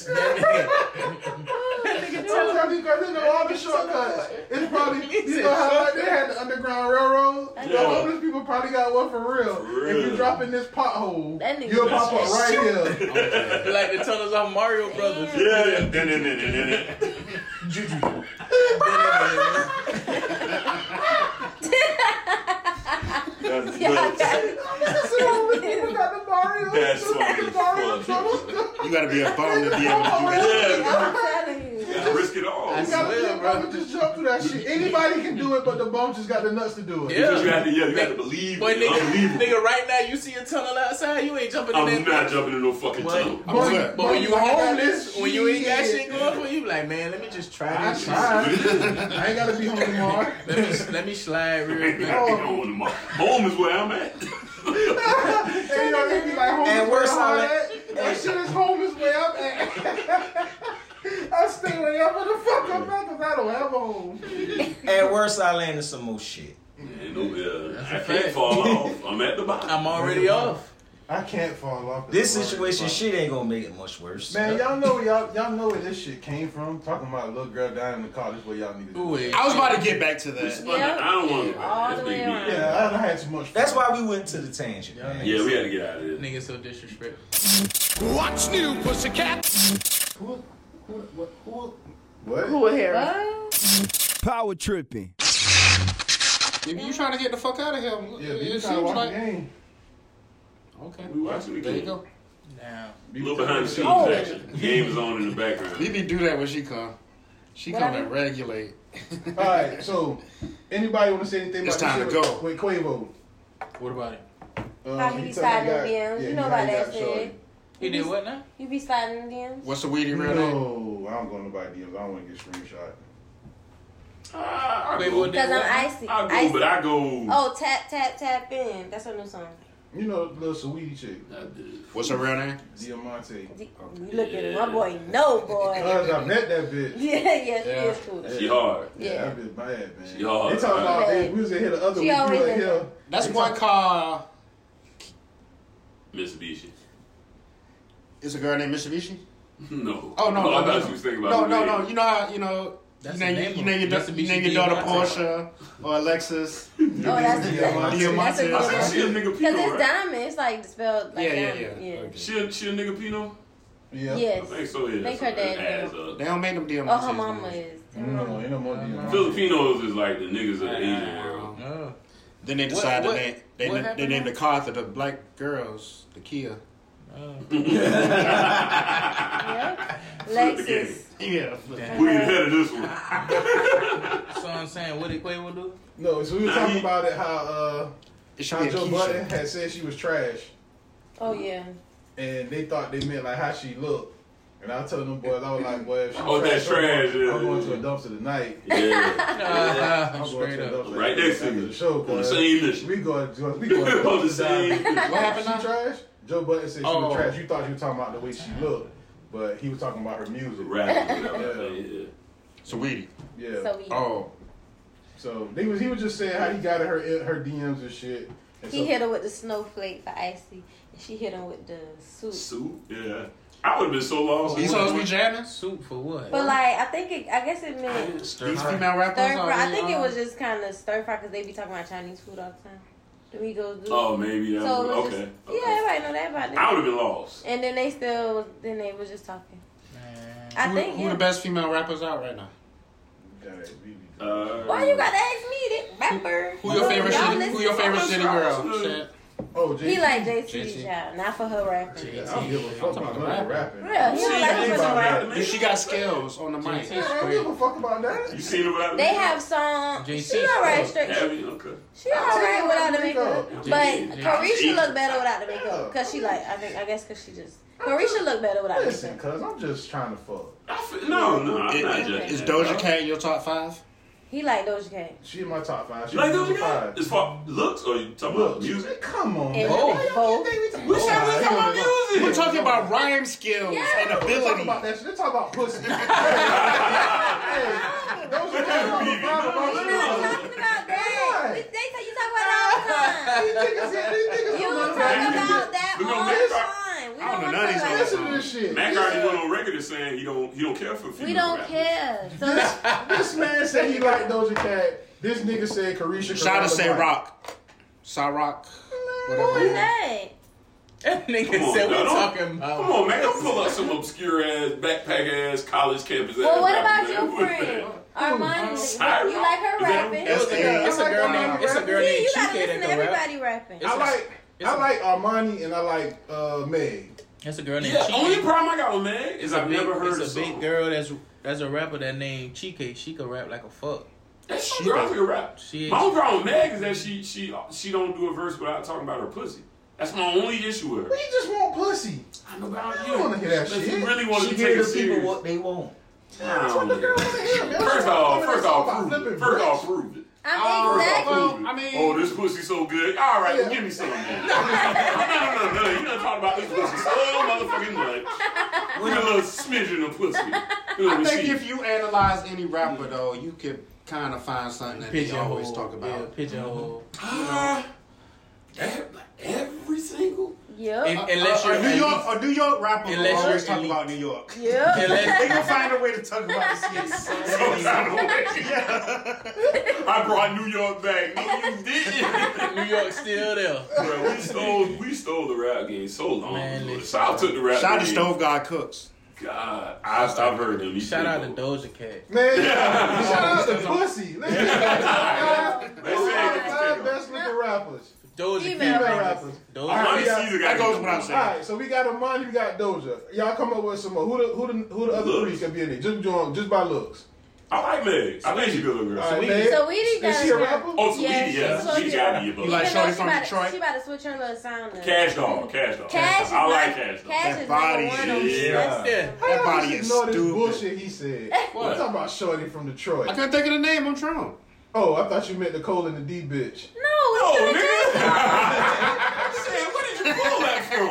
Speaker 1: Sometimes you gotta know all the shortcuts. It's probably, you know how like they had the Underground Railroad? The
Speaker 7: Yeah.
Speaker 1: homeless people probably got one for real.
Speaker 7: For
Speaker 1: If you
Speaker 7: real.
Speaker 1: drop in this pothole,
Speaker 5: That nigga
Speaker 1: you'll pop up
Speaker 5: just
Speaker 1: right here.
Speaker 8: Like the tunnels off Mario Brothers.
Speaker 7: Yeah. Dun, dun, dun, dun, dun, dun. That's nuts.
Speaker 1: That's the homeless people got the Mario.
Speaker 7: That's
Speaker 1: they got the
Speaker 7: funny
Speaker 1: Mario
Speaker 7: as fuck.
Speaker 1: tunnel.
Speaker 6: You gotta be a bum to be able to do that.
Speaker 7: Yeah.
Speaker 5: I'm telling you.
Speaker 7: Gotta risk it all.
Speaker 1: You gotta be a bum to just jump through that shit. Anybody can do it, but the bum just got the nuts to do it.
Speaker 8: Yeah.
Speaker 7: You have to, yeah, you have to believe.
Speaker 8: Boy,
Speaker 7: it.
Speaker 8: nigga,
Speaker 7: Unbelievable.
Speaker 8: nigga, right now you see a tunnel outside, you ain't jumping in
Speaker 7: I'm
Speaker 8: that.
Speaker 7: not jumping in no fucking
Speaker 8: But-
Speaker 7: tunnel.
Speaker 8: But, when-
Speaker 6: good.
Speaker 8: but when you
Speaker 1: Like, I got
Speaker 8: homeless,
Speaker 1: this
Speaker 8: when you ain't got
Speaker 1: shit.
Speaker 8: shit going for you, like man, let me just try
Speaker 1: I
Speaker 8: this. shit.
Speaker 1: tried. I ain't gotta be home tomorrow.
Speaker 8: Let me let me slide real
Speaker 7: Ain't
Speaker 8: quick.
Speaker 7: nothing wrong with them. Home is where I'm at.
Speaker 1: And you know they be like homeless where
Speaker 8: And we're
Speaker 1: I'm
Speaker 8: solid.
Speaker 1: at. That shit is homeless where I'm at. I stay wherever the fuck I'm at because I don't have a home.
Speaker 3: At worst, I landed some more shit.
Speaker 7: Ain't no, yeah, I
Speaker 8: a
Speaker 7: can't
Speaker 8: fact.
Speaker 7: fall off. I'm at the bottom.
Speaker 8: I'm already off.
Speaker 1: I can't fall off.
Speaker 3: This situation, shit ain't gonna make it much worse.
Speaker 1: Man, y'all know where y'all y'all know where this shit came from. Talking about a little girl dying in the car. This where y'all need to.
Speaker 8: Ooh,
Speaker 1: do it.
Speaker 8: wait.
Speaker 6: I was about to get back to that.
Speaker 7: But
Speaker 5: Yep.
Speaker 7: I don't want to go
Speaker 5: All
Speaker 7: back. This
Speaker 5: the way
Speaker 7: nigga-
Speaker 5: around.
Speaker 1: Yeah, I done had too much. Fun.
Speaker 3: That's why we went to the tangent.
Speaker 8: Y'all
Speaker 3: man.
Speaker 7: Yeah, we had to get out of here.
Speaker 8: Nigga so disrespectful.
Speaker 10: What's new, pussycat?
Speaker 6: Who, who, what, who,
Speaker 1: What?
Speaker 5: What?
Speaker 10: Power tripping.
Speaker 6: if you trying to get the fuck out of here,
Speaker 1: Yeah,
Speaker 6: it
Speaker 1: you
Speaker 6: seems
Speaker 1: gotta watch
Speaker 6: like-
Speaker 1: the game.
Speaker 6: Okay.
Speaker 7: We watching the
Speaker 6: There you
Speaker 7: game.
Speaker 6: go.
Speaker 8: Now,
Speaker 7: A little behind the scenes
Speaker 5: Oh.
Speaker 7: action. Game is on in the background.
Speaker 6: BB do that when she come. She
Speaker 5: What
Speaker 6: come to
Speaker 5: happened?
Speaker 6: regulate.
Speaker 1: All right, so anybody want to say anything
Speaker 6: It's
Speaker 1: about
Speaker 6: time
Speaker 1: this
Speaker 6: to
Speaker 1: shit
Speaker 6: go.
Speaker 1: With Quavo.
Speaker 8: what about it?
Speaker 1: Uh,
Speaker 5: How he be
Speaker 1: told me
Speaker 5: sliding
Speaker 1: got-
Speaker 5: DMs.
Speaker 1: yeah,
Speaker 5: you
Speaker 1: he
Speaker 5: know
Speaker 1: got-
Speaker 5: about
Speaker 1: he
Speaker 5: that
Speaker 1: got
Speaker 5: shit.
Speaker 1: shorty.
Speaker 8: He did what now?
Speaker 5: You be sliding DMs.
Speaker 6: What's the weedy real name?
Speaker 1: No, I don't go to nobody DMs. I don't want to get screenshot.
Speaker 7: Uh, I
Speaker 8: Wait,
Speaker 7: go,
Speaker 8: what did-
Speaker 5: Because I'm icy.
Speaker 7: I go,
Speaker 5: icy.
Speaker 7: but I go.
Speaker 5: Oh, tap, tap, tap in. That's her new song.
Speaker 1: You know, the little Saweetie chick,
Speaker 7: I did.
Speaker 6: What's her real name?
Speaker 1: Diamante.
Speaker 5: D- You look at it. My boy, no, boy.
Speaker 1: Cause I met that bitch.
Speaker 5: yeah, yeah, she
Speaker 6: Yeah.
Speaker 5: is cool.
Speaker 7: She hard.
Speaker 1: Yeah,
Speaker 5: Yeah.
Speaker 1: that bitch bad, man.
Speaker 7: She hard,
Speaker 1: They talking about
Speaker 5: right?
Speaker 1: hey, we was in here the other
Speaker 5: She
Speaker 1: week. You
Speaker 5: always
Speaker 1: were
Speaker 5: in
Speaker 1: here.
Speaker 6: That's
Speaker 1: They
Speaker 6: one
Speaker 1: talk-
Speaker 6: car.
Speaker 7: Mitsubishi.
Speaker 6: It's a girl named Mitsubishi.
Speaker 7: No.
Speaker 6: Oh no!
Speaker 7: Oh,
Speaker 6: no,
Speaker 7: I thought
Speaker 6: no,
Speaker 7: you was thinking
Speaker 6: no,
Speaker 7: about
Speaker 6: no,
Speaker 7: the
Speaker 6: no.
Speaker 7: name.
Speaker 6: You know how you know.
Speaker 8: That's
Speaker 6: you
Speaker 8: the
Speaker 6: name,
Speaker 8: name
Speaker 6: you
Speaker 8: of
Speaker 6: name
Speaker 8: it.
Speaker 6: your, da-
Speaker 8: Mitsubishi
Speaker 6: you name your daughter
Speaker 8: Diamante.
Speaker 6: Porsche or Alexis.
Speaker 5: Oh, that's a
Speaker 1: Diamante.
Speaker 5: good That's a good
Speaker 6: Diamante.
Speaker 5: one.
Speaker 7: I said she a
Speaker 5: Because
Speaker 7: nigga Pino,
Speaker 5: it's
Speaker 7: right?
Speaker 5: diamond. It's like spelled like
Speaker 6: yeah, yeah, yeah.
Speaker 5: diamond. Yeah.
Speaker 6: Okay.
Speaker 7: She a, she a nigga Pino?
Speaker 1: Yeah.
Speaker 7: I
Speaker 5: Yes.
Speaker 7: think so, yeah.
Speaker 5: Think her
Speaker 7: So,
Speaker 5: dad
Speaker 7: adds
Speaker 5: Pino.
Speaker 7: up.
Speaker 6: They don't make them DMs.
Speaker 5: Oh, her mama is.
Speaker 1: Mm, No, ain't no more DMs.
Speaker 7: Filipinos is like the niggas of the Asian world.
Speaker 8: No.
Speaker 6: Then they
Speaker 8: What-
Speaker 6: decide
Speaker 8: what-
Speaker 6: to name they,
Speaker 8: what
Speaker 6: na- they
Speaker 8: happened?
Speaker 6: named the car after the black girls, the Kia.
Speaker 5: Yep.
Speaker 7: the
Speaker 5: Lexus. uh,
Speaker 6: Yeah.
Speaker 7: We get ahead of this one.
Speaker 8: So I'm saying, what did Quavo do?
Speaker 1: No, so we were talking about it how uh,
Speaker 6: It should
Speaker 1: how
Speaker 6: be a
Speaker 1: Joe Budden
Speaker 6: Keisha.
Speaker 1: had said she was trash,
Speaker 5: Oh, yeah.
Speaker 1: and they thought they meant like how she looked. And I told them boys, I was like, boy, if she
Speaker 7: Oh, that's
Speaker 1: I'm
Speaker 7: trash,
Speaker 1: going,
Speaker 7: yeah,
Speaker 1: I'm going
Speaker 7: yeah.
Speaker 1: to a dumpster tonight.
Speaker 7: Yeah.
Speaker 8: Uh,
Speaker 1: I'm going
Speaker 8: straight
Speaker 1: to a
Speaker 8: up.
Speaker 1: dumpster
Speaker 7: Right next to
Speaker 1: after
Speaker 7: you.
Speaker 1: the show.
Speaker 7: On the
Speaker 1: cuz
Speaker 7: same mission.
Speaker 1: We going, to- we going to
Speaker 7: On the
Speaker 1: down.
Speaker 7: same mission.
Speaker 6: What happened
Speaker 1: She
Speaker 6: now?
Speaker 1: trash? Joe Budden said she
Speaker 6: Oh.
Speaker 1: was trash. You thought you were talking about the way she looked, but he was talking about her music.
Speaker 7: Rap. you know what I'm saying? Yeah.
Speaker 6: Saweetie.
Speaker 1: Yeah.
Speaker 5: So we.
Speaker 6: Oh.
Speaker 1: So they was he was just saying how he got in her her DMs and shit,
Speaker 5: He hit her with the snowflake for icy, and she hit him with the soup.
Speaker 7: Soup? Yeah. I would have been so lost.
Speaker 6: These hoes be jamming?
Speaker 8: Soup for what?
Speaker 5: But like, I think it, I guess it meant
Speaker 6: These
Speaker 8: These
Speaker 6: female
Speaker 5: stir
Speaker 6: rappers
Speaker 5: fry.
Speaker 6: are.
Speaker 5: I think it was just kind of stir fry because they be talking about Chinese food all the time. Domingos do.
Speaker 7: Oh, maybe that.
Speaker 5: So it
Speaker 7: was,
Speaker 5: was
Speaker 7: okay.
Speaker 5: just, yeah, everybody know that about them.
Speaker 7: I would have been lost.
Speaker 5: And then they still, then they was just talking. I
Speaker 6: who,
Speaker 5: think.
Speaker 6: who
Speaker 5: yeah.
Speaker 6: the best female rappers out right now?
Speaker 7: Uh,
Speaker 5: Why you gotta ask me that rapper?
Speaker 6: Who your favorite
Speaker 5: Y'all
Speaker 6: city?
Speaker 5: listen
Speaker 6: Who your
Speaker 5: to
Speaker 6: favorite
Speaker 5: him?
Speaker 6: city girl? Shit.
Speaker 1: Oh,
Speaker 5: He
Speaker 1: JC.
Speaker 5: like JC,
Speaker 6: JC.
Speaker 5: child, not for her rapping.
Speaker 1: I don't give a fuck about her rapping.
Speaker 5: Real, he don't like her for the rap.
Speaker 6: If she got skills on the mic.
Speaker 1: I don't give a fuck about that.
Speaker 7: You seen about
Speaker 5: They have songs. She
Speaker 8: JC
Speaker 5: alright straight.
Speaker 7: Heavy? Okay.
Speaker 5: She alright without the makeup,
Speaker 1: makeup.
Speaker 5: but Carisha
Speaker 7: JC.
Speaker 5: look better without the makeup. Cause she like, I think, I guess, cause she just Carisha look better without the
Speaker 1: Listen,
Speaker 5: makeup.
Speaker 1: cuz I'm just trying to fuck.
Speaker 7: I feel, no, no, I'm
Speaker 6: It-
Speaker 7: not
Speaker 6: it-
Speaker 7: judging.
Speaker 6: Is
Speaker 7: that.
Speaker 6: Doja Cat in your top five?
Speaker 5: He like Doja Cat.
Speaker 1: She in my top five. She
Speaker 7: You like
Speaker 1: number
Speaker 7: Doja Cat?
Speaker 1: five.
Speaker 7: As far looks or you talking about
Speaker 1: Look,
Speaker 7: music?
Speaker 1: music. Come on,
Speaker 5: And
Speaker 1: man.
Speaker 5: both.
Speaker 7: We said we talking about music.
Speaker 6: We're talking about rhyme skills and
Speaker 1: They talk about
Speaker 6: ability.
Speaker 1: that shit. They talk about pussy. hey, those are kind of the problem. I'm
Speaker 5: We not
Speaker 1: sure.
Speaker 5: talking about that.
Speaker 1: Why?
Speaker 5: We, they tell you talk about it all the time.
Speaker 1: These niggas, yeah, these niggas
Speaker 5: You
Speaker 1: don't
Speaker 5: talk
Speaker 1: know
Speaker 5: about that
Speaker 7: We gonna
Speaker 5: all
Speaker 7: make
Speaker 5: the
Speaker 7: our-
Speaker 5: time. We
Speaker 6: I don't
Speaker 5: don't want
Speaker 6: know none
Speaker 5: to
Speaker 6: of
Speaker 5: talk
Speaker 6: these
Speaker 5: about
Speaker 1: Listen to this shit.
Speaker 7: Mac
Speaker 1: This-
Speaker 7: already went on record as saying he don't he don't care for female
Speaker 5: We don't
Speaker 7: rappers.
Speaker 5: care. So
Speaker 1: This, this man said he liked Doja Cat. This nigga said Carisha.
Speaker 6: Shout
Speaker 1: Carrella
Speaker 6: out to Say
Speaker 1: White.
Speaker 6: Rock. Sa Rock.
Speaker 5: who is
Speaker 6: Whatever.
Speaker 5: that?
Speaker 8: That
Speaker 7: Come
Speaker 8: nigga
Speaker 7: on,
Speaker 8: said we
Speaker 7: dog.
Speaker 8: talking
Speaker 7: Come
Speaker 8: about.
Speaker 7: on, man. Don't pull up some obscure ass, backpack ass, college campus ass.
Speaker 5: Well, what about
Speaker 7: rapper,
Speaker 5: your
Speaker 7: man.
Speaker 5: friend Armani?
Speaker 7: Cyrus?
Speaker 5: You like her
Speaker 7: Is that
Speaker 5: rapping?
Speaker 7: who-
Speaker 6: That's the-
Speaker 8: It's a girl
Speaker 1: I like
Speaker 8: named.
Speaker 1: that
Speaker 8: It's a
Speaker 1: nigga
Speaker 8: girl
Speaker 5: See,
Speaker 8: named
Speaker 5: you gotta
Speaker 8: Chike that
Speaker 5: listen to
Speaker 8: can rap.
Speaker 5: everybody rapping.
Speaker 8: It's
Speaker 1: I
Speaker 8: a-
Speaker 1: like
Speaker 8: it's
Speaker 1: I
Speaker 8: a-
Speaker 1: like Armani and I like uh, Meg.
Speaker 8: It's a girl named.
Speaker 7: Yeah,
Speaker 8: Chike.
Speaker 7: only problem I got with Meg is
Speaker 8: It's a
Speaker 7: I've
Speaker 8: big,
Speaker 7: never heard
Speaker 8: it's a
Speaker 7: the
Speaker 8: big
Speaker 7: song.
Speaker 8: girl that's that's a rapper that named Chike. She could rap like a fuck.
Speaker 7: That's some girl who can rap.
Speaker 8: She is.
Speaker 7: my only problem with Meg is that she she she don't do a verse without talking about her pussy. That's my only issue with her.
Speaker 1: We just want pussy.
Speaker 7: I know, but I
Speaker 1: I don't wanna hear that
Speaker 7: If
Speaker 1: shit.
Speaker 7: you really want to
Speaker 8: She
Speaker 7: be
Speaker 8: gave
Speaker 7: taken
Speaker 8: the people
Speaker 7: serious.
Speaker 8: what they want.
Speaker 1: That's what the girl wants to hear. man. That's
Speaker 7: First
Speaker 1: what
Speaker 7: off,
Speaker 1: women
Speaker 7: first
Speaker 1: are
Speaker 7: off,
Speaker 1: about,
Speaker 7: prove
Speaker 1: flipping
Speaker 7: it. First off,
Speaker 1: bricks.
Speaker 7: prove it.
Speaker 5: I'm
Speaker 7: First off,
Speaker 5: exactly.
Speaker 6: well,
Speaker 7: prove it.
Speaker 6: I mean-
Speaker 7: oh, this pussy so good. All right, well,
Speaker 1: Yeah.
Speaker 7: give me some. Then. no, no, no, no. You done talking about this pussy so oh, motherfucking much. With a little smidgen of pussy.
Speaker 6: I think if you analyze any rapper though, you could kind of find something that they
Speaker 8: Pigeonhole.
Speaker 6: always talk
Speaker 8: Yeah,
Speaker 6: about.
Speaker 8: pigeonhole.
Speaker 7: Uh, ev- every single.
Speaker 5: Yep.
Speaker 8: If- unless
Speaker 6: Or
Speaker 8: you're
Speaker 6: uh, New York, or New York rapper
Speaker 8: Unless
Speaker 6: will always
Speaker 8: you're
Speaker 6: talk
Speaker 8: elite.
Speaker 6: about New York.
Speaker 5: Yep.
Speaker 6: They
Speaker 8: Unless,
Speaker 6: can find a way to talk about this shit.
Speaker 7: I brought New York back. No, you didn't.
Speaker 8: New York still there.
Speaker 7: Bro, we stole, we stole the rap game so long.
Speaker 8: Man,
Speaker 7: ago.
Speaker 8: listen.
Speaker 7: South took the rap
Speaker 6: Shout out to
Speaker 7: game.
Speaker 6: Stove God Cooks.
Speaker 7: God, I, I've heard them. These
Speaker 8: Shout out to
Speaker 7: people.
Speaker 8: Doja Cat.
Speaker 1: Man, shout out to pussy. Listen, these are the
Speaker 7: They said
Speaker 1: five
Speaker 7: it.
Speaker 1: best looking rappers.
Speaker 8: Doja
Speaker 5: Female
Speaker 1: Female
Speaker 8: Cat.
Speaker 1: rappers.
Speaker 8: Doja
Speaker 1: All
Speaker 7: Money
Speaker 1: right,
Speaker 7: Caesar got
Speaker 6: That goes without
Speaker 1: All
Speaker 6: saying.
Speaker 1: right, so we got Amani, we got Doja. Y'all come up with some more. Who the who the who the other
Speaker 7: Looks.
Speaker 1: three could be in it? Just join just by looks.
Speaker 7: I like Meg. I think she's a good looking girl.
Speaker 1: All right,
Speaker 7: Sweet.
Speaker 1: Meg.
Speaker 5: So we did
Speaker 1: Is she a rapper?
Speaker 7: Oh, Sweetie,
Speaker 5: Yeah,
Speaker 7: yeah.
Speaker 5: she's
Speaker 7: yeah.
Speaker 5: so
Speaker 7: Sweetie
Speaker 5: good.
Speaker 7: gotta be a
Speaker 6: You
Speaker 7: book.
Speaker 6: like
Speaker 5: Even though
Speaker 6: Shorty
Speaker 5: she
Speaker 6: from
Speaker 5: about to-
Speaker 6: Detroit?
Speaker 5: She about to switch her little sound. up.
Speaker 7: Cash Dog. Cash Dog.
Speaker 5: Cash is
Speaker 7: I like
Speaker 5: not-
Speaker 7: Cash Dog.
Speaker 5: Cash
Speaker 6: That
Speaker 5: is number
Speaker 6: body
Speaker 5: one on
Speaker 6: shit.
Speaker 7: Yeah.
Speaker 8: Yeah.
Speaker 1: How y'all
Speaker 6: body
Speaker 1: just
Speaker 6: is
Speaker 1: ignore this
Speaker 6: stupid.
Speaker 1: bullshit he said.
Speaker 7: What?
Speaker 1: I'm talking about Shorty from Detroit.
Speaker 6: I couldn't think of the name. I'm trying.
Speaker 1: Oh, I thought you meant the Cole and the D bitch.
Speaker 5: No,
Speaker 7: Oh,
Speaker 5: we could've
Speaker 7: nigga. I said, where did you pull that from?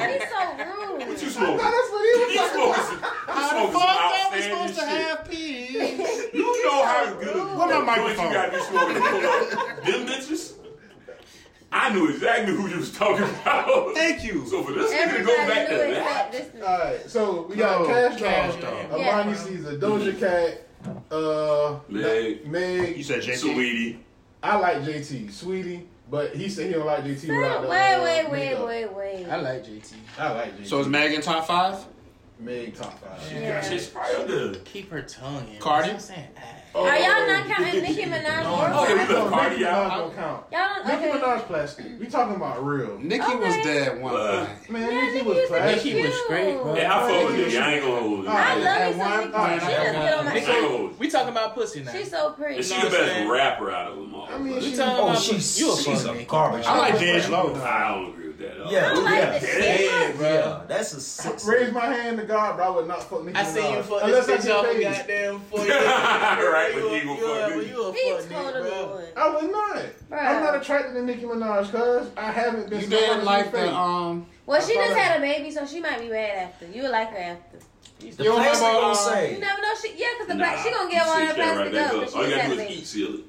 Speaker 5: just- He's
Speaker 7: What
Speaker 5: so
Speaker 7: you
Speaker 1: No,
Speaker 5: rude.
Speaker 7: smoking?
Speaker 1: that's what he was
Speaker 7: You
Speaker 1: talking about.
Speaker 7: smoking some, you
Speaker 6: How the
Speaker 7: smoking
Speaker 6: fuck
Speaker 7: some
Speaker 6: are we
Speaker 7: outstanding
Speaker 6: supposed to
Speaker 7: shit.
Speaker 6: have peace?
Speaker 7: You know how good a
Speaker 6: Where my
Speaker 7: joint you
Speaker 6: microphone?
Speaker 7: gotta be smoking to pull out them bitches. I knew exactly who you was talking about.
Speaker 6: Thank you.
Speaker 7: So for this nigga to go
Speaker 5: Everybody
Speaker 7: back
Speaker 5: knew
Speaker 7: to
Speaker 5: except
Speaker 7: that,
Speaker 5: this nigga.
Speaker 1: Alright, so we got
Speaker 6: No,
Speaker 1: Cash,
Speaker 6: Cash
Speaker 1: Dog,
Speaker 6: Dog.
Speaker 1: Amani
Speaker 5: Yeah.
Speaker 1: Caesar, Doja Cat, uh,
Speaker 7: Meg.
Speaker 6: You
Speaker 1: Meg.
Speaker 6: said JT.
Speaker 7: Sweetie.
Speaker 1: I like JT, Sweetie, but he said he don't like JT without the,
Speaker 5: Wait,
Speaker 1: uh,
Speaker 5: wait, wait,
Speaker 1: makeup.
Speaker 5: wait, wait.
Speaker 8: I like JT.
Speaker 1: I like JT.
Speaker 6: So is Meg in top five?
Speaker 1: Meg top five.
Speaker 5: Yeah.
Speaker 7: She's probably up there.
Speaker 8: Keep her tongue in.
Speaker 6: Cardi?
Speaker 8: That's what I'm saying. Ah.
Speaker 5: Are y'all not counting Nicki Minaj?
Speaker 7: Oh, yeah, we
Speaker 5: or-
Speaker 7: left
Speaker 1: Nicki
Speaker 7: Cardi
Speaker 1: Minaj
Speaker 7: out.
Speaker 1: don't count.
Speaker 5: Y'all don't.
Speaker 1: Nicki
Speaker 5: Okay.
Speaker 1: Minaj plastic. We talking about real.
Speaker 6: Nicki
Speaker 5: Okay.
Speaker 6: was dead one
Speaker 7: Uh,
Speaker 6: night.
Speaker 1: Man,
Speaker 5: Yeah,
Speaker 1: Nicki
Speaker 5: Nicki
Speaker 1: was
Speaker 5: was
Speaker 1: plastic.
Speaker 8: Nicki was great, bro.
Speaker 7: Yeah, I fuck with
Speaker 1: Nicki was-
Speaker 7: Nicki. I ain't gonna hold you.
Speaker 5: I love
Speaker 6: At
Speaker 5: me
Speaker 6: one
Speaker 5: some.
Speaker 6: point,
Speaker 5: She just get on
Speaker 7: I
Speaker 5: my.
Speaker 7: ain't gonna hold you.
Speaker 8: We talking about pussy now.
Speaker 5: She's so pretty.
Speaker 7: And she the best rapper out of them all.
Speaker 1: I mean,
Speaker 8: we
Speaker 1: she
Speaker 8: talking
Speaker 1: oh,
Speaker 8: about
Speaker 1: she-
Speaker 8: pussy. You a
Speaker 3: she's
Speaker 8: fuck
Speaker 3: a
Speaker 8: nigga.
Speaker 3: garbage.
Speaker 6: I like Dej Low.
Speaker 7: I don't agree with that at all.
Speaker 3: Yeah,
Speaker 5: I like
Speaker 3: yeah,
Speaker 5: the
Speaker 3: yeah,
Speaker 5: shit.
Speaker 3: yeah. That's a six.
Speaker 1: raise my hand to God, but I would not fuck Nicki
Speaker 8: I
Speaker 1: Minaj.
Speaker 8: see you fuck
Speaker 1: Unless
Speaker 8: this bitch
Speaker 1: I
Speaker 8: off a
Speaker 1: get paid.
Speaker 8: goddamn for you.
Speaker 7: Right,
Speaker 8: You
Speaker 7: but
Speaker 8: a-
Speaker 7: he gonna
Speaker 8: you a-
Speaker 7: fuck me.
Speaker 8: You a
Speaker 5: He
Speaker 8: fuck nigga,
Speaker 5: totally
Speaker 8: bro.
Speaker 5: would.
Speaker 1: I would not. I'm
Speaker 5: Bruh.
Speaker 1: not attracted to Nicki Minaj, cause I haven't been.
Speaker 6: You
Speaker 1: smiling in
Speaker 6: didn't
Speaker 1: the
Speaker 6: like the
Speaker 1: face.
Speaker 6: um.
Speaker 5: Well, she
Speaker 1: I
Speaker 5: just
Speaker 1: thought-
Speaker 5: had a baby, so she might be mad after. You would like her after.
Speaker 3: The
Speaker 6: You
Speaker 3: plastic
Speaker 6: remember,
Speaker 3: gonna
Speaker 6: uh,
Speaker 5: You
Speaker 3: say.
Speaker 5: never know. She yeah, because the
Speaker 7: Nah,
Speaker 5: black she gonna
Speaker 7: you
Speaker 5: get one
Speaker 7: see
Speaker 5: of that
Speaker 7: that
Speaker 5: plastic
Speaker 7: right back
Speaker 5: up.
Speaker 7: up.
Speaker 5: but She
Speaker 7: All you
Speaker 5: just
Speaker 7: gotta
Speaker 5: had a
Speaker 7: do is
Speaker 5: baby.
Speaker 7: eat seal it.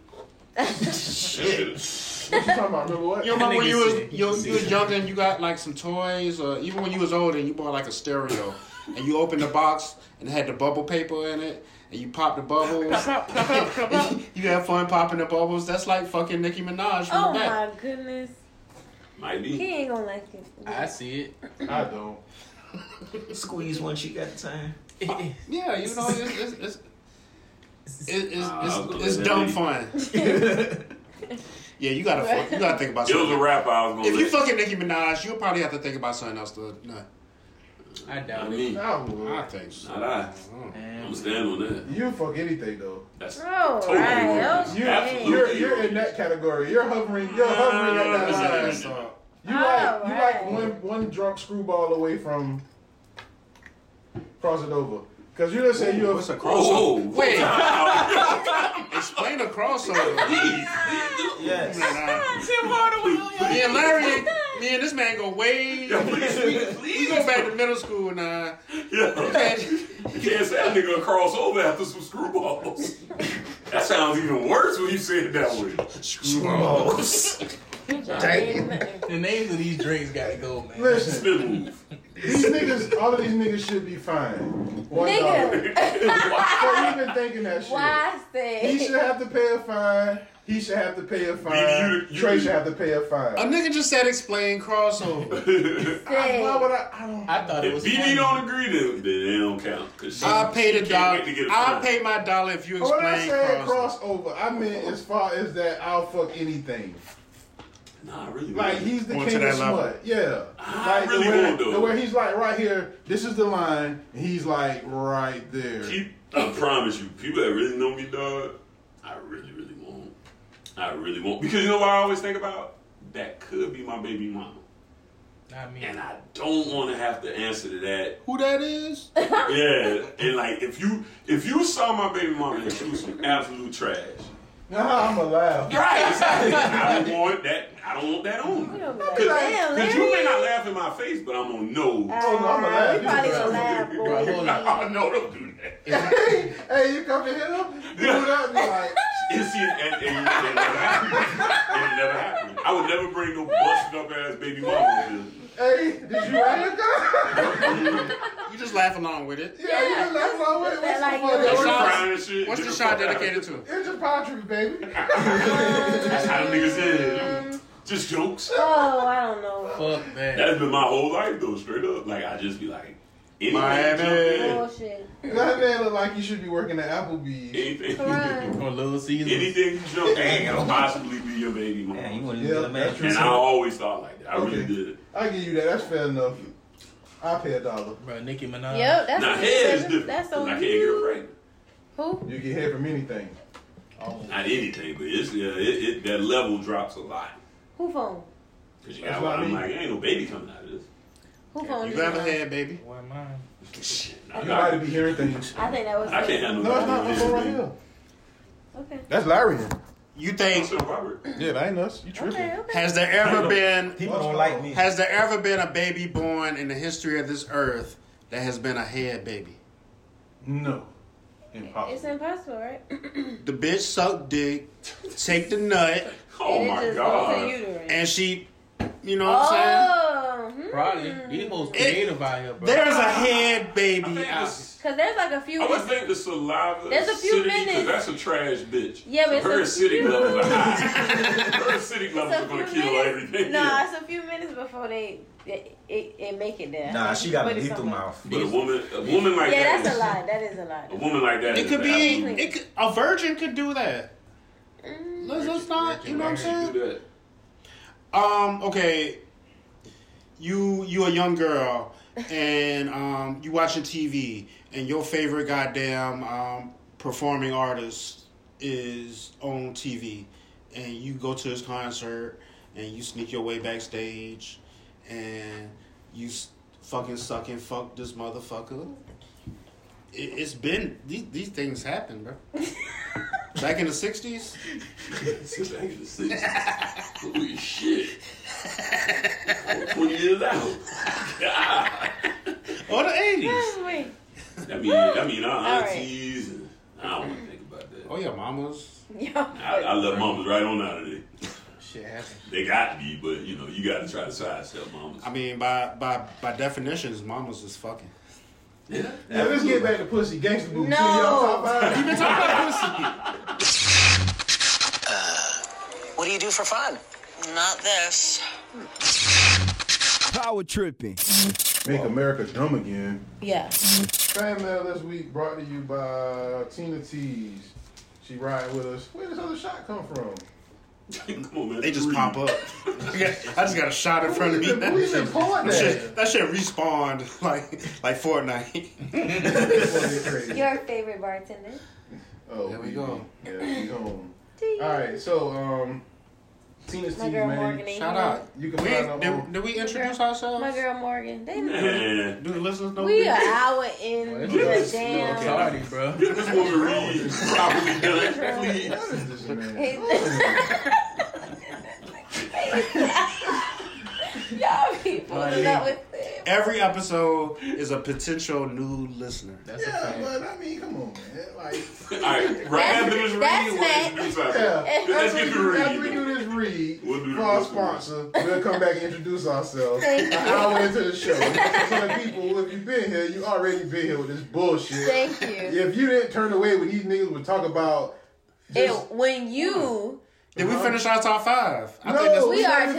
Speaker 5: Shit.
Speaker 7: Shit.
Speaker 1: What you talking about? Remember what?
Speaker 6: You remember when you was you, was- you was younger and you got like some toys, or even when you was older and you bought like a stereo, and you opened the box and it had the bubble paper in it, and you popped the bubbles. you had fun popping the bubbles. That's like fucking Nicki Minaj from
Speaker 5: Oh
Speaker 6: the back.
Speaker 5: my goodness.
Speaker 7: Might
Speaker 5: He
Speaker 7: be.
Speaker 5: ain't gonna like it.
Speaker 8: I see it.
Speaker 1: I don't.
Speaker 3: Squeeze one cheek at a time.
Speaker 6: Yeah, you know it's it's it's, it's, it's,
Speaker 7: Nah, I was
Speaker 6: it's,
Speaker 7: gonna
Speaker 6: it's
Speaker 7: let that
Speaker 6: dumb
Speaker 7: be.
Speaker 6: fun. Yeah, you gotta fuck, you gotta think about
Speaker 7: It was a
Speaker 6: something.
Speaker 7: rapper I was gonna
Speaker 6: If you
Speaker 7: let-
Speaker 6: fucking Nicki Minaj, you'll probably have to think about something else to nut.
Speaker 8: I
Speaker 7: I
Speaker 8: doubt it.
Speaker 7: mean,
Speaker 1: I
Speaker 6: I
Speaker 1: would.
Speaker 6: think so.
Speaker 7: not I. I'm
Speaker 8: Man,
Speaker 7: gonna stand on that.
Speaker 1: You fuck anything though.
Speaker 7: That's
Speaker 5: Oh,
Speaker 7: totally
Speaker 5: right,
Speaker 7: wrong.
Speaker 5: okay.
Speaker 1: You,
Speaker 7: Absolutely
Speaker 1: you're you're
Speaker 7: wrong.
Speaker 1: in that category. You're hovering. You're hovering at
Speaker 6: Nah,
Speaker 1: that
Speaker 6: nah,
Speaker 1: line.
Speaker 6: nah, nah, nah.
Speaker 1: You
Speaker 5: Oh,
Speaker 1: like you like
Speaker 5: right.
Speaker 1: one one drunk screwball away from crossing over. Cause you just said you
Speaker 6: What's a crossover?
Speaker 7: Oh,
Speaker 6: Wait. Explain a crossover.
Speaker 3: Yes.
Speaker 6: me and Larry, me and this man go way.
Speaker 7: please,
Speaker 6: We
Speaker 7: please.
Speaker 6: go back to middle school and uh,
Speaker 7: Yeah. You can't say that nigga cross over after some screwballs. That sounds even worse when you say it that way.
Speaker 3: Screwballs.
Speaker 8: the names of these drinks gotta go, man.
Speaker 1: listen.
Speaker 7: Spin move.
Speaker 1: These niggas, all of these niggas should be fine. One dollar.
Speaker 5: Nigga,
Speaker 1: Why you even thinking that shit?
Speaker 5: why
Speaker 1: He should
Speaker 5: say?
Speaker 1: have to pay a fine. He should have to pay a fine.
Speaker 7: you- you-
Speaker 1: Trey should have to pay a fine.
Speaker 6: a nigga just said explain crossover.
Speaker 1: I- why
Speaker 5: say.
Speaker 1: would I? I don't.
Speaker 8: I thought it
Speaker 7: If
Speaker 8: was
Speaker 7: BB
Speaker 8: funny.
Speaker 7: don't agree, then, then they don't count. 'Cause she-
Speaker 6: I paid a
Speaker 7: she
Speaker 6: dollar.
Speaker 7: can't wait to get a
Speaker 6: I
Speaker 7: phone.
Speaker 6: pay my dollar if you
Speaker 1: When I
Speaker 6: explain
Speaker 1: said
Speaker 6: crossover.
Speaker 1: crossover, I meant as far as that I'll fuck anything.
Speaker 7: Nah, I really.
Speaker 1: Like
Speaker 7: won't.
Speaker 1: he's the
Speaker 6: Going to
Speaker 1: king
Speaker 6: that
Speaker 1: of
Speaker 6: level.
Speaker 1: smut. Yeah.
Speaker 7: Ah, I
Speaker 1: like
Speaker 7: really
Speaker 1: the way,
Speaker 7: won't, though.
Speaker 1: the way he's like right here. This is the line, and he's like right there.
Speaker 7: Keep, I promise you, people that really know me, dog, I really, really won't. I really won't. Because you know what I always think about? That could be my baby mama.
Speaker 8: Not me.
Speaker 7: And I don't want to have to answer to that.
Speaker 6: Who that is?
Speaker 7: Yeah. And like, if you if you saw my baby mama and she was some absolute trash,
Speaker 1: Nah, I'm allowed.
Speaker 7: right? exactly. I don't want that. I don't want that on.
Speaker 5: You don't be like,
Speaker 7: Cause,
Speaker 5: "Damn,
Speaker 7: Cause you may
Speaker 5: Larry."
Speaker 7: not laugh in my face, but I'm gonna know.
Speaker 1: Oh, no, I'm allowed.
Speaker 5: You probably gonna laugh,
Speaker 8: Right, hold on.
Speaker 5: boy.
Speaker 7: I know don't do that.
Speaker 1: hey, hey, you come to him? You do that and be like,
Speaker 7: It's see, and, and, and it never happened. It never happened. I would never bring no busted up ass baby mama in here.
Speaker 1: hey, did you write it down?
Speaker 6: You just laugh along with it.
Speaker 1: Yeah, you know, that's all. What, what's
Speaker 5: Like,
Speaker 1: the
Speaker 7: Nigga
Speaker 6: What's
Speaker 1: fuck?
Speaker 6: up?
Speaker 7: crying and shit.
Speaker 6: What's the
Speaker 7: Nigga
Speaker 6: shot
Speaker 7: crying.
Speaker 6: dedicated to?
Speaker 1: It's your poetry, baby.
Speaker 7: That's how them niggas is. Just jokes.
Speaker 5: Um, Oh, I don't know.
Speaker 8: Fuck that.
Speaker 7: That's been my whole life though, straight up. Like I just be like, anything.
Speaker 6: Miami.
Speaker 7: jump in.
Speaker 5: Bullshit.
Speaker 1: That man look like you should be working at Applebee's.
Speaker 7: Anything.
Speaker 5: Right.
Speaker 8: Or Little Caesars.
Speaker 7: Anything you jump in
Speaker 3: Damn.
Speaker 7: could possibly be your baby mama.
Speaker 3: Yeah, you wouldn't
Speaker 1: Yeah,
Speaker 3: even get
Speaker 1: that's
Speaker 3: mad.
Speaker 1: true.
Speaker 7: and I always thought like that. I really
Speaker 1: Okay.
Speaker 7: did.
Speaker 1: I give you that. That's fair enough. I pay a dollar.
Speaker 8: Bro, Nicki Minaj.
Speaker 5: Yep, that's
Speaker 7: Now
Speaker 5: what
Speaker 7: head
Speaker 5: you
Speaker 7: is
Speaker 5: said.
Speaker 7: different.
Speaker 5: That's
Speaker 7: 'cause I
Speaker 5: on
Speaker 7: can't get her
Speaker 5: you.
Speaker 7: pregnant.
Speaker 5: Who?
Speaker 1: You can hear from anything.
Speaker 8: Oh,
Speaker 7: Not anything, but it's yeah, it, it that level drops a lot.
Speaker 5: Who phone?
Speaker 7: Cause you
Speaker 1: That's
Speaker 7: got
Speaker 1: what I
Speaker 7: I'm
Speaker 1: mean.
Speaker 7: like, ain't no baby coming out of this.
Speaker 5: Who phone?
Speaker 6: You
Speaker 5: is
Speaker 6: got a
Speaker 5: it?
Speaker 6: head, baby.
Speaker 8: where am I?
Speaker 7: I,
Speaker 1: You might be hearing things.
Speaker 5: I think that was.
Speaker 7: I can't handle
Speaker 1: No, it's not. That's one right
Speaker 7: that.
Speaker 1: here.
Speaker 5: Okay.
Speaker 1: That's Larry.
Speaker 6: You
Speaker 7: I'm
Speaker 6: think
Speaker 7: still Robert.
Speaker 1: Yeah, that ain't us. You tripping?
Speaker 5: Okay. Okay.
Speaker 6: has there ever been
Speaker 3: People don't like me.
Speaker 6: has there ever been a baby born in the history of this earth that has been a head baby?
Speaker 1: No.
Speaker 5: It's
Speaker 1: Impossible.
Speaker 5: impossible, right?
Speaker 6: The bitch sucked dick, take the nut,
Speaker 7: Oh
Speaker 5: And it
Speaker 7: my
Speaker 5: just
Speaker 7: god.
Speaker 5: goes to uterus.
Speaker 6: and she, you know what I'm
Speaker 5: Oh, hmm.
Speaker 8: Probably. These most creative out here, bro.
Speaker 6: saying? There's a head
Speaker 7: I,
Speaker 6: baby
Speaker 7: think
Speaker 6: out.
Speaker 7: this-
Speaker 5: Cause there's like a few.
Speaker 7: I would think the saliva.
Speaker 5: There's a few
Speaker 7: acidity, 'cause
Speaker 5: minutes.
Speaker 7: That's a trash bitch.
Speaker 5: Yeah, but it's
Speaker 7: her
Speaker 5: a
Speaker 7: acidic
Speaker 5: few-
Speaker 7: levels are high. her acidic
Speaker 5: it's
Speaker 7: levels
Speaker 5: a
Speaker 7: are gonna
Speaker 5: few
Speaker 7: kill
Speaker 5: minutes-
Speaker 7: everything.
Speaker 5: No, it's a few minutes before they it, it, it make it there.
Speaker 3: Nah, she got a
Speaker 5: But it's
Speaker 3: lethal
Speaker 5: somewhere.
Speaker 3: mouth.
Speaker 7: But a woman, a woman like
Speaker 5: Yeah,
Speaker 7: that.
Speaker 5: that's a
Speaker 7: is-
Speaker 5: lot. That is a lot.
Speaker 7: A woman like that.
Speaker 6: It
Speaker 7: is
Speaker 6: could
Speaker 7: an
Speaker 6: be.
Speaker 7: absolute-
Speaker 6: It could, a virgin could do that. Let's, let's not. You know what I'm
Speaker 7: She
Speaker 6: saying?
Speaker 7: do that.
Speaker 6: Um. Okay. You you a young girl and um you watching TV and your favorite goddamn um performing artist is on TV and you go to his concert and you sneak your way backstage and you s- fucking suck and fuck this motherfucker. It, it's been these these things happen, bro. Back in the sixties.
Speaker 7: Sit back in the seats. Holy shit. I'm 20 years out. God.
Speaker 6: Or the eighties.
Speaker 5: Wait,
Speaker 7: That mean, that mean our
Speaker 5: All right.
Speaker 7: aunties. And I don't want to think about that.
Speaker 6: Oh yeah, Oh, mamas.
Speaker 5: yo,
Speaker 7: I, I love mamas right on out of there.
Speaker 8: Shit happens.
Speaker 7: They got me, but you know, you got to try to sidestep mamas.
Speaker 6: I mean, by by by definitions, mamas is fucking.
Speaker 7: Yeah.
Speaker 1: Now let's get back to pussy gangster boo.
Speaker 5: No.
Speaker 1: you been talking
Speaker 11: Uh, What do you do for fun? Not this.
Speaker 10: Power tripping.
Speaker 1: Make America dumb again.
Speaker 5: Yeah.
Speaker 1: Fan mail this week brought to you by Tina Tees. She riding with us. Where this other shot come from?
Speaker 7: Come on, man.
Speaker 6: They just
Speaker 7: Breathe.
Speaker 6: pop up. I just got a shot in front of me.
Speaker 1: Who
Speaker 6: That,
Speaker 1: even poured
Speaker 6: that
Speaker 1: that?
Speaker 6: shit, that shit respawned like like Fortnite.
Speaker 5: Your favorite bartender.
Speaker 1: Oh,
Speaker 6: There we
Speaker 1: we
Speaker 6: go.
Speaker 1: home. Yeah, we home. All right, so um, Tina Tees,
Speaker 5: My girl
Speaker 1: man.
Speaker 5: Morgan ain't
Speaker 6: Shout
Speaker 5: here.
Speaker 6: out.
Speaker 1: You can
Speaker 6: We,
Speaker 1: find out.
Speaker 6: did,
Speaker 1: on-
Speaker 6: did we introduce
Speaker 5: My
Speaker 6: ourselves?
Speaker 5: girl Morgan. They
Speaker 7: Man,
Speaker 6: Do the listeners know?
Speaker 5: we
Speaker 6: who
Speaker 5: are hour
Speaker 3: Oh,
Speaker 5: in the damn.
Speaker 8: Sorry, bro.
Speaker 7: get this woman read properly done. Please.
Speaker 1: What is this man?
Speaker 5: Y'all be pulling up with it.
Speaker 6: Every episode is a potential new listener.
Speaker 8: That's a
Speaker 1: Yeah,
Speaker 8: fact.
Speaker 1: but I mean, come on, man. Like,
Speaker 7: All right, right after this read,
Speaker 5: that's
Speaker 7: we'll
Speaker 5: Mac.
Speaker 7: introduce ourselves.
Speaker 1: yeah.
Speaker 7: Let's
Speaker 1: After
Speaker 7: get
Speaker 1: we- after we
Speaker 7: the
Speaker 1: do this read
Speaker 7: We'll do
Speaker 1: for
Speaker 7: the
Speaker 1: our
Speaker 7: first one.
Speaker 1: sponsor, we'll come back and introduce ourselves
Speaker 5: Thank
Speaker 1: an
Speaker 5: you.
Speaker 1: hour into the show. So the people, if you've been here, you already been here with this bullshit.
Speaker 5: Thank you.
Speaker 1: If you didn't turn away when these niggas would talk about
Speaker 5: And when you,
Speaker 6: Did we finish our top five? I
Speaker 1: No.
Speaker 6: that's
Speaker 5: we are
Speaker 1: Yeah.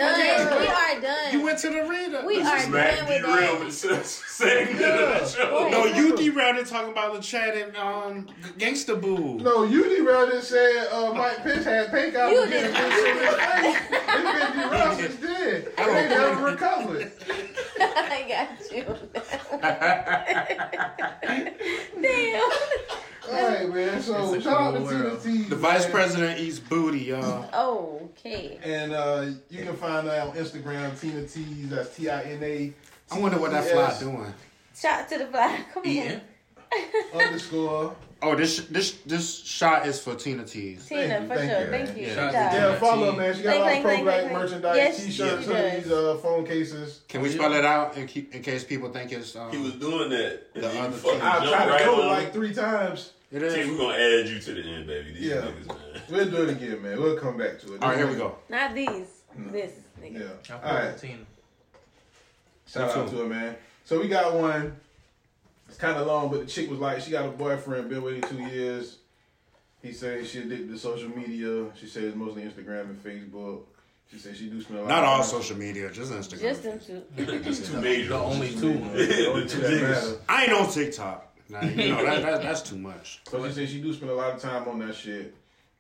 Speaker 5: done. We are done.
Speaker 6: you went to the reader.
Speaker 5: we are
Speaker 7: read.
Speaker 5: done
Speaker 7: Smack
Speaker 5: with that.
Speaker 7: derailment se- segment of the show.
Speaker 5: Right.
Speaker 6: No, you derailed it talking about the chat and um, Gangsta Boo.
Speaker 1: No, you derailed and said uh, Mike Pitts had pink eye.
Speaker 5: You
Speaker 1: and
Speaker 5: did.
Speaker 1: This bitch derailed since then. They never recovered.
Speaker 5: I got you. Damn.
Speaker 1: All right, man. So
Speaker 8: It's a
Speaker 1: shout out
Speaker 8: cruel
Speaker 1: to
Speaker 8: world.
Speaker 1: Tina T.
Speaker 6: The vice president eats booty, y'all.
Speaker 5: Okay.
Speaker 1: And uh, you can find her on Instagram, Tina T's. That's T I N A
Speaker 6: I wonder what that fly
Speaker 1: Yes.
Speaker 6: doing.
Speaker 5: Shout to the fly. Come
Speaker 8: Eating.
Speaker 5: on.
Speaker 1: underscore.
Speaker 6: Oh, this this this shot is for Tina T's.
Speaker 5: Tina,
Speaker 1: you,
Speaker 5: for
Speaker 1: thank
Speaker 5: sure.
Speaker 1: you.
Speaker 5: Thank you.
Speaker 8: Yeah.
Speaker 5: Good
Speaker 8: Shout
Speaker 5: job.
Speaker 8: out to
Speaker 1: Yeah,
Speaker 8: Tina
Speaker 1: follow
Speaker 8: T.
Speaker 1: man. She got a lot of
Speaker 5: Blank,
Speaker 1: pro
Speaker 5: blank,
Speaker 1: black
Speaker 5: blank, blank,
Speaker 1: merchandise,
Speaker 5: blank. Yes,
Speaker 1: t-shirts,
Speaker 5: she does.
Speaker 1: hoodies, uh, phone cases.
Speaker 6: Can we spell it out in, keep, in case people think it's um,
Speaker 7: He was doing that. And
Speaker 6: The
Speaker 7: then you
Speaker 6: other
Speaker 7: fucking
Speaker 6: thing.
Speaker 1: I
Speaker 7: jumped
Speaker 1: tried to
Speaker 7: right
Speaker 1: go
Speaker 7: on.
Speaker 1: like three times.
Speaker 6: it
Speaker 7: T, we're
Speaker 6: is.
Speaker 7: gonna add you to the end, baby. These
Speaker 1: Yeah.
Speaker 7: niggas, man.
Speaker 1: We'll do it again, man. We'll come back to it.
Speaker 6: All right, here we go.
Speaker 5: Not these.
Speaker 8: Mm.
Speaker 5: This nigga.
Speaker 1: Yeah.
Speaker 8: I'm
Speaker 1: All right.
Speaker 8: Tina.
Speaker 1: Shout out to her, man. So we got one. It's kind of long, but the chick was like, she got a boyfriend, been with him two years. He says she addicted to social media. She says it's mostly Instagram and Facebook. She says she do smell.
Speaker 6: Not
Speaker 1: like
Speaker 6: all social media, just Instagram.
Speaker 5: Just them two.
Speaker 7: It's too major.
Speaker 8: Only two.
Speaker 1: Only two that matter.
Speaker 6: I ain't on TikTok. Nah, you know that, that, that's too much.
Speaker 1: So she said she do spend a lot of time on that shit.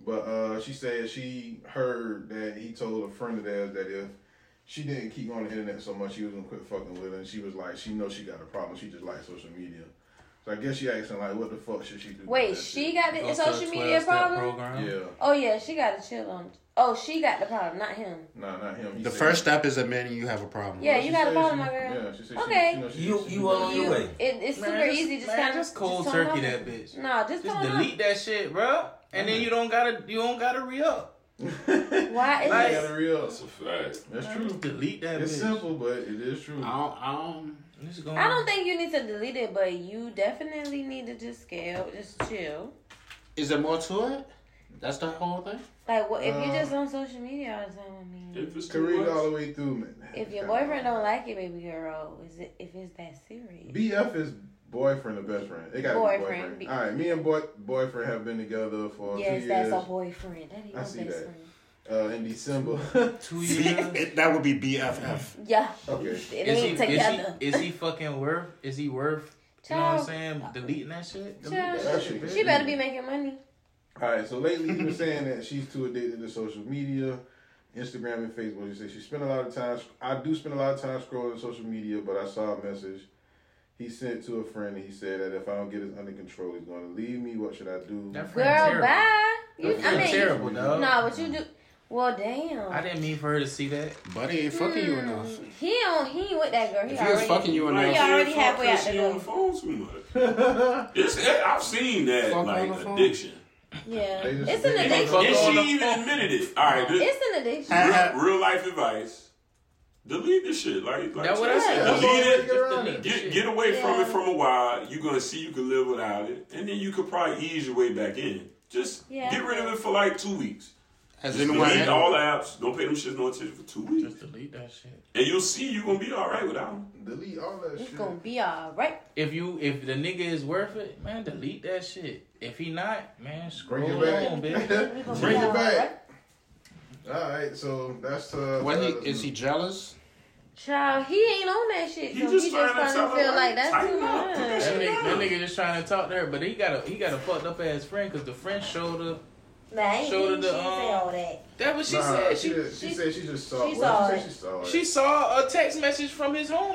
Speaker 1: But uh, she said she heard that he told a friend of theirs that if she didn't keep on the internet so much, she was gonna quit fucking with her. And she was like, she knows she got a problem. She just likes social media. So I guess she asking like, what the fuck should she do? about
Speaker 5: Wait,
Speaker 1: that
Speaker 5: she
Speaker 1: shit?
Speaker 5: got the social media problem?
Speaker 1: Yeah,
Speaker 5: Oh yeah, she got to chill on. Oh, she got the problem, not him.
Speaker 1: nah, not him. He
Speaker 6: The
Speaker 1: said-
Speaker 6: first step is admitting you have a problem.
Speaker 5: Yeah,
Speaker 1: She
Speaker 5: you got a
Speaker 1: said
Speaker 5: problem,
Speaker 1: she-
Speaker 5: my girl.
Speaker 1: Yeah, she said
Speaker 5: Okay.
Speaker 1: she, she, knows she,
Speaker 3: You-
Speaker 1: she
Speaker 3: you all on
Speaker 1: you.
Speaker 3: your way.
Speaker 5: It, it's
Speaker 8: Man,
Speaker 5: super
Speaker 8: just-
Speaker 5: easy. Just
Speaker 8: man,
Speaker 5: kind of
Speaker 8: just cold turkey that bitch.
Speaker 5: Nah, just,
Speaker 8: Just
Speaker 5: tell him
Speaker 8: delete that shit, bro. And then you don't gotta you don't gotta re up.
Speaker 5: off. Why is
Speaker 8: Like-
Speaker 5: it?
Speaker 1: Got a real.
Speaker 7: That's a fact.
Speaker 1: That's true.
Speaker 8: Delete that
Speaker 1: It's
Speaker 8: bitch.
Speaker 1: simple, but it is true.
Speaker 6: I don't. I don't
Speaker 8: It's gonna-
Speaker 5: I don't think you need to delete it, but you definitely need to just scale, just chill.
Speaker 6: is there more to it? That's the whole thing.
Speaker 5: Like, what if
Speaker 1: Uh,
Speaker 5: you're just on social media all the time? I mean,
Speaker 7: If it's
Speaker 1: Can read all the
Speaker 7: too much,
Speaker 1: way through, man.
Speaker 5: if your boyfriend don't like it, baby girl, is it if it's that serious?
Speaker 1: BF is boyfriend or best friend. It got to be
Speaker 5: Boyfriend.
Speaker 1: boyfriend. All right, me and boy boyfriend have been together for
Speaker 5: yes,
Speaker 1: two
Speaker 5: that's
Speaker 1: years.
Speaker 5: a boyfriend. That ain't
Speaker 1: I
Speaker 5: your best
Speaker 1: see that.
Speaker 5: friend.
Speaker 1: uh, in December.
Speaker 8: two years.
Speaker 6: It, that would be BFF.
Speaker 5: Yeah,
Speaker 1: okay.
Speaker 5: it
Speaker 8: Is
Speaker 5: ain't
Speaker 8: he, is
Speaker 5: together.
Speaker 8: he is he fucking worth? Is he worth? You know what I'm
Speaker 5: Child.
Speaker 8: saying? Deleting that shit. Delete
Speaker 5: Child.
Speaker 8: that
Speaker 1: That
Speaker 8: shit.
Speaker 1: shit
Speaker 8: bitch.
Speaker 5: she better be making money.
Speaker 1: All right. So lately, you've been saying that she's too addicted to social media, Instagram and Facebook. You say she spent a lot of time. I do spend a lot of time scrolling social media, but I saw a message he sent to a friend, and he said that if I don't get this under control, he's going to leave me. What should I do?
Speaker 8: That
Speaker 5: Girl,
Speaker 8: friend terrible.
Speaker 5: bye. You,
Speaker 8: That
Speaker 5: I
Speaker 8: friend
Speaker 5: mean,
Speaker 8: terrible, dog.
Speaker 5: nah, what you do? Well, damn.
Speaker 8: I didn't mean for her to see that.
Speaker 6: Buddy ain't fucking you enough.
Speaker 5: He don't. He ain't with that girl. He
Speaker 6: If he
Speaker 5: already.
Speaker 6: was fucking you
Speaker 7: like,
Speaker 5: We
Speaker 6: enough,
Speaker 7: she
Speaker 5: already
Speaker 7: fuck
Speaker 5: halfway
Speaker 7: her,
Speaker 5: out
Speaker 7: she
Speaker 5: the
Speaker 7: on
Speaker 5: door.
Speaker 7: the phone too much. It's, it, I've seen that
Speaker 6: Fuck
Speaker 7: like
Speaker 6: on the phone.
Speaker 7: addiction.
Speaker 5: Yeah,
Speaker 1: They just-
Speaker 5: it's an
Speaker 1: they just
Speaker 5: addiction.
Speaker 1: fuck
Speaker 7: And
Speaker 1: on the
Speaker 7: she even admitted it. All right, this,
Speaker 5: It's an addiction.
Speaker 6: Uh,
Speaker 7: real, real life advice. Delete this shit. Like, like
Speaker 8: That's what I
Speaker 7: Chad
Speaker 8: said.
Speaker 1: That's
Speaker 7: Delete
Speaker 1: all
Speaker 7: it.
Speaker 1: we get around
Speaker 8: Delete
Speaker 1: it.
Speaker 8: the
Speaker 7: Get,
Speaker 8: shit.
Speaker 7: get away from
Speaker 5: Yeah.
Speaker 7: it from a while. You're gonna see you can live without it, and then you could probably ease your way back in. Just
Speaker 5: Yeah.
Speaker 7: get rid of it for like two weeks.
Speaker 6: Has
Speaker 7: Just
Speaker 6: anyone
Speaker 7: delete
Speaker 6: had-
Speaker 7: all apps? Don't pay them shits no attention for two weeks. Just
Speaker 8: delete that shit.
Speaker 7: And you'll see you're gonna be all right without them.
Speaker 1: Delete all that
Speaker 5: It's gonna be alright.
Speaker 8: If you if the nigga is worth it, man, delete that shit. If he not, man, scroll
Speaker 1: Bring it back.
Speaker 8: on, bitch.
Speaker 1: Bring it back. All right, so that's uh.
Speaker 6: What he, is he jealous?
Speaker 5: Child, he ain't on that shit.
Speaker 8: He
Speaker 5: so
Speaker 8: just
Speaker 5: he just
Speaker 8: trying to
Speaker 5: starting to
Speaker 8: tell
Speaker 5: feel
Speaker 8: her,
Speaker 5: like that's
Speaker 8: tighten
Speaker 5: too much.
Speaker 8: That nigga, that nigga just trying to talk to her, but he got a he got a fucked up ass friend because the friend showed up.
Speaker 5: Nah, I ain't
Speaker 8: Showed her
Speaker 5: think she
Speaker 8: the
Speaker 5: say all
Speaker 8: um.
Speaker 5: that.
Speaker 8: That what she
Speaker 1: Nah,
Speaker 8: said.
Speaker 1: she
Speaker 8: She,
Speaker 1: did- she said she just saw
Speaker 5: she
Speaker 1: it.
Speaker 5: saw
Speaker 1: What did she say she
Speaker 5: it.
Speaker 1: saw it?
Speaker 8: She saw a text message from his homeboy.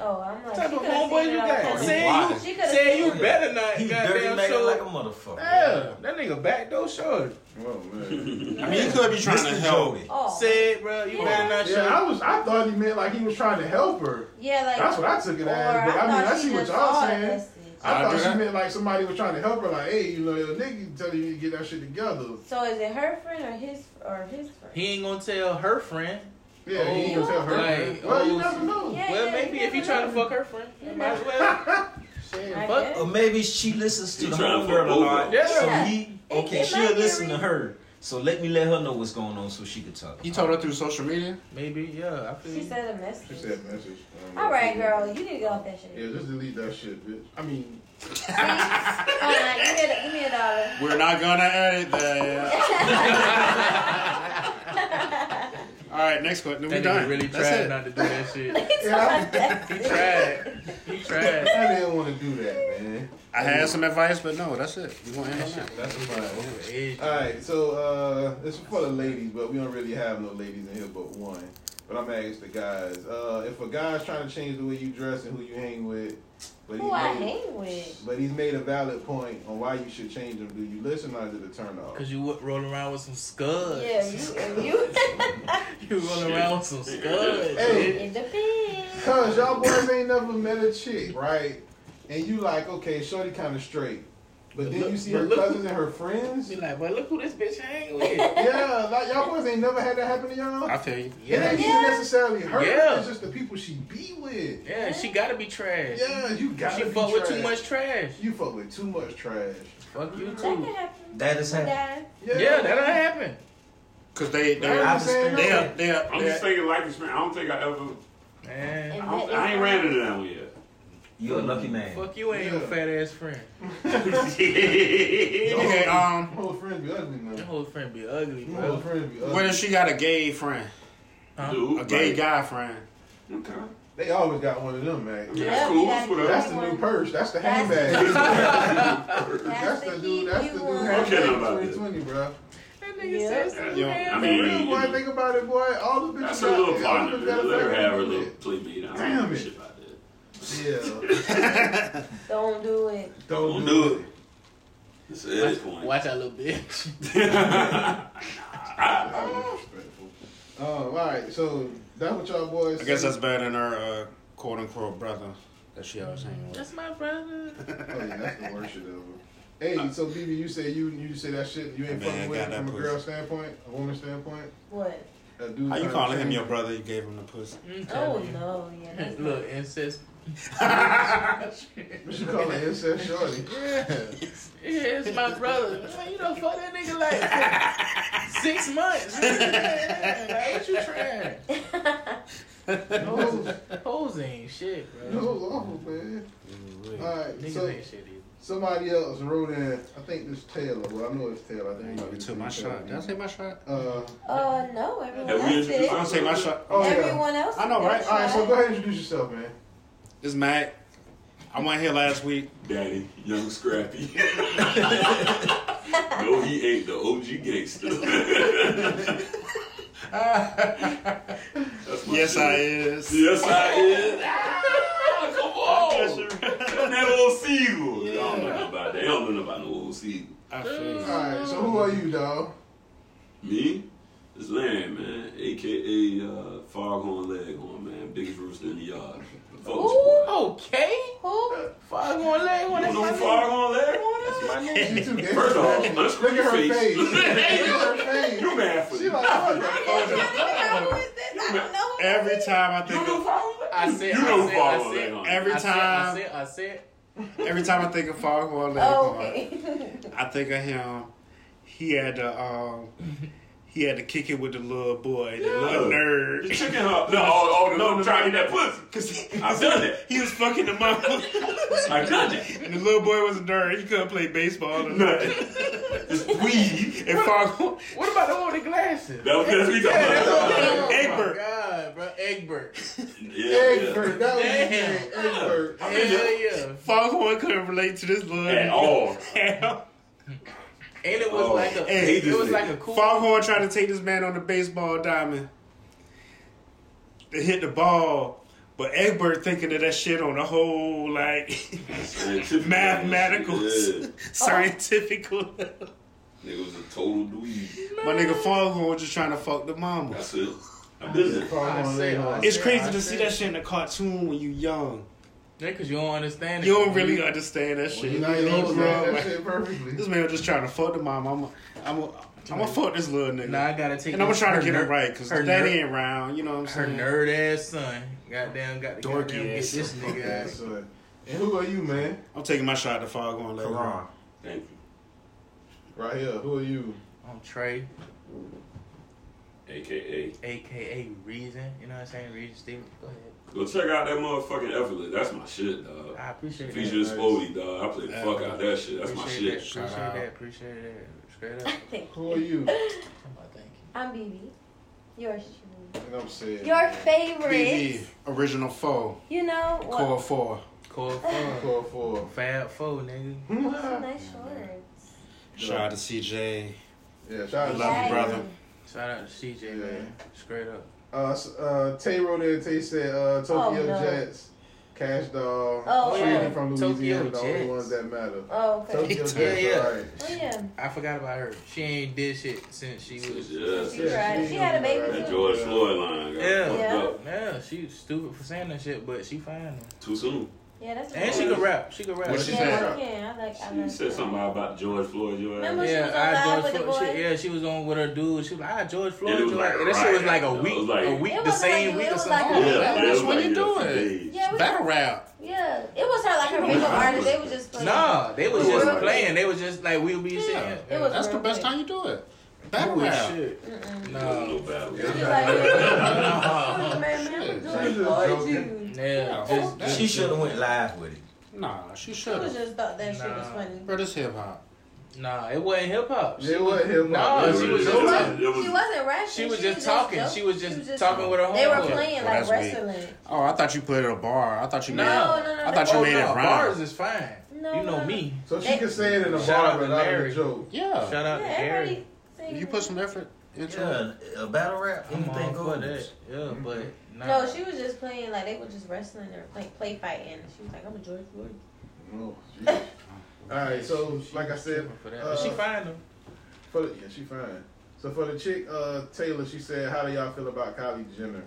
Speaker 5: Oh, I'm like,
Speaker 8: What type
Speaker 5: she
Speaker 8: of
Speaker 5: could've
Speaker 8: homeboy
Speaker 5: seen
Speaker 8: you
Speaker 5: it all.
Speaker 8: got? Saying you,
Speaker 5: She could've
Speaker 8: saying
Speaker 5: seen
Speaker 8: you
Speaker 5: it.
Speaker 8: better not.
Speaker 3: He dirty
Speaker 8: goddamn
Speaker 3: made it
Speaker 8: show.
Speaker 3: like a motherfucker.
Speaker 8: Yeah, that nigga backdoor short.
Speaker 1: Oh man.
Speaker 6: I mean, he could be trying to help.
Speaker 8: Said, bro, you better not
Speaker 1: Yeah,
Speaker 8: show.
Speaker 1: I was. I thought he meant like he was trying to help her.
Speaker 5: Yeah, like
Speaker 1: That's what I took it
Speaker 5: or
Speaker 1: as. But I, mean,
Speaker 5: thought
Speaker 1: I
Speaker 5: she
Speaker 1: see what
Speaker 5: just
Speaker 1: y'all
Speaker 5: saw
Speaker 1: saying.
Speaker 5: it.
Speaker 1: I
Speaker 6: I
Speaker 1: thought
Speaker 6: do
Speaker 1: she
Speaker 6: that.
Speaker 1: meant like somebody was trying to help her. Like, hey, you know, your nigga telling you to get that shit together.
Speaker 5: So is it her friend or his or his friend?
Speaker 8: He ain't gonna tell her friend.
Speaker 1: Yeah, he ain't gonna tell
Speaker 6: Oh,
Speaker 1: her friend.
Speaker 8: Well,
Speaker 1: Well, you never know.
Speaker 5: Yeah,
Speaker 8: well,
Speaker 5: yeah,
Speaker 8: maybe
Speaker 5: you
Speaker 8: if you
Speaker 5: never
Speaker 8: trying to
Speaker 5: know.
Speaker 8: fuck her friend,
Speaker 5: You
Speaker 8: you might as
Speaker 5: never
Speaker 8: well. Shit,
Speaker 5: I
Speaker 8: fuck.
Speaker 5: guess.
Speaker 3: Or maybe she listens to
Speaker 7: You
Speaker 3: the
Speaker 7: trying to
Speaker 3: homegirl a
Speaker 7: fuck
Speaker 3: lot.
Speaker 7: over.
Speaker 3: So
Speaker 5: Yeah.
Speaker 3: he
Speaker 5: It- it
Speaker 3: okay,
Speaker 5: might
Speaker 3: she'll
Speaker 5: be a
Speaker 3: listen to
Speaker 5: reason.
Speaker 3: her. So let me let her know what's going on so she can talk.
Speaker 6: He told her through social media.
Speaker 8: Maybe, yeah. I feel
Speaker 5: She
Speaker 8: you.
Speaker 5: said a
Speaker 1: She
Speaker 5: message.
Speaker 1: said message. Um,
Speaker 5: All right, girl, you need to get off that shit.
Speaker 1: Yeah, just delete that shit, bitch. I mean,
Speaker 5: All right, give me a, give me a dollar.
Speaker 6: We're not gonna edit that. All right, next question. We
Speaker 8: That
Speaker 6: done.
Speaker 8: nigga really
Speaker 6: That's
Speaker 8: tried
Speaker 6: it.
Speaker 8: not to do that shit.
Speaker 1: yeah,
Speaker 8: He tried. He tried.
Speaker 1: I, I didn't want to do that, man.
Speaker 6: I had some advice, but no, that's it. We gonna end on that.
Speaker 1: That's fine.
Speaker 8: Edge.
Speaker 1: All right, so uh, it's for the ladies, but we don't really have no ladies in here but one. But I'm asking the guys. Uh, if a guy's trying to change the way you dress and who you hang with, but
Speaker 5: Who
Speaker 1: he's
Speaker 5: I
Speaker 1: made,
Speaker 5: hang with?
Speaker 1: but he's made a valid point on why you should change them. Do you listen or is it a turn off?
Speaker 8: Cause you would roll around with some scuds.
Speaker 5: Yeah, you and you.
Speaker 8: You roll around with some scuds.
Speaker 1: Hey.
Speaker 8: bitch.
Speaker 5: it depends.
Speaker 1: Cause y'all boys ain't never met a chick, right? And you like, okay, shorty kind of straight, but then you see her
Speaker 8: But look-
Speaker 1: cousins and her friends.
Speaker 8: Be like, but look who this bitch hang with.
Speaker 1: Yeah, like y'all boys ain't never had that happen to y'all.
Speaker 6: I feel you.
Speaker 1: It ain't
Speaker 8: Yeah,
Speaker 1: even necessarily her.
Speaker 8: Yeah.
Speaker 1: It's just the people she be with.
Speaker 8: yeah. She gotta be trash.
Speaker 1: Yeah, you got.
Speaker 8: She fuck with too much trash.
Speaker 1: You fuck with too much trash.
Speaker 8: Fuck you
Speaker 5: That can
Speaker 8: too.
Speaker 5: happen.
Speaker 3: That is happening.
Speaker 5: Yeah.
Speaker 8: Yeah, that'll happen.
Speaker 6: Cause they they
Speaker 1: I'm
Speaker 6: are
Speaker 1: just saying,
Speaker 6: they
Speaker 1: no.
Speaker 6: are they are.
Speaker 7: I'm just thinking life experience. I don't think I ever.
Speaker 8: Man.
Speaker 7: I, don't, I ain't ran into that one yet.
Speaker 3: You're a lucky man.
Speaker 8: Fuck you ain't your
Speaker 1: Yeah.
Speaker 8: fat ass friend.
Speaker 6: Okay. Um.
Speaker 1: My whole friend be ugly
Speaker 8: Your
Speaker 1: now.
Speaker 8: whole friend be ugly,
Speaker 1: My whole
Speaker 8: bro.
Speaker 1: friend be
Speaker 6: What
Speaker 1: ugly.
Speaker 6: if she got a gay friend,
Speaker 7: Dude,
Speaker 6: a gay
Speaker 7: like,
Speaker 6: guy friend?
Speaker 7: Okay.
Speaker 1: They always got one of them, man.
Speaker 7: Yeah,
Speaker 5: Yeah,
Speaker 7: that's cool.
Speaker 5: yeah.
Speaker 7: That's what
Speaker 1: That's
Speaker 7: I-
Speaker 1: the new purse. That's the
Speaker 5: That's-
Speaker 1: handbag.
Speaker 5: That's
Speaker 1: That's
Speaker 5: the
Speaker 1: the dude. That's the
Speaker 5: key
Speaker 1: dude.
Speaker 5: one.
Speaker 1: handbag
Speaker 7: Okay, I'm about this.
Speaker 1: 2020, bro.
Speaker 8: That
Speaker 5: Yeah.
Speaker 8: nigga said
Speaker 6: Yo,
Speaker 8: yeah.
Speaker 7: I
Speaker 1: For real, boy,
Speaker 7: mean,
Speaker 1: think about it, boy. All the bitches
Speaker 7: that's her little
Speaker 1: out there, all
Speaker 7: partner.
Speaker 1: the
Speaker 7: Let
Speaker 1: bitches
Speaker 7: her
Speaker 1: out
Speaker 7: have her
Speaker 1: there,
Speaker 7: little playmate. I don't
Speaker 1: Damn
Speaker 7: give a
Speaker 1: it.
Speaker 7: shit about that.
Speaker 1: Yeah,
Speaker 5: Don't do it.
Speaker 1: don't
Speaker 7: Don't
Speaker 1: do
Speaker 7: do
Speaker 1: it.
Speaker 7: It's at this point.
Speaker 8: Watch out, little bitch.
Speaker 1: That was disrespectful. Um, all right, so that's what y'all boys.
Speaker 6: I guess
Speaker 1: say?
Speaker 6: that's better than her uh, quote unquote brother that she always hanging with.
Speaker 8: That's my brother.
Speaker 1: Oh yeah, that's the worst shit ever. Hey, so BB, you say you you say that shit. You ain't
Speaker 6: Man,
Speaker 1: fucking with
Speaker 6: got
Speaker 1: it
Speaker 6: that
Speaker 1: from a
Speaker 6: pussy.
Speaker 1: girl standpoint, a woman standpoint.
Speaker 5: What?
Speaker 1: A dude
Speaker 6: How
Speaker 1: trying
Speaker 6: you
Speaker 1: to
Speaker 6: calling him
Speaker 1: change-
Speaker 6: your brother? You gave him the pussy.
Speaker 5: Oh no, yeah. That's
Speaker 8: Mm,
Speaker 5: not-
Speaker 8: Look, incest.
Speaker 1: What you calling incest shorty?
Speaker 8: Yeah, it's my brother. Man, you know, fuck that nigga like for six months. Man, like, what you trying? Hoes, hoes ain't shit,
Speaker 1: No,
Speaker 8: bro.
Speaker 1: awful man.
Speaker 6: Mm-hmm.
Speaker 1: All right,
Speaker 8: Niggas
Speaker 1: so
Speaker 8: ain't shit either.
Speaker 1: somebody else wrote in. I think this Taylor. Well, I know it's Taylor. I think
Speaker 6: You
Speaker 1: it's
Speaker 6: took my shot. Did I take my shot?
Speaker 1: Uh,
Speaker 5: Uh, no,
Speaker 7: Have
Speaker 5: everyone
Speaker 7: we
Speaker 5: else
Speaker 7: introduced
Speaker 5: did.
Speaker 6: I don't take my shot.
Speaker 1: oh yeah.
Speaker 5: Everyone else.
Speaker 6: I know,
Speaker 5: did.
Speaker 6: right?
Speaker 1: All right, so go ahead and introduce yourself, man.
Speaker 6: This is Mac. I went here last week.
Speaker 7: Daddy, young Scrappy. no, he ain't the OG gangster.
Speaker 6: Ah.
Speaker 7: That's my
Speaker 6: Yes,
Speaker 7: shit.
Speaker 6: I is.
Speaker 7: Yes, I is. Ah, come on. That old seagull. Y'all don't know about that. Y'all don't know about no old seagull.
Speaker 6: I feel
Speaker 1: All
Speaker 6: you.
Speaker 1: right, so who are you, dog?
Speaker 7: Me? It's Larry, man. AKA uh, Foghorn Leghorn, man. Biggest rooster in the yard. Fuck with you, boy.
Speaker 8: Okay.
Speaker 5: Who?
Speaker 8: Five one leg, one
Speaker 7: You
Speaker 8: that's
Speaker 7: know
Speaker 8: my
Speaker 7: who
Speaker 8: nigga.
Speaker 7: Foghorn Leghorn is?
Speaker 1: My name's you too. gay.
Speaker 7: First off, let's
Speaker 1: look at her
Speaker 7: face.
Speaker 1: face. Look at her face.
Speaker 7: You mad for
Speaker 1: She
Speaker 7: you.
Speaker 1: like, oh,
Speaker 5: I don't know who is this. I don't know who
Speaker 6: Every
Speaker 5: this is.
Speaker 6: time I
Speaker 7: You
Speaker 6: think
Speaker 7: know
Speaker 6: of
Speaker 7: Foghorn Leghorn?
Speaker 8: I said,
Speaker 7: You
Speaker 8: I
Speaker 7: know
Speaker 8: said, I
Speaker 7: Foghorn
Speaker 8: said.
Speaker 7: Leghorn.
Speaker 6: every
Speaker 8: I said, I
Speaker 6: time
Speaker 8: said, I said,
Speaker 6: every time I think of Foghorn Leghorn,
Speaker 5: Oh, okay.
Speaker 6: I think of him. He had the um, He had to kick it with the little boy, the
Speaker 7: Yeah.
Speaker 6: little nerd.
Speaker 7: The chicken hawk. No, oh, oh, the little trying to get that pussy.
Speaker 6: Cause
Speaker 7: I've done it.
Speaker 6: He was fucking the mama.
Speaker 7: I've done it.
Speaker 6: And the little boy was a nerd. He couldn't play baseball or
Speaker 7: Nothing.
Speaker 6: nothing. Just weed and Fargo.
Speaker 8: What about the one with the glasses?
Speaker 7: That was that's what we talking
Speaker 8: Yeah,
Speaker 7: about.
Speaker 8: that's what-
Speaker 6: Egbert.
Speaker 8: God, Oh bro, Egbert.
Speaker 7: Yeah,
Speaker 1: Egbert, that was his name, Egbert.
Speaker 8: Hell yeah.
Speaker 6: Foghorn couldn't relate to this little
Speaker 7: At all.
Speaker 6: At all.
Speaker 8: And it was
Speaker 7: Oh,
Speaker 8: like a,
Speaker 7: I hate
Speaker 8: it
Speaker 7: this
Speaker 8: was
Speaker 7: nigga.
Speaker 8: like a cool.
Speaker 6: Foghorn tried to take this man on the baseball diamond. They hit the ball, but Egbert thinking of that shit on the whole like
Speaker 7: Scientific
Speaker 6: mathematical,
Speaker 7: Yeah.
Speaker 6: scientific. level.
Speaker 7: Nigga was a total dweeb.
Speaker 6: My nigga Foghorn was just trying to fuck the mama.
Speaker 7: That's it. I did it.
Speaker 8: I say, I
Speaker 6: It's
Speaker 8: say,
Speaker 6: crazy
Speaker 8: I
Speaker 6: to see
Speaker 8: say.
Speaker 6: that shit in a cartoon when you young.
Speaker 8: Yeah, cause you don't understand it.
Speaker 6: You don't really understand that shit.
Speaker 1: Now you
Speaker 6: You grown,
Speaker 1: understand that
Speaker 6: like,
Speaker 1: shit perfectly.
Speaker 6: This man was just trying to fuck the mom. I'm, a, I'm, a, I'm gonna fuck this little nigga.
Speaker 8: Nah, I gotta take.
Speaker 6: and I'm gonna
Speaker 8: this-
Speaker 6: try
Speaker 8: her
Speaker 6: to get
Speaker 8: ner-
Speaker 6: it right because
Speaker 8: her
Speaker 6: daddy
Speaker 8: ner-
Speaker 6: ain't round. You know what I'm
Speaker 8: her
Speaker 6: saying?
Speaker 8: nerd ass son. Goddamn, got to
Speaker 6: Dorky
Speaker 8: goddamn get
Speaker 6: ass
Speaker 8: this
Speaker 6: son.
Speaker 8: nigga out.
Speaker 1: So, And who are you, man?
Speaker 6: I'm taking my shot to Foghorn later.
Speaker 8: Karan.
Speaker 7: Thank you.
Speaker 1: Right here. Who are you?
Speaker 8: I'm Trey,
Speaker 7: AKA.
Speaker 8: aka Reason. You know what I'm saying? Reason Steven. Go ahead.
Speaker 7: Go check out that motherfucking Effortless. That's my shit, dog.
Speaker 8: I appreciate that.
Speaker 7: Feature Spody, dog. I play the fuck out that shit. That's my
Speaker 8: appreciate
Speaker 7: shit.
Speaker 8: That,
Speaker 6: Shout
Speaker 8: appreciate
Speaker 6: out.
Speaker 8: that. Appreciate that. Straight up.
Speaker 1: Who are you?
Speaker 8: Oh, thank you.
Speaker 5: I'm BB. Yours truly.
Speaker 1: And I'm saying.
Speaker 5: Your favorite.
Speaker 6: BB, original foe,
Speaker 5: You know what?
Speaker 6: core four.
Speaker 8: Core four.
Speaker 1: Call for.
Speaker 8: Fab four, nigga.
Speaker 5: That's some nice shorts.
Speaker 6: Shout out to CJ.
Speaker 1: Yeah, shout out
Speaker 6: Love you,
Speaker 1: to
Speaker 5: Yes.
Speaker 6: brother.
Speaker 8: Shout out to CJ, man. Straight up.
Speaker 1: Uh, s- uh, Tay wrote in. Tay said uh, Tokyo
Speaker 5: Oh, no.
Speaker 1: Jets, Cash Doll,
Speaker 5: Oh,
Speaker 1: Trini
Speaker 5: yeah.
Speaker 1: from
Speaker 8: Tokyo
Speaker 1: Louisiana, the only
Speaker 8: Jets.
Speaker 1: ones that matter.
Speaker 5: Oh, okay.
Speaker 1: Tokyo
Speaker 6: Yeah,
Speaker 1: Jets,
Speaker 8: yeah.
Speaker 1: alright.
Speaker 5: Oh, yeah.
Speaker 8: I forgot about her. She ain't did shit since she was.
Speaker 7: Yeah.
Speaker 5: She tried. She had a baby
Speaker 7: That
Speaker 5: too.
Speaker 7: George Floyd line got
Speaker 8: Yeah.
Speaker 7: fucked
Speaker 5: Yeah.
Speaker 7: up
Speaker 8: Yeah, she was stupid for saying that shit, but she fine. now.
Speaker 7: too soon.
Speaker 5: Yeah, that's
Speaker 8: And she can rap. She can rap.
Speaker 6: What she
Speaker 5: Yeah,
Speaker 6: said?
Speaker 5: I can. I like. I
Speaker 7: She
Speaker 5: like
Speaker 7: said something about George Floyd. Your ass.
Speaker 5: Remember she was on
Speaker 8: I
Speaker 5: live
Speaker 8: George
Speaker 5: with the
Speaker 8: Floyd.
Speaker 5: boy.
Speaker 8: She, yeah, she was on with her dude. She was like, ah, George Floyd.
Speaker 7: was
Speaker 8: George
Speaker 7: like
Speaker 8: Floyd.
Speaker 7: a
Speaker 8: that shit was like
Speaker 7: riot.
Speaker 8: a
Speaker 7: It
Speaker 8: week,
Speaker 7: was like-
Speaker 8: a week,
Speaker 5: It
Speaker 8: the
Speaker 5: was
Speaker 8: same
Speaker 5: like-
Speaker 8: week
Speaker 5: it
Speaker 8: or
Speaker 5: was
Speaker 8: something.
Speaker 5: like a-
Speaker 7: Yeah,
Speaker 6: that's
Speaker 7: yeah,
Speaker 6: what
Speaker 7: like,
Speaker 6: you
Speaker 7: yeah,
Speaker 6: doing.
Speaker 7: days.
Speaker 5: Yeah, we,
Speaker 6: Battle rap.
Speaker 5: yeah. It was her like her makeup artist. They was just playing.
Speaker 8: Nah, they was
Speaker 7: It was
Speaker 8: just
Speaker 7: like-
Speaker 8: playing. They was just like we'll be
Speaker 6: Yeah,
Speaker 8: saying.
Speaker 5: It was
Speaker 6: that's the
Speaker 5: real
Speaker 6: best
Speaker 5: quick.
Speaker 6: time you do it. Battle rap.
Speaker 8: shit.
Speaker 7: No
Speaker 8: No.
Speaker 7: battle.
Speaker 5: She was like,
Speaker 8: Nah.
Speaker 5: man, man, I'm
Speaker 1: She
Speaker 5: doing
Speaker 1: just
Speaker 5: Floyd
Speaker 1: joking.
Speaker 5: Jews.
Speaker 8: Yeah, just,
Speaker 6: That-
Speaker 3: She should have went live with it.
Speaker 6: Nah, she
Speaker 5: I
Speaker 6: should
Speaker 5: was
Speaker 6: have.
Speaker 5: just thought that shit was
Speaker 8: Nah.
Speaker 5: funny.
Speaker 6: Bro, this hip hop.
Speaker 8: nah, it wasn't hip hop.
Speaker 1: It wasn't hip hop. It
Speaker 8: Nah, she
Speaker 1: was
Speaker 8: was
Speaker 1: just
Speaker 8: just
Speaker 1: like-
Speaker 8: talking.
Speaker 5: She wasn't rapping.
Speaker 8: She was just talking.
Speaker 5: joking.
Speaker 8: She was just talking with her
Speaker 5: They were
Speaker 8: homeboy.
Speaker 5: playing
Speaker 6: Well,
Speaker 5: like
Speaker 6: that's weak.
Speaker 5: wrestling.
Speaker 6: Oh, I thought you played at a bar. I thought you
Speaker 8: No,
Speaker 6: made.
Speaker 5: no, no, no,
Speaker 6: I thought you
Speaker 8: Oh,
Speaker 6: made
Speaker 8: no,
Speaker 6: it rhyme.
Speaker 8: bars is fine.
Speaker 5: No,
Speaker 8: you know
Speaker 5: no.
Speaker 8: me.
Speaker 1: So she
Speaker 5: They-
Speaker 1: can say it in a
Speaker 8: Shout
Speaker 1: bar
Speaker 8: out to
Speaker 1: without a
Speaker 8: Mary.
Speaker 1: joke.
Speaker 6: Yeah.
Speaker 8: Shout out
Speaker 5: Yeah,
Speaker 8: to Gary.
Speaker 5: everybody. singing.
Speaker 6: You put some effort into it.
Speaker 3: Yeah, a battle rap.
Speaker 8: I'm
Speaker 3: Anything
Speaker 8: all for
Speaker 3: goes.
Speaker 8: that. Yeah, but nah.
Speaker 5: No, she was just playing like they were just wrestling or like play fighting. She was like, I'm a George Floyd.
Speaker 1: Oh, jeez. Alright, so like I said,
Speaker 8: for that.
Speaker 1: uh,
Speaker 8: but she fine though.
Speaker 1: for the, yeah, she fine. So for the chick uh, Taylor, she said, "How do y'all feel about Kylie Jenner?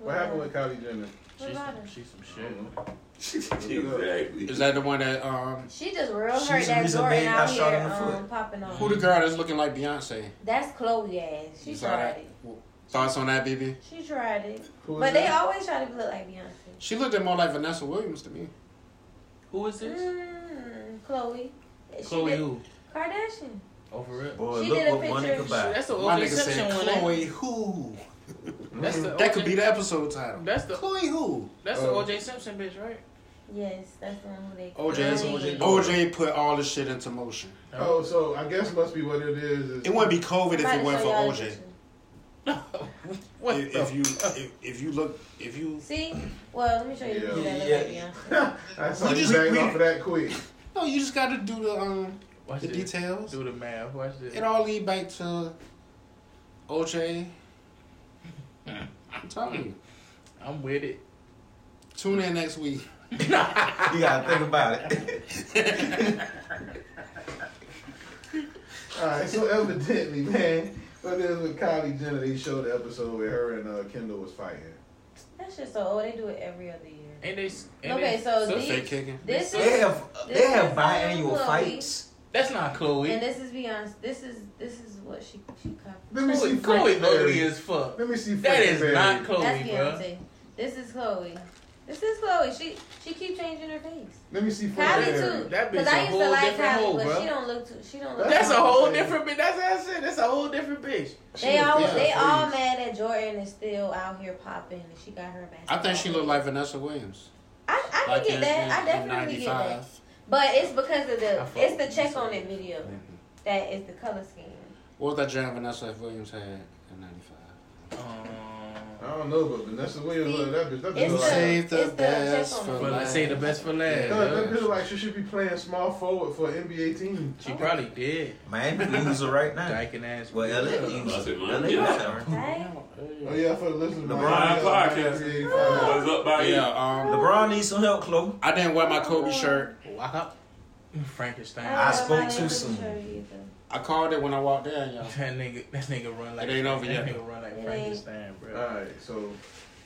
Speaker 1: What happened with Kylie Jenner?
Speaker 5: What
Speaker 8: She's
Speaker 5: about
Speaker 8: some,
Speaker 5: her?
Speaker 8: she's some shit.
Speaker 7: exactly.
Speaker 6: Is that the one that um?
Speaker 5: She just real
Speaker 3: She's
Speaker 5: hurt
Speaker 3: the
Speaker 5: that
Speaker 3: reason
Speaker 5: door
Speaker 3: they
Speaker 5: and
Speaker 3: not
Speaker 5: out
Speaker 3: shot
Speaker 5: here
Speaker 3: in the foot.
Speaker 5: um, popping on.
Speaker 6: Who the girl that's looking like Beyonce?
Speaker 5: That's Chloe ass. She
Speaker 6: You saw
Speaker 5: tried
Speaker 6: that?
Speaker 5: it.
Speaker 6: Thoughts on that, BB?
Speaker 5: She tried it.
Speaker 1: Who is
Speaker 5: But they
Speaker 1: that?
Speaker 5: always try to look like Beyonce.
Speaker 6: She looked at more like Vanessa Williams to me.
Speaker 8: Who is this?
Speaker 5: Mm, Chloe. She
Speaker 8: Chloe
Speaker 5: did-
Speaker 8: who?
Speaker 5: Kardashian.
Speaker 8: Oh, for real?
Speaker 3: Boy,
Speaker 5: She
Speaker 3: look
Speaker 5: did a
Speaker 3: what one
Speaker 5: picture.
Speaker 3: nigga buy.
Speaker 8: That's the
Speaker 6: My
Speaker 8: old
Speaker 6: nigga said
Speaker 8: Inception one. eh?
Speaker 6: Chloe Who.
Speaker 8: That's the
Speaker 6: That could
Speaker 8: OJ
Speaker 6: be the episode title.
Speaker 8: That's the-
Speaker 6: Chloe Who.
Speaker 8: That's the
Speaker 1: Uh,
Speaker 8: OJ Simpson bitch, right?
Speaker 5: Yes, that's the one who they.
Speaker 6: OJ
Speaker 5: That's
Speaker 6: is
Speaker 5: OJ.
Speaker 6: OJ put all this shit into motion.
Speaker 1: Oh, so I guess must be what it is. is
Speaker 6: It wouldn't be COVID if
Speaker 5: Somebody
Speaker 6: it went
Speaker 5: show
Speaker 6: for
Speaker 5: y'all the
Speaker 6: OJ.
Speaker 5: picture.
Speaker 8: What
Speaker 6: If,
Speaker 8: the
Speaker 6: if you if, if you look if you
Speaker 5: See? Well, let me show you the
Speaker 1: Yeah.
Speaker 5: picture that look
Speaker 3: Yeah.
Speaker 5: like Beyonce.
Speaker 1: That's how
Speaker 6: We
Speaker 1: you
Speaker 6: just-
Speaker 1: bang
Speaker 6: we-
Speaker 1: off of that quick.
Speaker 6: no you just got to do the um
Speaker 8: Watch
Speaker 6: the
Speaker 8: this.
Speaker 6: details.
Speaker 8: Do the math. Watch this.
Speaker 6: It all lead back to OJ. I'm telling you.
Speaker 8: I'm with it.
Speaker 6: Tune in next week.
Speaker 3: You gotta think about it.
Speaker 1: Alright, so evidently, man, what it is with Kylie Jenner, they showed the episode where her and uh, Kendall was fighting.
Speaker 5: That's just so old. They do it every other year.
Speaker 8: And they. s- And
Speaker 5: Okay,
Speaker 8: they,
Speaker 5: so
Speaker 6: The
Speaker 5: these-
Speaker 6: fake kicking.
Speaker 5: This is
Speaker 3: They have they
Speaker 5: this
Speaker 3: have
Speaker 5: is
Speaker 3: biannual
Speaker 5: Chloe,
Speaker 3: fights.
Speaker 8: that's not Chloe.
Speaker 5: and this is Beyonce. This is this is what she she copied.
Speaker 1: Let me see
Speaker 8: Chloe,
Speaker 1: Frankie
Speaker 8: Chloe ugly
Speaker 1: Berry.
Speaker 8: as fuck.
Speaker 1: Let me see
Speaker 8: That
Speaker 1: Frankie
Speaker 8: is
Speaker 1: Berry.
Speaker 8: not Chloe,
Speaker 5: That's
Speaker 8: bro.
Speaker 5: Beyonce. This is Chloe. This is Chloe. She she keep changing her face.
Speaker 1: Let me see.
Speaker 5: Kylie
Speaker 1: Fred.
Speaker 5: too. Because I used to like Kylie, but she don't look too. She don't look.
Speaker 8: That's a
Speaker 5: too-
Speaker 8: whole different bitch. That's how I said. That's a whole different bitch.
Speaker 5: They all they all mad that Jordan is still out here popping and she got her back.
Speaker 6: I think she looked like Vanessa Williams.
Speaker 5: I, I can
Speaker 6: Like
Speaker 5: get
Speaker 6: in-
Speaker 5: that. I
Speaker 6: in
Speaker 5: definitely get that.
Speaker 6: 95.
Speaker 5: But it's because of the
Speaker 6: I fuck
Speaker 5: it's the check on it video
Speaker 8: Mm-hmm.
Speaker 5: that is the color scheme.
Speaker 6: What was that jam Vanessa Williams had in '95?
Speaker 1: I don't know, but Vanessa Williams, look, that bitch, that bitch
Speaker 6: It's
Speaker 1: look
Speaker 6: the-
Speaker 1: like-
Speaker 6: Save the it's the best check on for
Speaker 8: But I say the best for last.
Speaker 1: Yeah, that bitch look like she should be playing small forward for an NBA team.
Speaker 8: She probably did.
Speaker 3: Miami loser right now.
Speaker 8: Dyke and ass.
Speaker 3: Well, LA loser. LA loser.
Speaker 1: Oh yeah, for the listeners.
Speaker 3: LeBron podcast.
Speaker 7: What's up, buddy?
Speaker 6: Yeah, um,
Speaker 3: LeBron needs some help, Chloe.
Speaker 6: I didn't wear my Kobe shirt.
Speaker 8: Frankenstein.
Speaker 5: Uh,
Speaker 3: I spoke too soon.
Speaker 6: I called it when I walked in, y'all.
Speaker 8: That nigga, that nigga run like
Speaker 6: It ain't over
Speaker 8: that
Speaker 6: yet.
Speaker 8: nigga run like Frankenstein, bro.
Speaker 1: Alright, so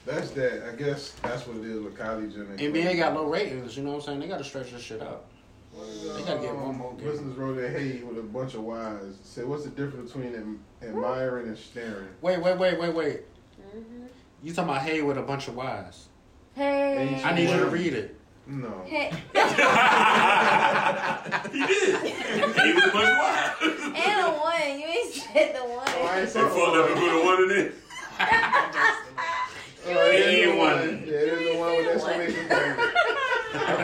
Speaker 1: that's that. I guess that's what it is with Kylie Jenner.
Speaker 6: NBA got low ratings. You know what I'm saying? They got to stretch this shit out.
Speaker 1: They
Speaker 6: gotta get one more game.
Speaker 1: uh, Listeners wrote that hey with a bunch of whys. Said, what's the difference between am- admiring and staring?
Speaker 6: Wait, wait, wait, wait, wait.
Speaker 5: Mm-hmm.
Speaker 6: You talking about hey with a bunch of whys?
Speaker 5: Hey.
Speaker 6: I need you to read it.
Speaker 1: No.
Speaker 5: Hey.
Speaker 7: He was much wild.
Speaker 5: And a one. You ain't said the one.
Speaker 1: I ain't
Speaker 7: They fucked up and put a one in it.
Speaker 1: Uh, it is
Speaker 7: ain't one.
Speaker 1: Yeah, it is the one with exclamation point. I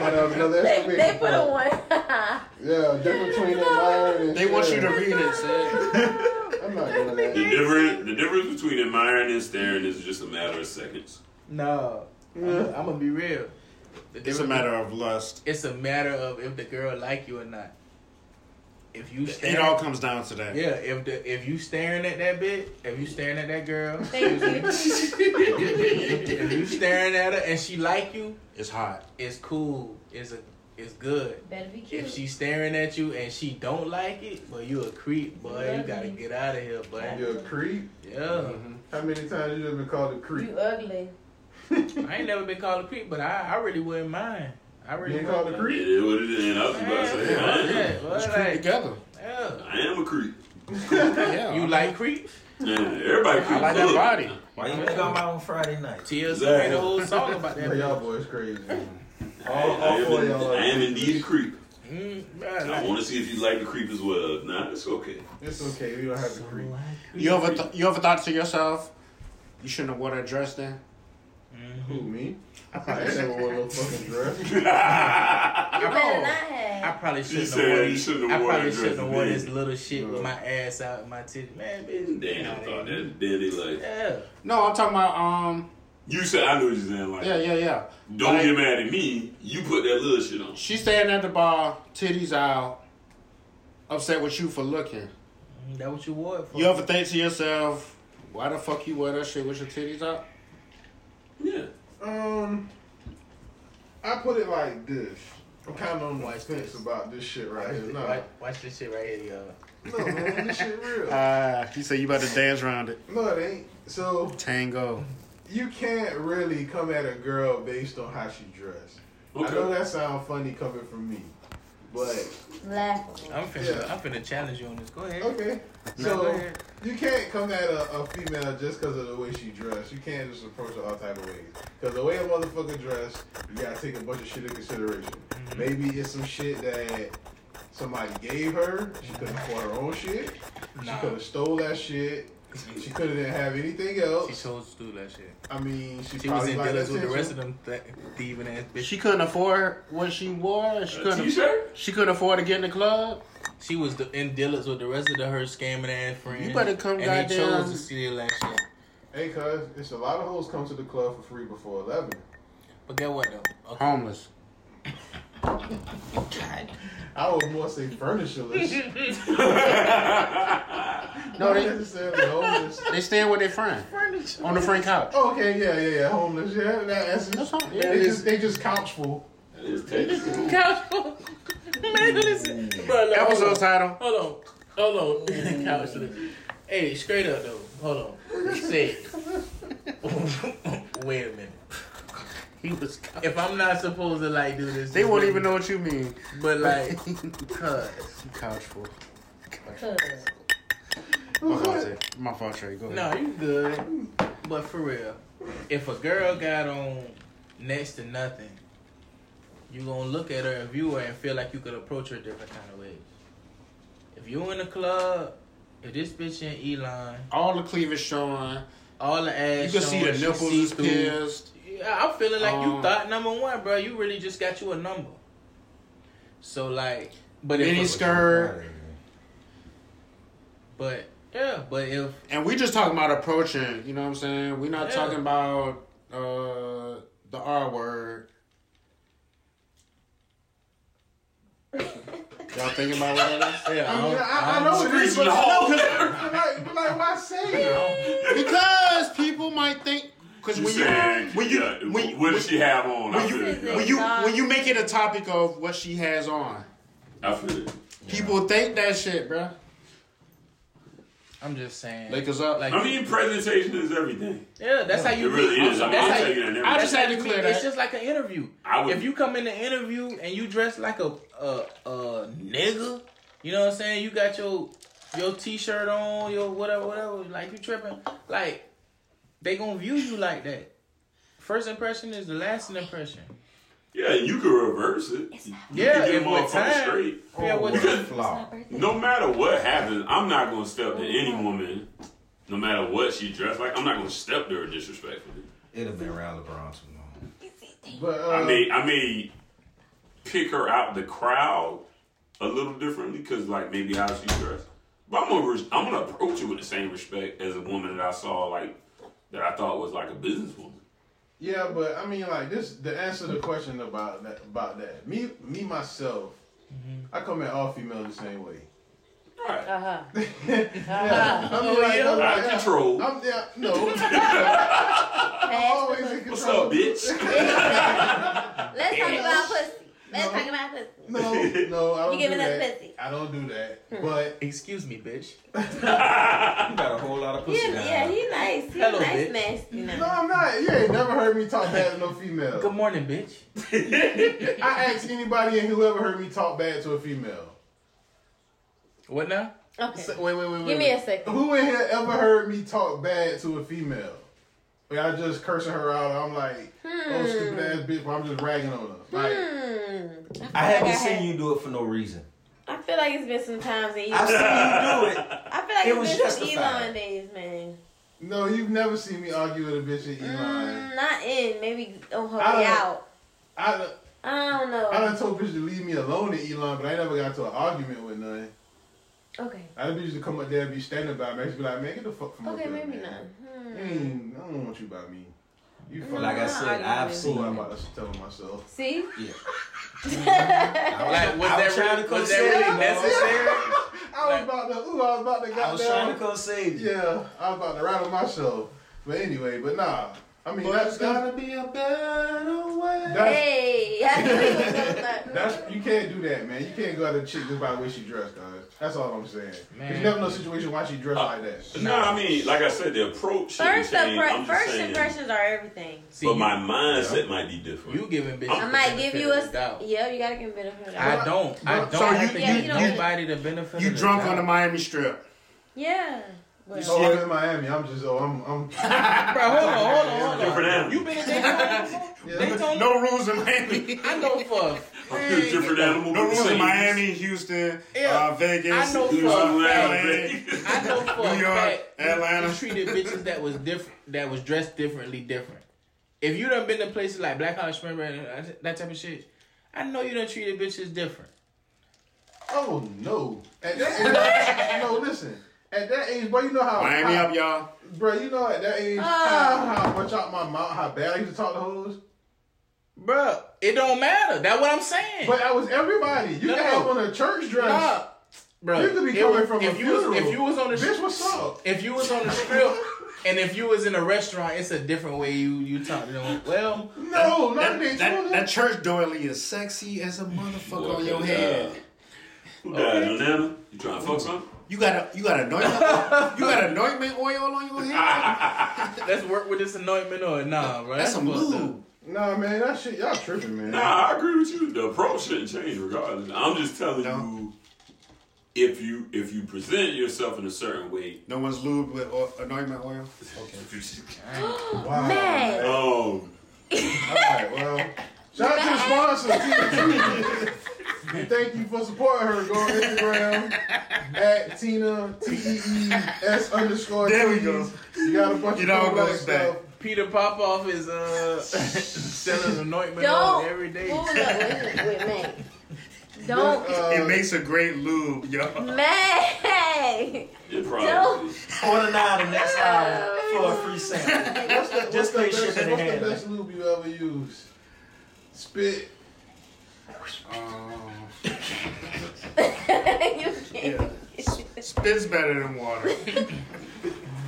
Speaker 1: thought that was another exclamation
Speaker 5: They put a
Speaker 1: point.
Speaker 5: one.
Speaker 1: Yeah, difference between admiring and
Speaker 6: They want you to
Speaker 1: staring.
Speaker 6: read it, Sid.
Speaker 1: I'm not doing that.
Speaker 7: The difference, the difference between admiring and staring is just a matter of seconds.
Speaker 8: No, I'm, I'm gonna be real. The
Speaker 6: It's a
Speaker 8: difference-
Speaker 6: matter of lust.
Speaker 8: It's a matter of if the girl like you or not. If you stare,
Speaker 6: It all comes down to that.
Speaker 8: yeah. If the if you staring at that bitch, if you staring at that girl,
Speaker 5: Thank you.
Speaker 8: if you staring at her and she like you,
Speaker 6: It's hot.
Speaker 8: it's cool. It's a it's good.
Speaker 5: Better be cute.
Speaker 8: If she staring at you and she don't like it, but you a creep, boy. You gotta get out of here, boy.
Speaker 1: You're a creep?
Speaker 8: Yeah.
Speaker 6: Mm-hmm.
Speaker 1: How many times you have been called a creep?
Speaker 5: you ugly.
Speaker 8: I ain't never been called a creep, but I, I really wouldn't mind. I
Speaker 1: You
Speaker 8: really
Speaker 1: ain't called a
Speaker 8: wouldn't.
Speaker 7: It
Speaker 1: creep?
Speaker 7: is what it is. And I was about to say, I am,
Speaker 8: Yeah, well,
Speaker 6: Let's creep
Speaker 8: like,
Speaker 6: together.
Speaker 8: yeah.
Speaker 7: I am a creep.
Speaker 6: Yeah.
Speaker 8: You like creep?
Speaker 7: Yeah, everybody creeps.
Speaker 6: I like that
Speaker 7: Look,
Speaker 6: body.
Speaker 3: Why you think I'm out on Friday night?
Speaker 8: TLC
Speaker 7: Exactly.
Speaker 8: made a whole song about that.
Speaker 1: Yeah, y'all boys crazy.
Speaker 7: I, I am, in- I am indeed a creep.
Speaker 8: Mm,
Speaker 7: And
Speaker 8: bruh,
Speaker 7: I
Speaker 8: like,
Speaker 7: want to see if you like the creep as well. If not, it's okay.
Speaker 1: It's okay. We don't have to creep.
Speaker 6: You ever th- you ever thought to yourself, you shouldn't have wore that dress then?
Speaker 1: Who, me? I probably never wore no fucking dress.
Speaker 8: I,
Speaker 5: You better
Speaker 8: probably-
Speaker 5: not
Speaker 8: I
Speaker 5: have.
Speaker 8: probably shouldn't have
Speaker 7: said
Speaker 8: worn
Speaker 7: you
Speaker 8: these.
Speaker 7: shouldn't have
Speaker 8: I
Speaker 7: worn
Speaker 8: probably
Speaker 7: that
Speaker 8: shouldn't
Speaker 7: dress,
Speaker 8: have worn
Speaker 7: man.
Speaker 8: this little shit with
Speaker 1: No.
Speaker 8: my ass out, and my titty, man, bitch.
Speaker 7: Damn, I thought that. Then they like,
Speaker 8: Yeah,
Speaker 6: No, I'm talking about um.
Speaker 7: you said, I know what you're saying. Like,
Speaker 6: Yeah, yeah, yeah.
Speaker 7: don't
Speaker 6: Like,
Speaker 7: get mad at me. You put that little shit on.
Speaker 6: She's standing at the bar, titties out, upset with you for looking.
Speaker 8: Mm, that what you wore it for?
Speaker 6: You ever think to yourself, why the fuck you wear that shit with your titties out?
Speaker 7: Yeah.
Speaker 1: Um, I put it like this. I'm kind of on the fence about this shit right here. No,
Speaker 8: watch, watch this shit right here, y'all.
Speaker 1: no, man, this shit real.
Speaker 6: Ah, you say you about to dance around it.
Speaker 1: No, it ain't. So
Speaker 6: Tango.
Speaker 1: you can't really come at a girl based on how she dressed. I
Speaker 7: Okay.
Speaker 1: know that sounds funny coming from me, but
Speaker 5: Laugh.
Speaker 8: I'm finna,
Speaker 1: Yeah.
Speaker 8: I'm finna challenge you on this. Go ahead.
Speaker 1: okay.
Speaker 8: Go
Speaker 1: So
Speaker 8: ahead.
Speaker 1: you can't come at a, a female just because of the way she dressed. You can't just approach her all type of ways. Because the way a motherfucker dressed, you gotta take a bunch of shit into consideration.
Speaker 8: Mm-hmm.
Speaker 1: Maybe it's some shit that somebody gave her. She couldn't
Speaker 8: Mm-hmm.
Speaker 1: afford her own shit. She could have stole that shit. She could have didn't have anything
Speaker 8: she
Speaker 1: else.
Speaker 8: chose to do that shit.
Speaker 1: I mean, she,
Speaker 8: She was in
Speaker 1: like
Speaker 8: dealings with the rest of them th- thieving ass bitches.
Speaker 6: She couldn't afford what she wore. She
Speaker 7: A
Speaker 6: couldn't.
Speaker 7: t-shirt?
Speaker 6: She couldn't afford to get in the club.
Speaker 8: She was the, in dealings with the rest of the, her scamming ass friends.
Speaker 6: You better come
Speaker 8: and they
Speaker 6: goddamn-
Speaker 8: chose to steal that shit.
Speaker 1: Hey, cuz, it's a lot of hoes come to the club for free before 11.
Speaker 8: But get what though? Okay.
Speaker 6: Homeless.
Speaker 1: I would more say furnitureless.
Speaker 6: No,
Speaker 1: Not
Speaker 6: they
Speaker 1: necessarily homeless.
Speaker 6: they staying with their friend on the friend couch.
Speaker 1: Okay, yeah, yeah, yeah, homeless. Yeah, that, that's
Speaker 6: That's all- yeah.
Speaker 1: they, just, they just couch full.
Speaker 7: That is technical.
Speaker 8: Couch. Man, listen.
Speaker 6: Mm.
Speaker 8: Bro, look,
Speaker 6: Episode
Speaker 8: hold on.
Speaker 6: title.
Speaker 8: Hold on. Hold on. Couch. listen. Hey, straight up though. Hold on. He said. Wait a minute.
Speaker 6: He was.
Speaker 8: If I'm not supposed to like do this,
Speaker 6: They won't even know what you mean.
Speaker 8: But like, cuz.
Speaker 6: Couch full.
Speaker 5: Cause
Speaker 6: My fault, Trey. My fault, Trey. Go ahead.
Speaker 8: No, you good. But for real, if a girl got on next to nothing, you gonna look at her and view her and feel like you could approach her different kind of ways. If you in the club, if this bitch in Elon,
Speaker 6: all the cleavage showing,
Speaker 8: all the ass,
Speaker 6: You can see
Speaker 8: showing,
Speaker 6: the
Speaker 8: she
Speaker 6: nipples
Speaker 8: see
Speaker 6: is
Speaker 8: through.
Speaker 6: pierced.
Speaker 8: Yeah, I'm feeling like you
Speaker 6: Um,
Speaker 8: thought number one, bro. You really just got you a number. So like, but
Speaker 6: mini
Speaker 8: if
Speaker 6: skirt,
Speaker 8: but yeah, but if
Speaker 6: and we just talking about approaching. You know what I'm saying? We're not
Speaker 8: Yeah.
Speaker 6: talking about uh, the R word. Y'all thinking about what that is?
Speaker 1: I, mean, Um, I, I know it is, but,
Speaker 6: Greasing the hole.
Speaker 1: but like, but like, why say it?
Speaker 6: because people might think because
Speaker 7: You
Speaker 6: when you
Speaker 7: saying,
Speaker 6: when you
Speaker 7: yeah,
Speaker 6: when,
Speaker 7: what does she have on? I
Speaker 6: when you
Speaker 7: feel it.
Speaker 6: when you when you make it a topic of what she has on,
Speaker 7: I feel it.
Speaker 6: people think that shit, bruh.
Speaker 8: I'm just saying,
Speaker 6: Lakers up.
Speaker 7: I mean, presentation is everything.
Speaker 8: Yeah, that's how you.
Speaker 7: It really
Speaker 8: meet-
Speaker 7: is. I mean,
Speaker 8: that's
Speaker 7: I'm
Speaker 8: how
Speaker 7: taking it in
Speaker 8: you,
Speaker 7: every-
Speaker 8: I
Speaker 7: I
Speaker 8: just had to
Speaker 6: clear
Speaker 8: clear
Speaker 6: that.
Speaker 8: It's just like an interview.
Speaker 7: I would-
Speaker 8: if you come in the interview and you dress like a a, a nigga, you know what I'm saying? You got your your t-shirt on, your whatever, whatever. Like you tripping, like they gonna view you like that. First impression is the lasting impression.
Speaker 7: Yeah, you can reverse it. You
Speaker 8: Yeah,
Speaker 7: can
Speaker 8: if
Speaker 7: get
Speaker 8: with
Speaker 7: motherfuckers
Speaker 8: time-
Speaker 7: straight.
Speaker 8: yeah, with-
Speaker 7: Because
Speaker 8: It's not
Speaker 7: no matter what happens, I'm not gonna step to any woman, no matter what she dressed like. I'm not gonna step to her disrespectfully.
Speaker 12: It'll be around LeBron too long.
Speaker 1: But uh,
Speaker 7: I may I may pick her out the crowd a little differently because like maybe how she dressed. But I'm gonna res- I'm gonna approach you with the same respect as a woman that I saw like that I thought was like a businesswoman.
Speaker 1: yeah, but I mean, like this. The answer to the question about that, about that. Me, me myself, I come at all females the same way.
Speaker 5: Uh huh.
Speaker 1: Yeah, I mean,
Speaker 5: Oh,
Speaker 1: like, I'm
Speaker 5: yeah?
Speaker 7: Out of
Speaker 1: like,
Speaker 7: control.
Speaker 1: I'm yeah, no. I'm always in control.
Speaker 7: What's up, bitch?
Speaker 5: Let's talk about pussy. Let's talk about pussy.
Speaker 1: No, no, I don't
Speaker 5: You giving
Speaker 1: do
Speaker 5: us
Speaker 1: that.
Speaker 5: pussy. Hmm.
Speaker 1: I don't do that. But
Speaker 8: Excuse me, bitch.
Speaker 12: You got a whole lot of pussy
Speaker 5: Yeah,
Speaker 12: down
Speaker 5: yeah,
Speaker 12: there.
Speaker 5: he nice. He
Speaker 8: Hello,
Speaker 5: nice,
Speaker 8: bitch.
Speaker 5: nasty.
Speaker 1: no,
Speaker 5: Now.
Speaker 1: I'm not. You ain't never heard me talk bad to no female.
Speaker 8: Good morning, bitch.
Speaker 1: I ask anybody and whoever heard me talk bad to a female.
Speaker 8: What now?
Speaker 5: Okay.
Speaker 1: Say- Wait, wait, wait, wait.
Speaker 5: Give me a
Speaker 1: wait.
Speaker 5: second.
Speaker 1: Who in here ever heard me talk bad to a female? Like I just cursing her out. I'm like, oh stupid ass bitch. But I'm just ragging on her. Like,
Speaker 5: Hmm.
Speaker 12: I haven't
Speaker 5: I
Speaker 12: seen
Speaker 5: had-
Speaker 12: you do it for no reason.
Speaker 5: I feel like it's been some times in you.
Speaker 12: I've seen
Speaker 5: I
Speaker 12: you do it.
Speaker 5: feel like
Speaker 12: It
Speaker 5: it
Speaker 12: was
Speaker 5: has been some
Speaker 12: justified.
Speaker 5: Elon days, man.
Speaker 1: no, you've never seen me argue with a bitch in Elon.
Speaker 5: Mm, not in, maybe on her
Speaker 1: I
Speaker 5: way
Speaker 1: don't-
Speaker 5: out.
Speaker 1: I done-
Speaker 5: I don't
Speaker 1: I done
Speaker 5: know.
Speaker 1: told bitch to leave me alone in Elon, but I never got to an argument with none.
Speaker 5: Okay.
Speaker 1: I done bitches to come up there and be standing by me. I just be like, man, get the fuck from
Speaker 5: Okay,
Speaker 1: up here,
Speaker 5: maybe
Speaker 1: man.
Speaker 5: not.
Speaker 1: You
Speaker 5: Hmm.
Speaker 1: ain't- I don't want you by me. You fucking
Speaker 12: Like I
Speaker 5: I'm
Speaker 12: said,
Speaker 5: arguing
Speaker 12: I've
Speaker 5: with
Speaker 12: seen
Speaker 1: fool. I'm
Speaker 12: you.
Speaker 1: about to tell myself.
Speaker 5: See?
Speaker 12: Yeah.
Speaker 8: Like, was
Speaker 12: I
Speaker 8: that
Speaker 12: was trying
Speaker 8: really,
Speaker 12: to
Speaker 8: was that really
Speaker 12: consent.
Speaker 8: necessary?
Speaker 1: I was about to, ooh, I was about to
Speaker 12: I was trying to
Speaker 1: goddamn.
Speaker 12: go save you.
Speaker 1: Yeah, I was about to rattle myself. But anyway, but nah. I mean, that's, that's,
Speaker 6: be a better way.
Speaker 1: that's,
Speaker 5: Hey, I knew he was gonna start.
Speaker 1: that's, you can't do that, man. You can't go at a chick just by the way she dressed, guys. That's all I'm saying. 'Cause
Speaker 8: Man.
Speaker 1: you never know the situation why she dressed like that.
Speaker 7: No, I mean, like I said, the approach. shouldn't
Speaker 5: First,
Speaker 7: change.
Speaker 5: impre-
Speaker 7: I'm just
Speaker 5: first
Speaker 7: saying,
Speaker 5: impressions are everything.
Speaker 8: See,
Speaker 7: But
Speaker 8: you,
Speaker 7: my mindset might be different.
Speaker 8: you giving bitch.
Speaker 7: I
Speaker 5: I
Speaker 8: the
Speaker 5: might give
Speaker 8: benefit
Speaker 5: you
Speaker 8: of
Speaker 5: a.
Speaker 8: the doubt.
Speaker 5: Yeah, you gotta give benefit of the doubt.
Speaker 8: I don't. I don't.
Speaker 1: So
Speaker 6: you-
Speaker 8: I think
Speaker 5: Yeah, you
Speaker 8: you
Speaker 5: don't-
Speaker 8: nobody the benefit.
Speaker 6: You
Speaker 8: of the
Speaker 6: drunk
Speaker 8: doubt.
Speaker 6: on the Miami Strip.
Speaker 5: Yeah. Well,
Speaker 1: So I'm in Miami. I'm just, oh, I'm, I'm.
Speaker 8: Bro, hold on, hold on, hold on.
Speaker 7: Different animal.
Speaker 8: You been in Daytona? before? Daytona?
Speaker 6: No rules in Miami.
Speaker 8: I know for.
Speaker 7: I'm a different animal.
Speaker 6: No
Speaker 7: but the
Speaker 6: rules in
Speaker 7: same.
Speaker 6: Miami, Houston,
Speaker 8: Yeah.
Speaker 6: uh, Vegas,
Speaker 8: I know
Speaker 7: Who's
Speaker 8: for
Speaker 7: on
Speaker 8: a fact.
Speaker 7: Miami?
Speaker 8: I know for
Speaker 6: New
Speaker 8: a
Speaker 6: York,
Speaker 8: fact. you-
Speaker 6: Atlanta.
Speaker 8: You treated bitches that was different, that was dressed differently, different. If you done been to places like Black Hawk Spring Break and that type of shit, I know you done treated bitches different.
Speaker 1: Oh no! At that age, no, listen. At that age, boy, you know how,
Speaker 6: Miami
Speaker 1: how
Speaker 6: up, y'all.
Speaker 1: bro, you know at that age how, how much out my mouth, how bad I used to talk to hoes.
Speaker 8: Bruh, it don't matter. That's what I'm saying.
Speaker 1: But I was everybody. You
Speaker 8: No.
Speaker 1: can have on a church dress.
Speaker 8: Nah, bro.
Speaker 1: You could be
Speaker 8: it
Speaker 1: coming
Speaker 8: was-
Speaker 1: from
Speaker 8: if
Speaker 1: a
Speaker 8: you
Speaker 1: funeral.
Speaker 8: Was, if you was on the
Speaker 1: bitch, what's up?
Speaker 8: if you was on the strip, and if you was in a restaurant, it's a different way you you talk to them. Well,
Speaker 1: No,
Speaker 6: That,
Speaker 1: not me.
Speaker 6: that, that church doily is sexy as a motherfucker on your
Speaker 7: Walking
Speaker 6: head.
Speaker 7: down. Who died? No Nana? You trying to fuck something?
Speaker 6: You got a you got anointment. you got anointment oil on your head.
Speaker 8: let's work with this anointment or nah, bro.
Speaker 6: Ah, That's a
Speaker 8: fucked up.
Speaker 6: move.
Speaker 1: Nah, man, that shit, y'all tripping, man.
Speaker 7: Nah, I agree with you. The approach shouldn't change regardless. I'm just telling you, if you if you present yourself in a certain way,
Speaker 6: No one's lubed with o- anointment oil.
Speaker 7: okay.
Speaker 5: Man.
Speaker 7: um,
Speaker 1: Alright, well. Shout out to the sponsor, Tina T. And thank you for supporting her. Go on Instagram at Tina T E E S underscore. There we go. You got a bunch
Speaker 8: It
Speaker 1: of
Speaker 8: all
Speaker 1: cool
Speaker 8: goes
Speaker 1: black stuff.
Speaker 8: Peter Popoff is uh selling anointment
Speaker 5: Don't.
Speaker 8: on every day.
Speaker 5: What was up with, with Mac? Don't.
Speaker 1: uh,
Speaker 6: it makes a great lube, y'all.
Speaker 5: Mac! Don't.
Speaker 3: Order now the next hour for a free sample.
Speaker 1: What's the, what's
Speaker 3: Just
Speaker 1: the
Speaker 3: put shit
Speaker 1: best,
Speaker 3: in the
Speaker 1: what's
Speaker 3: hand.
Speaker 1: the best lube you ever used? Spit.
Speaker 5: you
Speaker 6: Yeah. Spits better than water.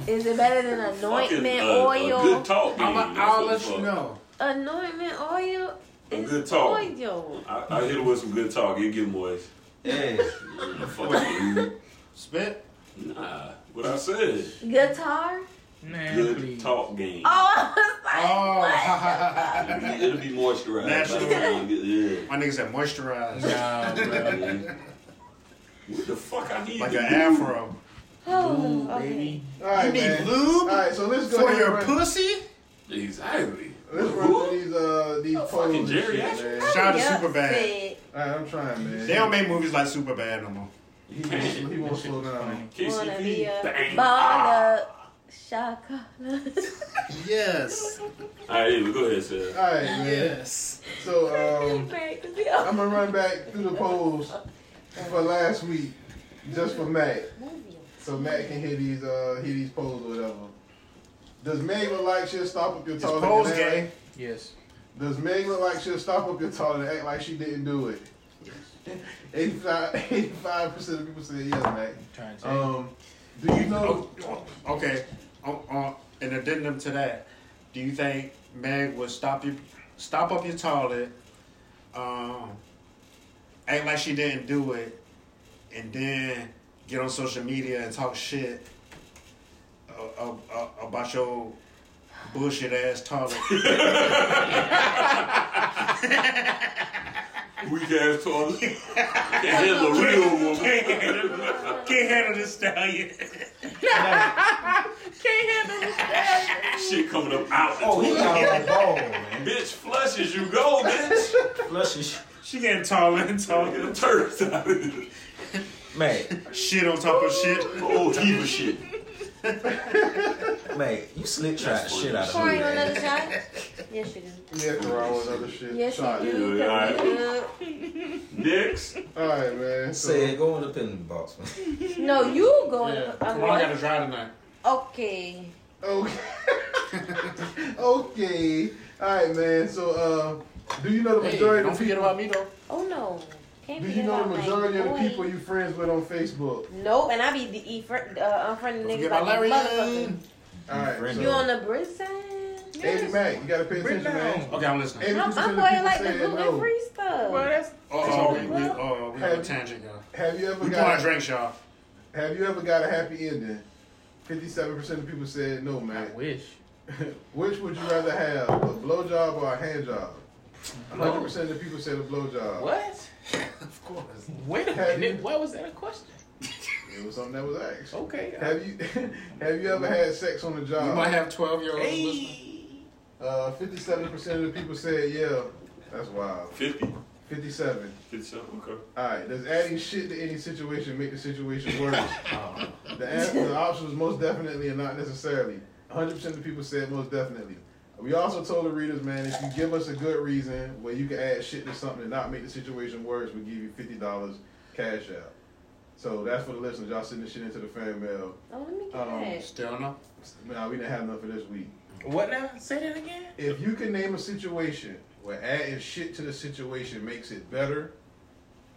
Speaker 5: Is it better than anointment oil?
Speaker 6: I'm a, I'll let you know.
Speaker 5: Anointment oil
Speaker 7: A
Speaker 5: is
Speaker 7: good talk.
Speaker 5: oil.
Speaker 7: I, I hit it with some good talk. It get moist. Yeah.
Speaker 6: Spit?
Speaker 7: Nah. What I said.
Speaker 5: Guitar?
Speaker 7: good talk game.
Speaker 5: Oh, I was like,
Speaker 7: It'll be- It'll be moisturized.
Speaker 6: Natural.
Speaker 7: By the time you get- yeah.
Speaker 6: My niggas said moisturize. Nah,
Speaker 7: bro. What the fuck I need?
Speaker 6: Like
Speaker 7: to
Speaker 6: an
Speaker 7: do?
Speaker 6: afro.
Speaker 5: oh,
Speaker 7: baby.
Speaker 1: Alright,
Speaker 6: You need
Speaker 1: man.
Speaker 6: lube?
Speaker 1: Alright, so let's go
Speaker 6: For
Speaker 1: ahead and
Speaker 6: your
Speaker 1: run-
Speaker 6: pussy?
Speaker 7: Exactly.
Speaker 1: Let's run through these uh these polls. and shit, man.
Speaker 6: Shout out to Superbad.
Speaker 1: Alright, I'm trying, man.
Speaker 6: They don't make movies like Superbad no more.
Speaker 1: He won't, he won't slow down.
Speaker 5: Wanna be a Ah. baller. Shaka.
Speaker 6: Yes.
Speaker 7: All right, go ahead, sir.
Speaker 1: All right, man. Yes. So um, I'm gonna run back through the polls for last week just for Matt, so Matt can hear these uh hear these polls or whatever. Does Meg look like she'll stop up your
Speaker 8: It's
Speaker 1: toilet?
Speaker 8: polls
Speaker 1: and act
Speaker 8: gay.
Speaker 1: like-
Speaker 8: Yes.
Speaker 1: Does Meg look like she'll stop up your toilet and act like she didn't do it? 85 percent of people said yes, Matt.
Speaker 8: Trying to Oh.
Speaker 1: Um, do you know?
Speaker 6: Oh, Okay. Um, um, an addendum to that. Do you think Meg would stop you, stop up your toilet, um, act like she didn't do it, and then get on social media and talk shit uh, uh, uh, about your bullshit ass toilet?
Speaker 7: Weak ass toilet. Can't handle a real woman.
Speaker 6: Can't handle this stallion.
Speaker 8: Can't handle this bad.
Speaker 7: Shit coming up out the
Speaker 3: Oh, he
Speaker 7: toilet.
Speaker 3: got like ball,
Speaker 7: Bitch, flush as you go, bitch.
Speaker 3: flush is
Speaker 6: She getting taller and taller.
Speaker 7: Get a turd out of it.
Speaker 3: Man.
Speaker 6: Shit on top of shit.
Speaker 7: Oh, heap of shit.
Speaker 3: Mate, you slick trap
Speaker 7: That's
Speaker 3: shit out of
Speaker 5: Pouring
Speaker 3: me.
Speaker 5: another
Speaker 3: man.
Speaker 5: shot? Yes, you do.
Speaker 1: Yeah, Corral and other shit.
Speaker 5: Yes, you do.
Speaker 7: Yeah, all right.
Speaker 5: Good.
Speaker 7: Next.
Speaker 1: All right, man. So,
Speaker 12: Say it, go in the pin box. man.
Speaker 5: No, you going.
Speaker 6: to dry tonight.
Speaker 5: Okay.
Speaker 1: Okay. okay. All right, man. So, uh, do you know the
Speaker 6: Hey,
Speaker 1: majority
Speaker 6: don't
Speaker 1: of the
Speaker 6: forget
Speaker 1: people?
Speaker 6: about me though.
Speaker 5: Oh no. Can't
Speaker 1: Do
Speaker 5: forget
Speaker 1: you know the
Speaker 5: about my
Speaker 1: majority of the
Speaker 5: boy.
Speaker 1: people you friends with on Facebook?
Speaker 5: Nope, and I be the e friend, uh, unfriending
Speaker 1: forget
Speaker 5: niggas
Speaker 1: about
Speaker 5: like a
Speaker 1: Larry.
Speaker 5: motherfucker.
Speaker 1: All right.
Speaker 5: You on
Speaker 1: So,
Speaker 5: the Brit side?
Speaker 1: Avery Mack, you gotta pay attention, man.
Speaker 6: Okay, I'm listening.
Speaker 5: I'm,
Speaker 1: 80% of
Speaker 5: I'm
Speaker 1: the
Speaker 5: for
Speaker 1: people
Speaker 5: like the
Speaker 1: said
Speaker 5: gluten
Speaker 1: no.
Speaker 5: free stuff.
Speaker 8: Well, that's
Speaker 6: Oh, we, we, oh, we on a tangent, y'all.
Speaker 1: Have you ever
Speaker 6: We pouring
Speaker 1: got
Speaker 6: drinks, y'all.
Speaker 1: Have you ever got a happy ending? Fifty-seven percent of people said no, man.
Speaker 8: wish.
Speaker 1: Which would you rather have, a blowjob or a hand job? Hundred percent of people said a blowjob.
Speaker 8: What?
Speaker 6: Of course.
Speaker 8: Wait a
Speaker 1: Have
Speaker 8: minute. Why was that a question?
Speaker 1: It was something that was asked.
Speaker 8: Okay.
Speaker 1: Have you Have you ever had sex on the job?
Speaker 6: You might have 12 year olds
Speaker 8: Hey.
Speaker 6: listening.
Speaker 1: Uh, fifty-seven percent of the people said yeah. That's wild.
Speaker 7: 50.
Speaker 1: Fifty-seven.
Speaker 7: 57, okay.
Speaker 1: All right. Does adding shit to any situation make the situation worse? Uh, the answer, the option was most definitely and not necessarily. One hundred percent of the people said most definitely. We also told the readers, man, if you give us a good reason where you can add shit to something and not make the situation worse, we give you fifty dollars cash out. So that's for the listeners. Y'all send this shit into the fan mail.
Speaker 5: Oh, let me get
Speaker 1: Um,
Speaker 5: that.
Speaker 6: Still no?
Speaker 1: Nah, we didn't have none for this week.
Speaker 8: What now? Say that again.
Speaker 1: If you can name a situation where adding shit to the situation makes it better,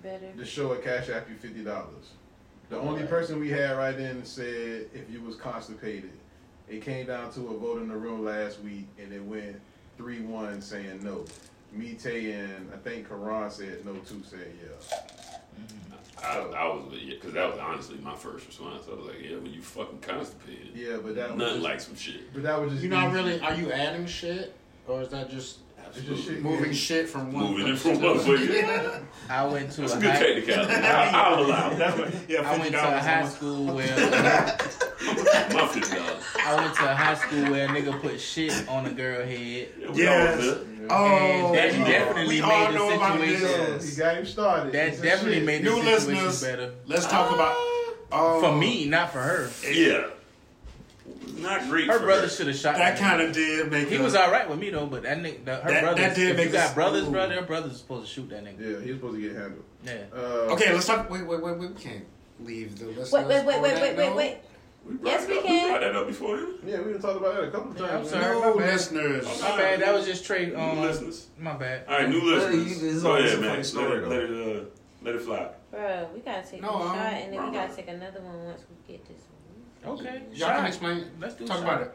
Speaker 5: Better.
Speaker 1: the show will cash app you fifty dollars. The only person we had right in said if you was constipated. It came down to a vote in the room last week, and it went three one saying no. Me, Tay, and I think Karan said no too. Said yeah.
Speaker 7: I, I was, yeah, because that was honestly my first response. I was like, yeah, when you fucking constipated.
Speaker 1: Yeah, but that was
Speaker 7: Nothing
Speaker 1: just-
Speaker 7: like some shit.
Speaker 1: But that was just
Speaker 6: You're not
Speaker 1: easy.
Speaker 6: really, are you adding shit? Or is that just Moving shit from one
Speaker 7: Moving it
Speaker 6: place
Speaker 7: from
Speaker 6: to
Speaker 7: one
Speaker 6: another.
Speaker 7: place.
Speaker 8: I went to
Speaker 7: That's
Speaker 8: a
Speaker 7: a good
Speaker 8: high-
Speaker 7: technicality. I- I'll allow it. That's right. Yeah,
Speaker 8: I went to a
Speaker 7: $50
Speaker 8: high
Speaker 7: on-
Speaker 8: school where
Speaker 7: My fifty dollars.
Speaker 8: I went to a high school where a nigga put shit on a girl head.
Speaker 7: we all Yes. good.
Speaker 8: and that
Speaker 6: Oh,
Speaker 8: definitely made
Speaker 6: we all
Speaker 8: the
Speaker 6: know about
Speaker 8: situation.
Speaker 6: this.
Speaker 1: got him started.
Speaker 8: That definitely made the
Speaker 6: New Ah.
Speaker 8: situation
Speaker 6: listeners,
Speaker 8: better.
Speaker 6: Let's talk about. Oh.
Speaker 8: For me, not for her.
Speaker 7: Yeah. Not great.
Speaker 8: Her
Speaker 7: for
Speaker 8: brother should have shot.
Speaker 6: That
Speaker 8: me.
Speaker 6: kinda did make
Speaker 8: He
Speaker 6: it-
Speaker 8: was all right with me though, but that nigga, the, her
Speaker 6: That-
Speaker 8: brothers.
Speaker 6: that did
Speaker 8: if
Speaker 6: make
Speaker 8: you
Speaker 6: us-
Speaker 8: got brothers,
Speaker 6: Ooh.
Speaker 8: bro. Their brothers supposed to shoot that nigga.
Speaker 1: Yeah, he was supposed to get handled. Uh,
Speaker 8: Yeah.
Speaker 6: okay, let's talk. Wait, wait, wait, wait. We can't leave the listeners.
Speaker 5: Wait, wait, wait,
Speaker 6: on
Speaker 5: wait,
Speaker 6: that
Speaker 5: wait, wait,
Speaker 6: note.
Speaker 5: wait. Yes, we
Speaker 7: We brought
Speaker 5: can.
Speaker 7: that up before. him.
Speaker 1: Yeah, we done talked about that a couple
Speaker 8: Yeah, I'm
Speaker 1: times.
Speaker 8: sorry.
Speaker 6: No
Speaker 8: my bad.
Speaker 6: listeners.
Speaker 8: My bad. That was just Trey. Um,
Speaker 7: New listeners.
Speaker 8: My bad.
Speaker 7: All right, new
Speaker 6: Well,
Speaker 7: listeners.
Speaker 6: you- it's
Speaker 7: Go
Speaker 6: always
Speaker 7: ahead,
Speaker 6: a
Speaker 7: man.
Speaker 6: funny
Speaker 7: Let
Speaker 6: story,
Speaker 7: it,
Speaker 6: though.
Speaker 7: let it, uh, let it fly.
Speaker 5: Bro, we gotta take
Speaker 6: No,
Speaker 5: this
Speaker 6: I'm-
Speaker 5: shot and then
Speaker 6: I'm
Speaker 5: we gotta
Speaker 6: not.
Speaker 5: take another one once we get this one.
Speaker 8: Okay.
Speaker 6: Y'all can explain.
Speaker 8: Let's do
Speaker 6: Talk
Speaker 8: shot.
Speaker 6: about it.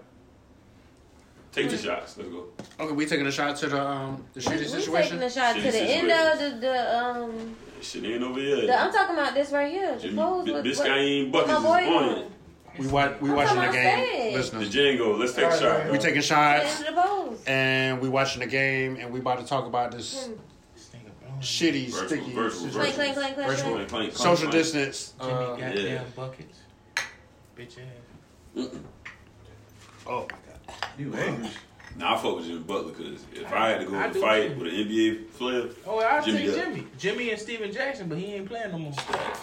Speaker 7: Take the
Speaker 5: Mm.
Speaker 7: shots. Let's go.
Speaker 6: Okay, we taking a shot to the um the
Speaker 5: We,
Speaker 6: shitty
Speaker 5: we
Speaker 6: situation.
Speaker 5: taking a shot to
Speaker 7: Shitty
Speaker 5: the end
Speaker 7: situation.
Speaker 5: of the, the um.
Speaker 7: Shit ain't over yet.
Speaker 5: The, I'm talking about this right here. The
Speaker 7: Jimmy-
Speaker 5: clothes
Speaker 7: Bi-
Speaker 5: with, with,
Speaker 7: Biscayne
Speaker 5: with
Speaker 7: buckets
Speaker 5: my
Speaker 7: is
Speaker 5: boy
Speaker 7: on
Speaker 5: on.
Speaker 7: it.
Speaker 6: We watch. We
Speaker 5: I'm
Speaker 6: watching the
Speaker 5: talking about
Speaker 6: game.
Speaker 7: The
Speaker 6: Listeners,
Speaker 7: Django. Let's take a shot.
Speaker 6: we taking shots
Speaker 5: Into the bowls.
Speaker 6: and we watching the game and we about to talk about this shitty,
Speaker 7: Virtual,
Speaker 6: sticky
Speaker 7: virtual,
Speaker 6: situation.
Speaker 5: Clank, clank, clank, clank,
Speaker 6: Virtual.
Speaker 5: clank.
Speaker 7: clank,
Speaker 6: social
Speaker 7: clank.
Speaker 6: distance.
Speaker 8: Give me
Speaker 6: uh,
Speaker 8: goddamn
Speaker 7: yeah.
Speaker 8: buckets, bitch ass.
Speaker 6: Oh my god.
Speaker 1: You angry?
Speaker 7: Nah, I fuck with Jimmy Butler because if I had to go
Speaker 8: I
Speaker 7: in a
Speaker 8: do
Speaker 7: fight
Speaker 8: too.
Speaker 7: with an NBA player,
Speaker 8: Oh, I'll
Speaker 7: Jimmy
Speaker 8: take
Speaker 7: Dutton.
Speaker 8: Jimmy. Jimmy and Steven Jackson, but he ain't playing no more.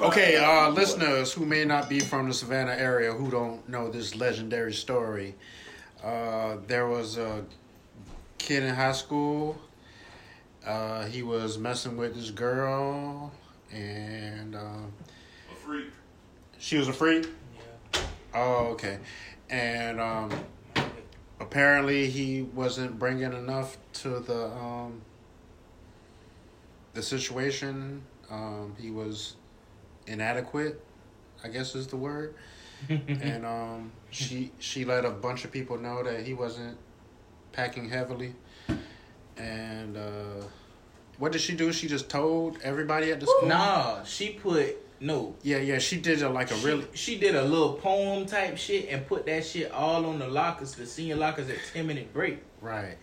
Speaker 6: Okay, uh, listeners who may not be from the Savannah area who don't know this legendary story, uh, there was a kid in high school. Uh, he was messing with this girl, and uh,
Speaker 7: a freak.
Speaker 6: she was a freak. Oh, okay. And um, apparently he wasn't bringing enough to the um, the situation. Um, he was inadequate, I guess is the word. and um, she she let a bunch of people know that he wasn't packing heavily. And uh, what did she do? She just told everybody at the school.
Speaker 8: Nah, she put no.
Speaker 6: Yeah, yeah, she did a, like a
Speaker 8: She,
Speaker 6: really
Speaker 8: she did a little poem type shit and put that shit all on the lockers, the senior lockers at ten minute break.
Speaker 6: right.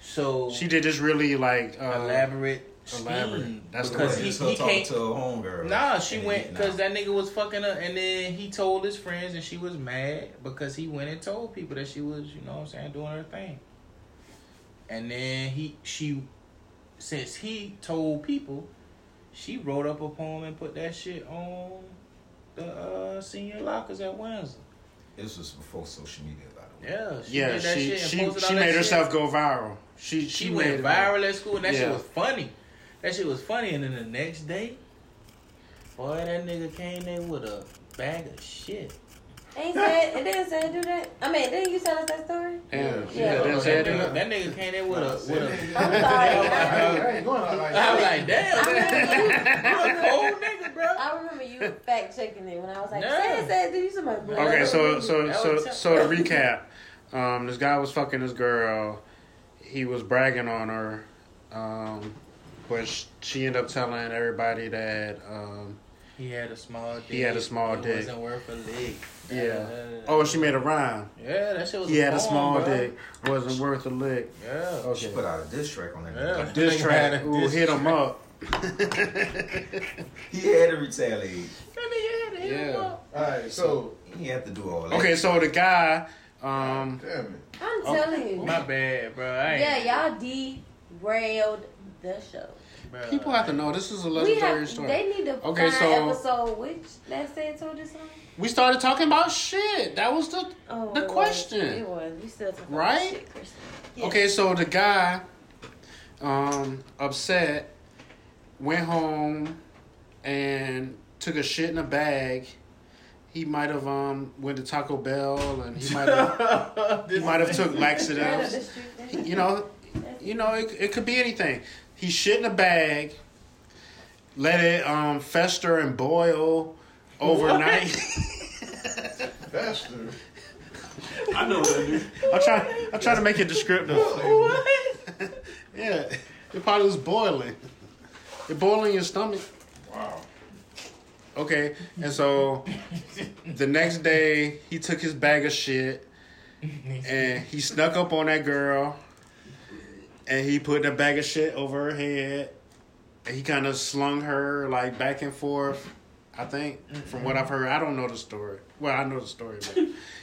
Speaker 8: So
Speaker 6: She did this really like uh,
Speaker 8: elaborate,
Speaker 6: elaborate.
Speaker 8: scheme.
Speaker 6: That's the
Speaker 8: because
Speaker 6: word.
Speaker 8: he,
Speaker 12: So
Speaker 8: he
Speaker 12: talk
Speaker 8: can't.
Speaker 12: to a homegirl.
Speaker 8: Nah, she
Speaker 12: And
Speaker 8: went
Speaker 12: he-
Speaker 8: because that nigga was fucking her, and then he told his friends, and she was mad because he went and told people that she was, you know, what I'm saying, doing her thing. And then he, she, since he told people, she wrote up a poem and put that shit on the uh, senior lockers at Windsor.
Speaker 12: This was before social media, by the way.
Speaker 8: Yeah, she
Speaker 6: yeah,
Speaker 8: did that
Speaker 6: she
Speaker 8: shit and
Speaker 6: she,
Speaker 8: posted all
Speaker 6: she
Speaker 8: that
Speaker 6: made
Speaker 8: shit.
Speaker 6: herself go viral. She she,
Speaker 8: She went
Speaker 6: made it
Speaker 8: viral at school, and that shit
Speaker 6: Yeah.
Speaker 8: was funny. That shit was funny, and then the next day, boy, that nigga came in with a bag of shit.
Speaker 5: Ain't said it didn't say do that. I mean, didn't you tell us that story?
Speaker 6: Yeah,
Speaker 5: Yeah.
Speaker 6: yeah, that's
Speaker 8: that,
Speaker 6: it.
Speaker 8: nigga, that nigga came in with a with a.
Speaker 5: I'm sorry.
Speaker 1: I ain't going out like
Speaker 8: I was
Speaker 1: that.
Speaker 8: like, damn,
Speaker 5: I
Speaker 8: that-
Speaker 5: remember you.
Speaker 8: you a cold nigga, bro.
Speaker 5: I remember you fact checking it when I was like,
Speaker 8: Yeah.
Speaker 5: say it, say it, did you see my blood?
Speaker 6: Okay, so so
Speaker 8: That
Speaker 6: so
Speaker 8: was tough.
Speaker 6: so to recap, um, this guy was fucking this girl. He was bragging on her, um, but sh- she ended up telling everybody that. Um,
Speaker 8: He had a small dick.
Speaker 6: He had a small
Speaker 8: it
Speaker 6: dick.
Speaker 8: wasn't worth a lick.
Speaker 6: yeah.
Speaker 8: Da-da-da-da.
Speaker 6: Oh, she made a rhyme.
Speaker 8: Yeah, that shit was.
Speaker 6: He had a
Speaker 8: poem,
Speaker 6: small
Speaker 8: bro.
Speaker 6: dick. Wasn't worth a lick.
Speaker 8: Yeah.
Speaker 6: Okay.
Speaker 12: Put out a diss track on that.
Speaker 8: Yeah.
Speaker 12: nigga.
Speaker 6: Diss
Speaker 8: Nigga had
Speaker 6: track.
Speaker 8: a
Speaker 6: Ooh,
Speaker 8: diss
Speaker 6: hit him up.
Speaker 12: He had to retaliate.
Speaker 8: That nigga had a
Speaker 6: Yeah.
Speaker 8: hell of
Speaker 1: All right, so
Speaker 12: He had to do all that.
Speaker 6: Okay, so the guy, um,
Speaker 1: damn it.
Speaker 5: I'm telling
Speaker 8: a-
Speaker 5: you.
Speaker 8: My bad, bro. I ain't,
Speaker 5: Yeah, y'all derailed the show.
Speaker 8: Bro.
Speaker 6: people have to know this is a
Speaker 5: We
Speaker 6: legendary
Speaker 5: have.
Speaker 6: story.
Speaker 5: They need to
Speaker 6: Okay,
Speaker 5: find
Speaker 6: so-
Speaker 5: episode which that said told this song.
Speaker 6: we started talking about shit. That was the
Speaker 5: Oh,
Speaker 6: the
Speaker 5: it was.
Speaker 6: question.
Speaker 5: It was. We still talking about
Speaker 6: Right?
Speaker 5: shit, Kristen.
Speaker 6: Okay, so the guy, um, upset, went home, and took a shit in a bag. He might have um went to Taco Bell, and he might have he might have took
Speaker 5: Right up the
Speaker 6: laxatives.
Speaker 5: street.
Speaker 6: You know, you know, it, it could be anything. He shit in a bag, let it um fester and boil overnight.
Speaker 1: Faster.
Speaker 7: I know what I do.
Speaker 6: I'm trying. I'm trying to make it descriptive. yeah, it probably was boiling. It boiling your stomach.
Speaker 1: Wow.
Speaker 6: Okay, and so the next day he took his bag of shit and he snuck up on that girl. and he put a bag of shit over her head. And he kind of slung her like back and forth. I think, from what I've heard, I don't know the story. Well, I know the story, but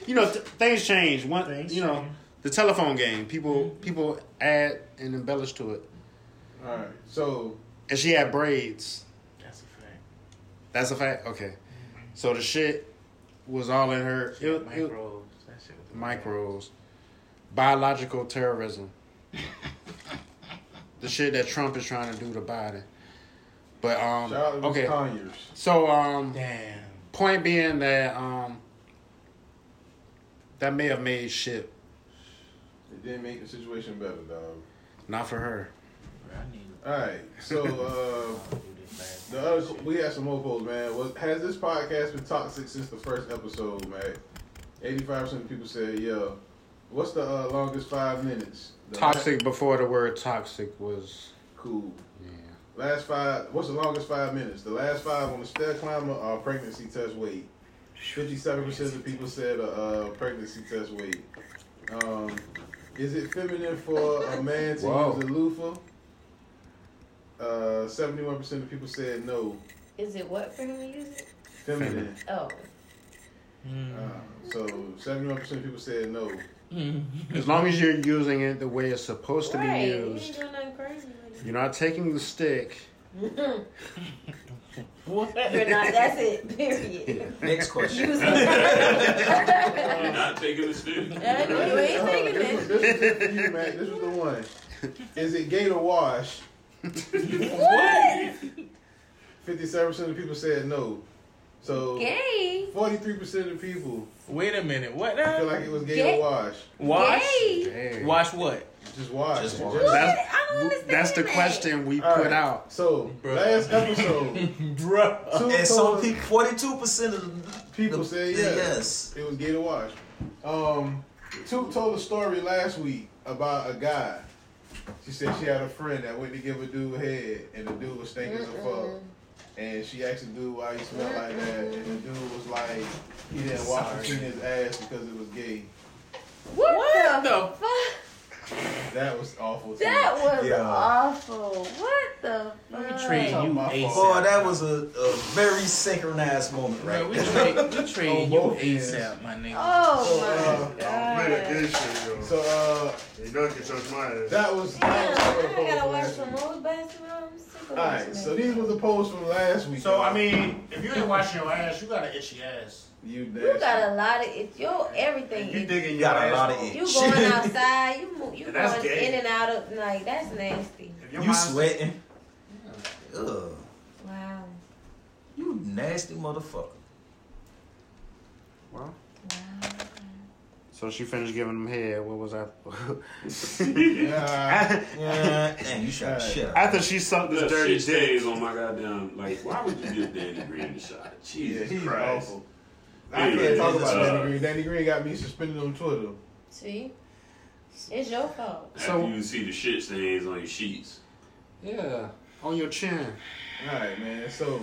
Speaker 6: you know, th- things change. One, you know, the telephone game. People, people add and embellish to it.
Speaker 1: All right. So,
Speaker 6: and she had braids. That's a fact. Okay, so the shit was all in her. It, it, micros. Biological terrorism. the shit that Trump is trying to do to Biden. But um
Speaker 1: Shout out to
Speaker 6: okay.
Speaker 1: Conyers.
Speaker 6: So um point being that um that may have made shit
Speaker 1: It didn't make the situation better, dog.
Speaker 6: not for her.
Speaker 1: All right. So uh, the other we had some more polls, man. Was, has this podcast been toxic since the first episode, man? Eighty-five percent of people said, "Yeah." What's the uh, longest five minutes? The
Speaker 6: Toxic before the word toxic was
Speaker 1: cool. la- Last, five. What's the longest five minutes? The last five on the stair climber are pregnancy test weight. Fifty-seven percent of people said uh, uh, pregnancy test weight. Um, is it feminine for a man to
Speaker 6: Wow.
Speaker 1: use a loofah? Uh, seventy-one percent of people said no.
Speaker 5: Is it what for him to use it?
Speaker 1: Feminine.
Speaker 5: Oh.
Speaker 8: Mm.
Speaker 1: Uh, so seventy-one percent of people said no.
Speaker 6: As long as you're using it the way it's supposed to
Speaker 5: Right.
Speaker 6: be
Speaker 5: You
Speaker 6: used.
Speaker 5: ain't doing nothing crazy.
Speaker 6: You're not taking the stick.
Speaker 5: with it. You're not. That's it. Period.
Speaker 6: Next question.
Speaker 7: You're not taking the stick.
Speaker 5: you ain't taking
Speaker 1: this. was- This was it for you, man. This was the one. Is it gay to wash?
Speaker 5: What?
Speaker 1: Fifty-seven percent of people said no. So
Speaker 5: Gay.
Speaker 1: Forty-three percent of people.
Speaker 8: Wait a minute. What?
Speaker 1: I feel like it was gay,
Speaker 5: Gay?
Speaker 1: to wash.
Speaker 8: Wash?
Speaker 6: Dang.
Speaker 8: Wash what?
Speaker 1: Just wash.
Speaker 8: Just
Speaker 1: Just-
Speaker 8: wash.
Speaker 6: That's, that's the question we
Speaker 1: All
Speaker 6: put
Speaker 1: right.
Speaker 6: out.
Speaker 1: So last episode,
Speaker 8: bro.
Speaker 3: And some people,
Speaker 1: forty-two percent of people said
Speaker 3: the-
Speaker 1: yes.
Speaker 3: yes.
Speaker 1: It was gay to wash. Um, two told a story last week about a guy. She said she had a friend that went to give a dude head, and the dude was stinking as a fuck. And she asked the dude why he smelled like that, and the dude was like, he didn't wash between his ass because it was gay.
Speaker 5: What, the fuck?
Speaker 1: That was awful. too.
Speaker 5: That was awful. What the fuck?
Speaker 3: Oh, that was a, a very synchronized moment, right?
Speaker 8: we trade, we trade you ASAP, my nigga.
Speaker 5: Oh my god.
Speaker 1: So uh,
Speaker 13: you know you can touch my ass.
Speaker 1: That was.
Speaker 5: I gotta watch some more basketball. I'm sick of
Speaker 1: Alright, so these were the polls from last week.
Speaker 6: So I mean, if you ain't washing your ass, you got an itchy ass.
Speaker 1: You
Speaker 5: You got a lot of it. Your everything.
Speaker 6: You
Speaker 5: is-
Speaker 6: digging
Speaker 3: your Got a lot of asshole. itch.
Speaker 5: You going outside. You move, you
Speaker 3: And that's
Speaker 5: going
Speaker 3: gay.
Speaker 5: in and out of like that's nasty.
Speaker 3: You sweating. Ugh,
Speaker 5: Wow.
Speaker 3: you nasty motherfucker.
Speaker 6: So she finished giving him head. What was I?
Speaker 1: yeah.
Speaker 3: Damn, you shot the shit out
Speaker 6: After she sucked this
Speaker 7: That
Speaker 6: dirty
Speaker 7: shit stays
Speaker 6: dick.
Speaker 7: on my goddamn. Like, why would you give Danny Green the shot? Jesus
Speaker 1: he's
Speaker 7: Christ.
Speaker 1: awful. I can't
Speaker 7: Anyways,
Speaker 1: talk about
Speaker 7: uh,
Speaker 1: Danny Green. Danny Green got me suspended on Twitter.
Speaker 5: See, it's your fault.
Speaker 7: After you see the shit stains on your sheets.
Speaker 6: Yeah, on your chin.
Speaker 1: All right, man. So,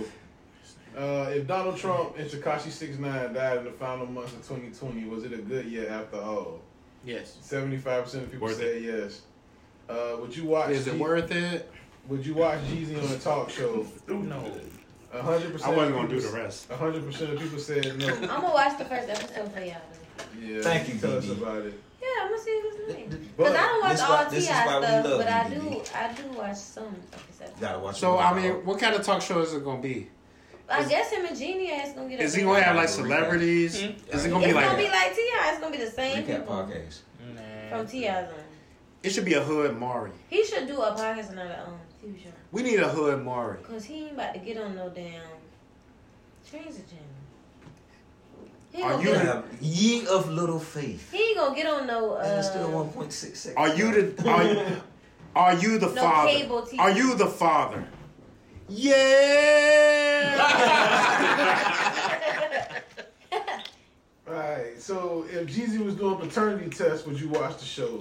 Speaker 1: uh, if Donald Trump and Takashi Six Nine died in the final months of 2020, was it a good year after all?
Speaker 8: Yes.
Speaker 1: 75 percent of people
Speaker 6: Worth
Speaker 1: said yes. Uh, would you watch?
Speaker 6: Is it worth
Speaker 1: it? Would you watch Jeezy on a talk show?
Speaker 6: No.
Speaker 1: A hundred percent.
Speaker 6: I wasn't
Speaker 1: of
Speaker 6: gonna do
Speaker 1: people-
Speaker 6: the rest.
Speaker 1: A hundred percent of people said no.
Speaker 5: I'm gonna watch the first episode for y'all.
Speaker 1: Yeah,
Speaker 3: Thank you,
Speaker 1: Tell us
Speaker 3: BB.
Speaker 1: about it.
Speaker 5: Yeah, I'm gonna see what's nice.
Speaker 1: But
Speaker 5: Cause I don't watch
Speaker 1: this
Speaker 5: all
Speaker 1: why-
Speaker 5: Ti
Speaker 1: this is why we
Speaker 5: stuff,
Speaker 1: love
Speaker 5: but I
Speaker 1: you,
Speaker 5: do. I do watch some of his episodes.
Speaker 3: Gotta watch.
Speaker 6: So I mean, what kind of talk show is it gonna be?
Speaker 5: I guess him and Genius gonna get. a
Speaker 6: Is he
Speaker 5: big-
Speaker 6: gonna have like celebrities? Is it gonna be
Speaker 5: Hmm? it's gonna be
Speaker 6: like?
Speaker 5: like Ti. It's gonna be the same
Speaker 6: Recap
Speaker 5: people
Speaker 3: podcast.
Speaker 5: from Ti's own.
Speaker 6: It should be a hood Mari.
Speaker 5: He should do a podcast on another own fusion.
Speaker 6: We need a hood Mari.
Speaker 5: Cause he ain't about to get on no damn transit channel. He
Speaker 6: Are
Speaker 5: gonna
Speaker 6: you
Speaker 5: get
Speaker 6: the,
Speaker 5: on,
Speaker 3: ye of little faith?
Speaker 5: he ain't gonna get on no
Speaker 3: And it's
Speaker 5: uh,
Speaker 3: still 1.6 seconds.
Speaker 6: Are you the? Are you, are you the
Speaker 5: No
Speaker 6: father?
Speaker 5: cable TV.
Speaker 6: Are you the father? Yeah.
Speaker 1: All right. So, if Jeezy was doing paternity tests, would you watch the show?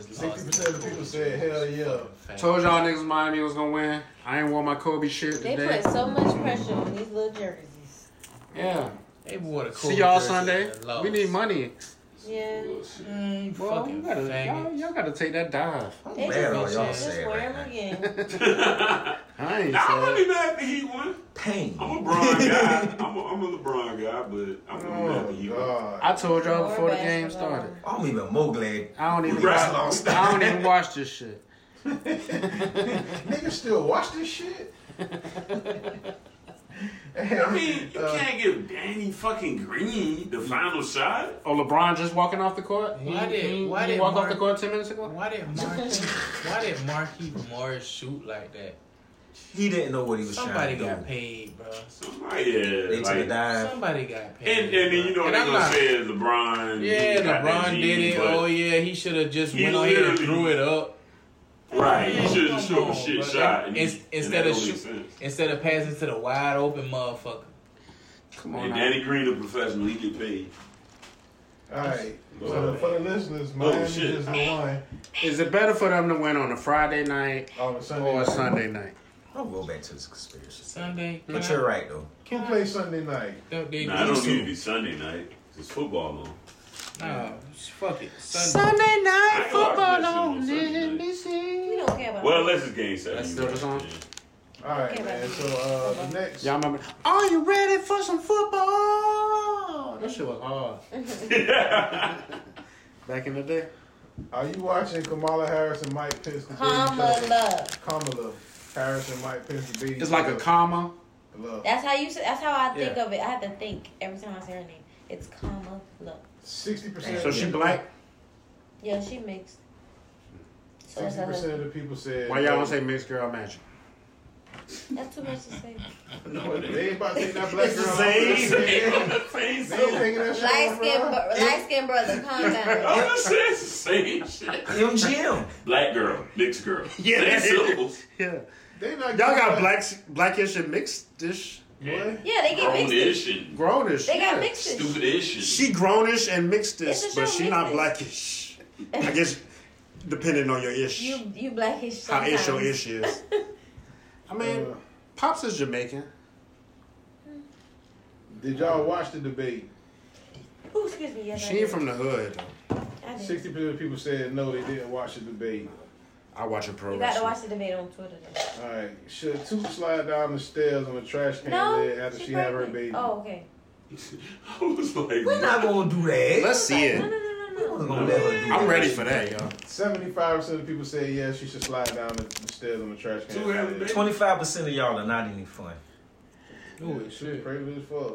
Speaker 1: Sixty percent of people said hell yeah.
Speaker 6: Told y'all niggas Miami was gonna win. I ain't wore my Kobe shit
Speaker 5: They
Speaker 6: today.
Speaker 5: put so much pressure on these little jerseys.
Speaker 6: yeah.
Speaker 8: They wore the
Speaker 6: See y'all Sunday. We need money.
Speaker 5: Yeah.
Speaker 8: Mm,
Speaker 6: Bro,
Speaker 8: fucking
Speaker 6: you gotta,
Speaker 8: faggot.
Speaker 6: y'all, y'all gotta take that dive. I'm
Speaker 5: They
Speaker 6: mad
Speaker 5: just,
Speaker 6: at y'all
Speaker 5: just
Speaker 6: said
Speaker 5: wear
Speaker 6: that.
Speaker 5: them again.
Speaker 6: I ain't
Speaker 7: Nah, I'm
Speaker 6: sad.
Speaker 7: gonna be mad if the Heat won. Pain. I'm a LeBron guy. I'm a, I'm a LeBron guy, but I'm
Speaker 1: Oh,
Speaker 7: gonna be mad if the Heat won.
Speaker 6: I told y'all before the game started.
Speaker 3: I'm even more glad.
Speaker 6: I don't even.
Speaker 3: Wrestling
Speaker 6: watch-
Speaker 3: style.
Speaker 6: I don't even watch this shit.
Speaker 1: Niggas still watch this shit?
Speaker 7: I mean, you
Speaker 1: uh,
Speaker 8: Uh,
Speaker 7: can't give Danny fucking Green the final shot.
Speaker 6: Oh, LeBron just walking off the court.
Speaker 8: Why did-
Speaker 6: he,
Speaker 8: why
Speaker 6: he
Speaker 8: did
Speaker 6: walk
Speaker 8: Mark-
Speaker 6: off the court ten minutes ago?
Speaker 8: Why did Mark? why did Marquis Morris shoot like that?
Speaker 3: He didn't know what he was
Speaker 8: Somebody
Speaker 3: trying to
Speaker 8: got
Speaker 3: do.
Speaker 8: paid, bro.
Speaker 7: Somebody, yeah,
Speaker 3: They took a
Speaker 7: like-
Speaker 3: dive.
Speaker 8: Somebody got paid.
Speaker 7: And, and then you know
Speaker 8: And
Speaker 7: they're
Speaker 8: I'm
Speaker 7: gonna
Speaker 8: not-
Speaker 7: say is LeBron.
Speaker 8: Yeah,
Speaker 7: got that
Speaker 8: LeBron
Speaker 7: gene,
Speaker 8: did it.
Speaker 7: but
Speaker 8: Oh yeah, he should have just
Speaker 7: He
Speaker 8: went on here and
Speaker 7: literally-
Speaker 8: threw it up.
Speaker 7: Right, he
Speaker 8: Man,
Speaker 7: shoulda just
Speaker 8: come
Speaker 7: threw a
Speaker 8: on,
Speaker 7: shit
Speaker 8: bro.
Speaker 7: shot and
Speaker 8: Ins-
Speaker 7: he- and
Speaker 8: instead
Speaker 7: that
Speaker 8: of
Speaker 7: don't make
Speaker 8: shoot-
Speaker 7: sense.
Speaker 8: instead of passing to the wide open motherfucker. Come
Speaker 7: and Danny Green, a professional, he get paid.
Speaker 1: Alright. So for the listeners, Miami just won.
Speaker 6: Is it better for them to win on a Friday night or a
Speaker 1: Oh, night.
Speaker 6: Sunday night?
Speaker 3: I'll go back to this conspiracy.
Speaker 8: Sunday.
Speaker 3: But you're right though.
Speaker 1: Who plays Sunday night?
Speaker 7: Nah, I don't need to be Sunday night. It's football on.
Speaker 8: No, fuck it.
Speaker 6: Sunday night
Speaker 7: I watch that
Speaker 6: football
Speaker 7: shit
Speaker 6: on
Speaker 7: on Sunday.
Speaker 6: NBC.
Speaker 5: We don't care about
Speaker 7: Well, unless it's game seven.
Speaker 6: That's still the song.
Speaker 1: Alright, man. So uh the next
Speaker 6: Y'all remember? Are you ready for some football? That shit was hard. Back in the day.
Speaker 1: Are you watching Kamala Harris and Mike Pence compete each other?
Speaker 5: Kamala.
Speaker 1: Kamala Harris and Mike Pence compete
Speaker 6: It's like a comma.
Speaker 1: Love.
Speaker 5: That's how you. say- That's how I think
Speaker 6: Yeah.
Speaker 5: of it. I have to think every time I say her name. It's Kamala.
Speaker 1: Sixty
Speaker 6: So she black.
Speaker 5: Yeah, she mixed. So that's,
Speaker 1: Sixty
Speaker 5: her
Speaker 1: percent of
Speaker 5: husband.
Speaker 1: the people said
Speaker 6: Why y'all don't say mixed girl magic?
Speaker 5: that's too much to say.
Speaker 1: No, they ain't about to take that black
Speaker 6: It's the
Speaker 1: girl.
Speaker 6: same.
Speaker 1: They ain't taking that shit.
Speaker 5: Light skin, bro- light skin brother, calm down.
Speaker 7: I'm just saying it's the same shit.
Speaker 3: MGM.
Speaker 7: Black girl, mixed girl.
Speaker 6: Yeah.
Speaker 7: Same syllables.
Speaker 6: Yeah.
Speaker 1: They not
Speaker 6: Y'all got black, blackish and mixed dish.
Speaker 1: Yeah,
Speaker 5: Yeah, they get mixed.
Speaker 7: Grown-ish and
Speaker 6: Grownish.
Speaker 5: They got
Speaker 6: yeah.
Speaker 5: mixed.
Speaker 7: stupid-ish. and-
Speaker 6: She grownish and mixed
Speaker 5: It's
Speaker 6: this,
Speaker 5: a
Speaker 6: but
Speaker 5: show
Speaker 6: she not
Speaker 5: mixed.
Speaker 6: blackish. I guess depending on your ish,
Speaker 5: You you blackish.
Speaker 6: how
Speaker 5: Sometimes.
Speaker 6: ish your ish is. I mean, pops is Jamaican.
Speaker 1: Did y'all watch the debate?
Speaker 5: Ooh, excuse me. Yes, I
Speaker 6: She
Speaker 5: did.
Speaker 6: ain't from the hood.
Speaker 5: I did.
Speaker 1: Sixty percent of people said no, they didn't watch the debate.
Speaker 6: I watch a pro
Speaker 5: You got to
Speaker 6: wrestling.
Speaker 5: watch the debate on Twitter. Then.
Speaker 1: All right, should two slide down the stairs on a trash can
Speaker 5: No,
Speaker 1: lid after she,
Speaker 5: she
Speaker 1: have her
Speaker 5: pregnant.
Speaker 1: baby?
Speaker 5: Oh, okay.
Speaker 7: I was like,
Speaker 3: We're not gonna do that.
Speaker 6: Let's see it. I'm ready for that, y'all.
Speaker 1: Seventy-five percent of people said yes, she should slide down the, the stairs on the trash can.
Speaker 7: Two having
Speaker 1: lid.
Speaker 3: Twenty five percent of y'all are not any fun.
Speaker 1: Yeah, shit, pregnant as fuck.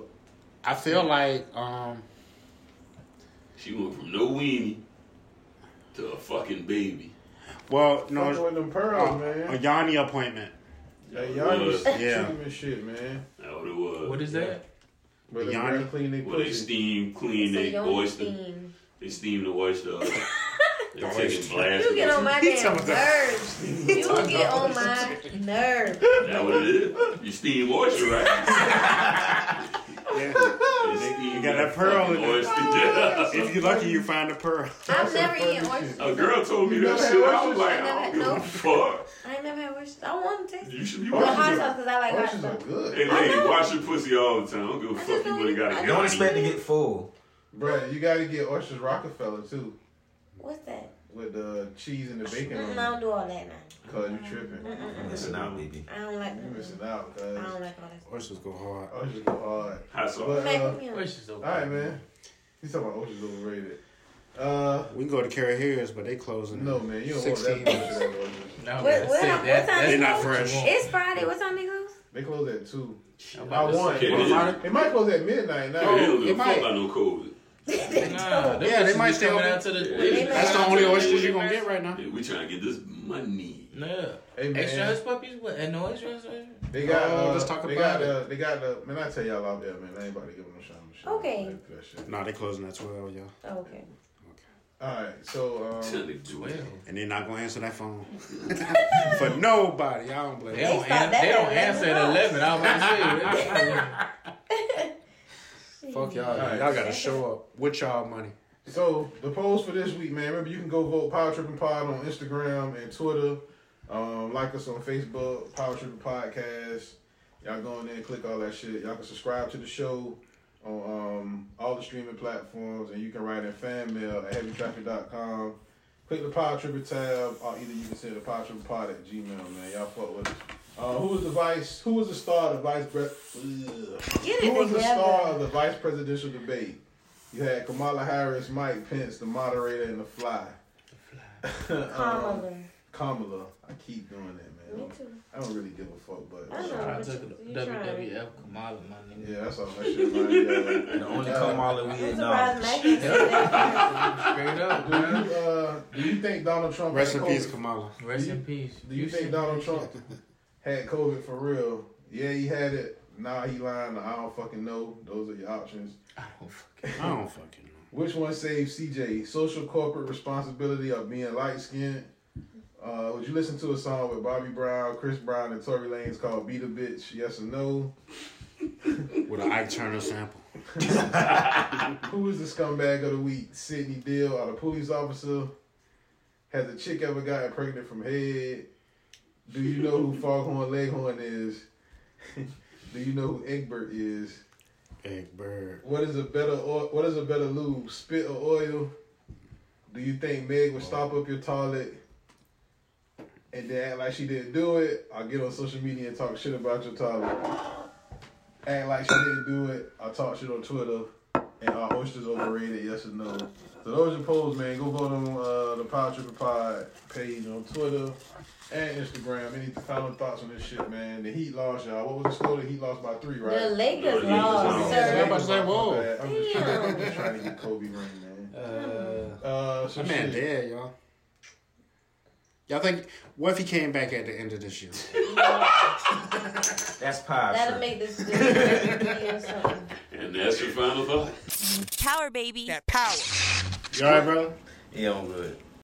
Speaker 6: I feel like um,
Speaker 7: She went from no weenie to a fucking baby.
Speaker 6: well, no, uh,
Speaker 1: Fucking with them pearls, man.
Speaker 6: a Yanni appointment.
Speaker 1: That Yanni
Speaker 6: Yeah.
Speaker 1: treatment shit, man.
Speaker 7: That's what it was.
Speaker 8: What is that?
Speaker 1: Where they
Speaker 6: Yanni?
Speaker 1: gotta clean their
Speaker 7: Well, they
Speaker 1: pussy.
Speaker 7: steam, clean,
Speaker 5: So you
Speaker 7: they
Speaker 5: don't
Speaker 7: oyster.
Speaker 5: steam.
Speaker 7: They steam the oyster. up. they taking
Speaker 6: oyster.
Speaker 7: blasts.
Speaker 5: You get on my
Speaker 6: He
Speaker 5: damn
Speaker 6: talking about-
Speaker 5: nerves. You get on my nerves.
Speaker 7: That what it is. You steam oyster, right?
Speaker 6: Yeah.
Speaker 7: you
Speaker 6: got that pearl in there.
Speaker 7: oyster.
Speaker 5: Oh,
Speaker 7: Yeah.
Speaker 6: If you're lucky, you find a pearl.
Speaker 5: I've never eaten oysters.
Speaker 7: A girl told me
Speaker 1: You
Speaker 7: that
Speaker 1: never had
Speaker 7: shit. I
Speaker 1: oysters?
Speaker 7: was
Speaker 5: You never
Speaker 7: like, I
Speaker 5: had
Speaker 7: don't give
Speaker 5: no?
Speaker 7: a fuck.
Speaker 5: I ain't never had oysters. I want to taste
Speaker 7: You
Speaker 5: it.
Speaker 7: should be
Speaker 5: Well, hot
Speaker 7: watching.
Speaker 5: sauce because I like hot
Speaker 1: Oysters
Speaker 5: sauce.
Speaker 1: are good.
Speaker 7: Hey, lady, wash your pussy all the time. I don't give a fuck. You would have got a
Speaker 3: Don't
Speaker 7: Yanni.
Speaker 3: expect to get full.
Speaker 1: Bruh, you gotta get oysters Rockefeller too,
Speaker 5: What's that?
Speaker 1: with the cheese and the bacon
Speaker 5: Mm-mm, I
Speaker 1: on
Speaker 5: don't
Speaker 1: it.
Speaker 5: do all that now.
Speaker 1: Cause you tripping.
Speaker 3: I'm missing out, baby.
Speaker 5: I don't like.
Speaker 1: You missing
Speaker 5: mm-mm.
Speaker 1: out, cuz.
Speaker 5: I don't like all that.
Speaker 6: Oysters go hard.
Speaker 1: Oysters go hard.
Speaker 7: Hot sauce.
Speaker 1: But, uh,
Speaker 5: Mac meal.
Speaker 8: Oysters over.
Speaker 1: all right, man. You talking about oysters overrated? Uh,
Speaker 6: We can go to Carrie Harris, but they closing.
Speaker 1: no, man. You don't want that
Speaker 6: 16.
Speaker 1: bullshit. over oysters.
Speaker 8: No,
Speaker 5: What-
Speaker 8: that's
Speaker 5: what-
Speaker 8: it.
Speaker 5: what
Speaker 8: That-
Speaker 5: time
Speaker 8: that's
Speaker 5: is
Speaker 6: not
Speaker 5: it?
Speaker 6: fresh.
Speaker 5: It's Friday. What time they close?
Speaker 1: They close at two.
Speaker 8: I'm
Speaker 1: I
Speaker 8: about to
Speaker 1: want.
Speaker 8: say-
Speaker 7: it.
Speaker 1: It might close at midnight now.
Speaker 7: They don't
Speaker 6: it
Speaker 7: give a
Speaker 6: might-
Speaker 7: fuck about no COVID.
Speaker 8: Nah, them
Speaker 6: Yeah, they
Speaker 8: bitches
Speaker 6: might
Speaker 8: be
Speaker 6: stay
Speaker 8: coming
Speaker 6: open.
Speaker 8: out to the.
Speaker 7: Yeah.
Speaker 6: That's the only oysters you're gonna get right now.
Speaker 7: Hey, we trying to get this money.
Speaker 8: No.
Speaker 1: Hey, man.
Speaker 8: Extra hush puppies with and no extra hush puppies.
Speaker 1: They got.
Speaker 6: Oh,
Speaker 1: uh,
Speaker 6: let's talk
Speaker 1: they
Speaker 6: about
Speaker 1: got, Uh, they got the. man, I tell y'all out there, man. I ain't about to give them a shot. and shit.
Speaker 5: Okay.
Speaker 1: Like that shit.
Speaker 6: Nah, they closing at twelve, y'all.
Speaker 5: Oh, okay.
Speaker 1: All right. So
Speaker 7: Trying
Speaker 1: um,
Speaker 7: to do it.
Speaker 6: And they're not gonna answer that phone for nobody. I don't blame.
Speaker 8: They
Speaker 6: them.
Speaker 8: don't,
Speaker 5: start
Speaker 8: an-
Speaker 5: that
Speaker 8: they
Speaker 5: at
Speaker 8: don't
Speaker 5: 11
Speaker 8: answer at
Speaker 5: o'clock.
Speaker 8: 11. I was about to say.
Speaker 6: Fuck y'all.
Speaker 1: All right.
Speaker 6: Y'all gotta show up with y'all money.
Speaker 1: so the polls for this week, man. Remember, you can go vote Power Tripping Pod on Instagram and Twitter. Um, like us on Facebook, Power Tripping Podcast. Y'all go in there and click all that shit. Y'all can subscribe to the show on um, all the streaming platforms, and you can write in fan mail at heavytraffic.com. Click the Power Tripper tab, or either you can send the Power Tripper Pod at Gmail, man. Y'all fuck with us. Uh, who was the vice? Who was the star of the vice? Pre-
Speaker 5: Get it
Speaker 1: who was the
Speaker 5: together.
Speaker 1: star of the vice presidential debate? You had Kamala Harris, Mike Pence, the moderator, and the fly. The fly. Kamala. I keep doing that, man.
Speaker 5: Me too.
Speaker 1: I don't really give a fuck, but
Speaker 5: I know, Shout out but to you- the you trying. WWF
Speaker 1: Kamala, my nigga. Yeah, that's all that shit. Right? Yeah. uh,
Speaker 12: The only Kamala we
Speaker 5: I'm surprised Mac didn't say that.
Speaker 1: Straight up. Do you, uh, do you think Donald Trump?
Speaker 6: Rest
Speaker 1: had
Speaker 6: in peace,
Speaker 1: COVID?
Speaker 6: Kamala.
Speaker 8: Rest
Speaker 1: Do you-
Speaker 8: in peace.
Speaker 1: Do you
Speaker 8: You
Speaker 1: think
Speaker 8: should-
Speaker 1: Donald Trump had COVID for real? Yeah, he had it. Nah, he lying. I don't fucking know. Those are your options. I don't fucking.
Speaker 6: I don't fucking know.
Speaker 1: Which one saves CJ? Social corporate responsibility of being light skinned? Uh, would you listen to a song with Bobby Brown, Chris Brown, and Tory Lanez called Beat a Bitch? Yes or no?
Speaker 6: With an Ike Turner sample.
Speaker 1: Who is the scumbag of the week? Sidney Dill or the police officer? Has a chick ever gotten pregnant from head? Do you know who Foghorn Leghorn is? Do you know who Egbert is?
Speaker 6: Egbert.
Speaker 1: What is a better oil, what is a better lube? Spit or oil? Do you think Meg would stop up your toilet and then act like she didn't do it? Or get on social media and talk shit about your toilet. Act like she didn't do it. I talk shit on Twitter. And our oysters overrated, yes or no. So those are polls, man. Go vote on uh, the Power Tripper Pod page on Twitter and Instagram. Any final thoughts on this shit, man? The Heat lost, y'all. What was the score? The Heat lost by three, right?
Speaker 5: The Lakers lost,
Speaker 1: Yeah,
Speaker 5: sir.
Speaker 1: I'm about to say, whoa.
Speaker 5: Damn.
Speaker 1: I'm just trying, I'm just trying to get Kobe ring, man. Uh, so
Speaker 6: that
Speaker 1: shit.
Speaker 6: man dead, y'all. Y'all think what if he came back at the end of this year?
Speaker 12: That's pie.
Speaker 5: That'll make this good. or something.
Speaker 7: And that's your final thought.
Speaker 4: Power, baby. That power.
Speaker 6: You alright, bro?
Speaker 12: Yeah, I'm good.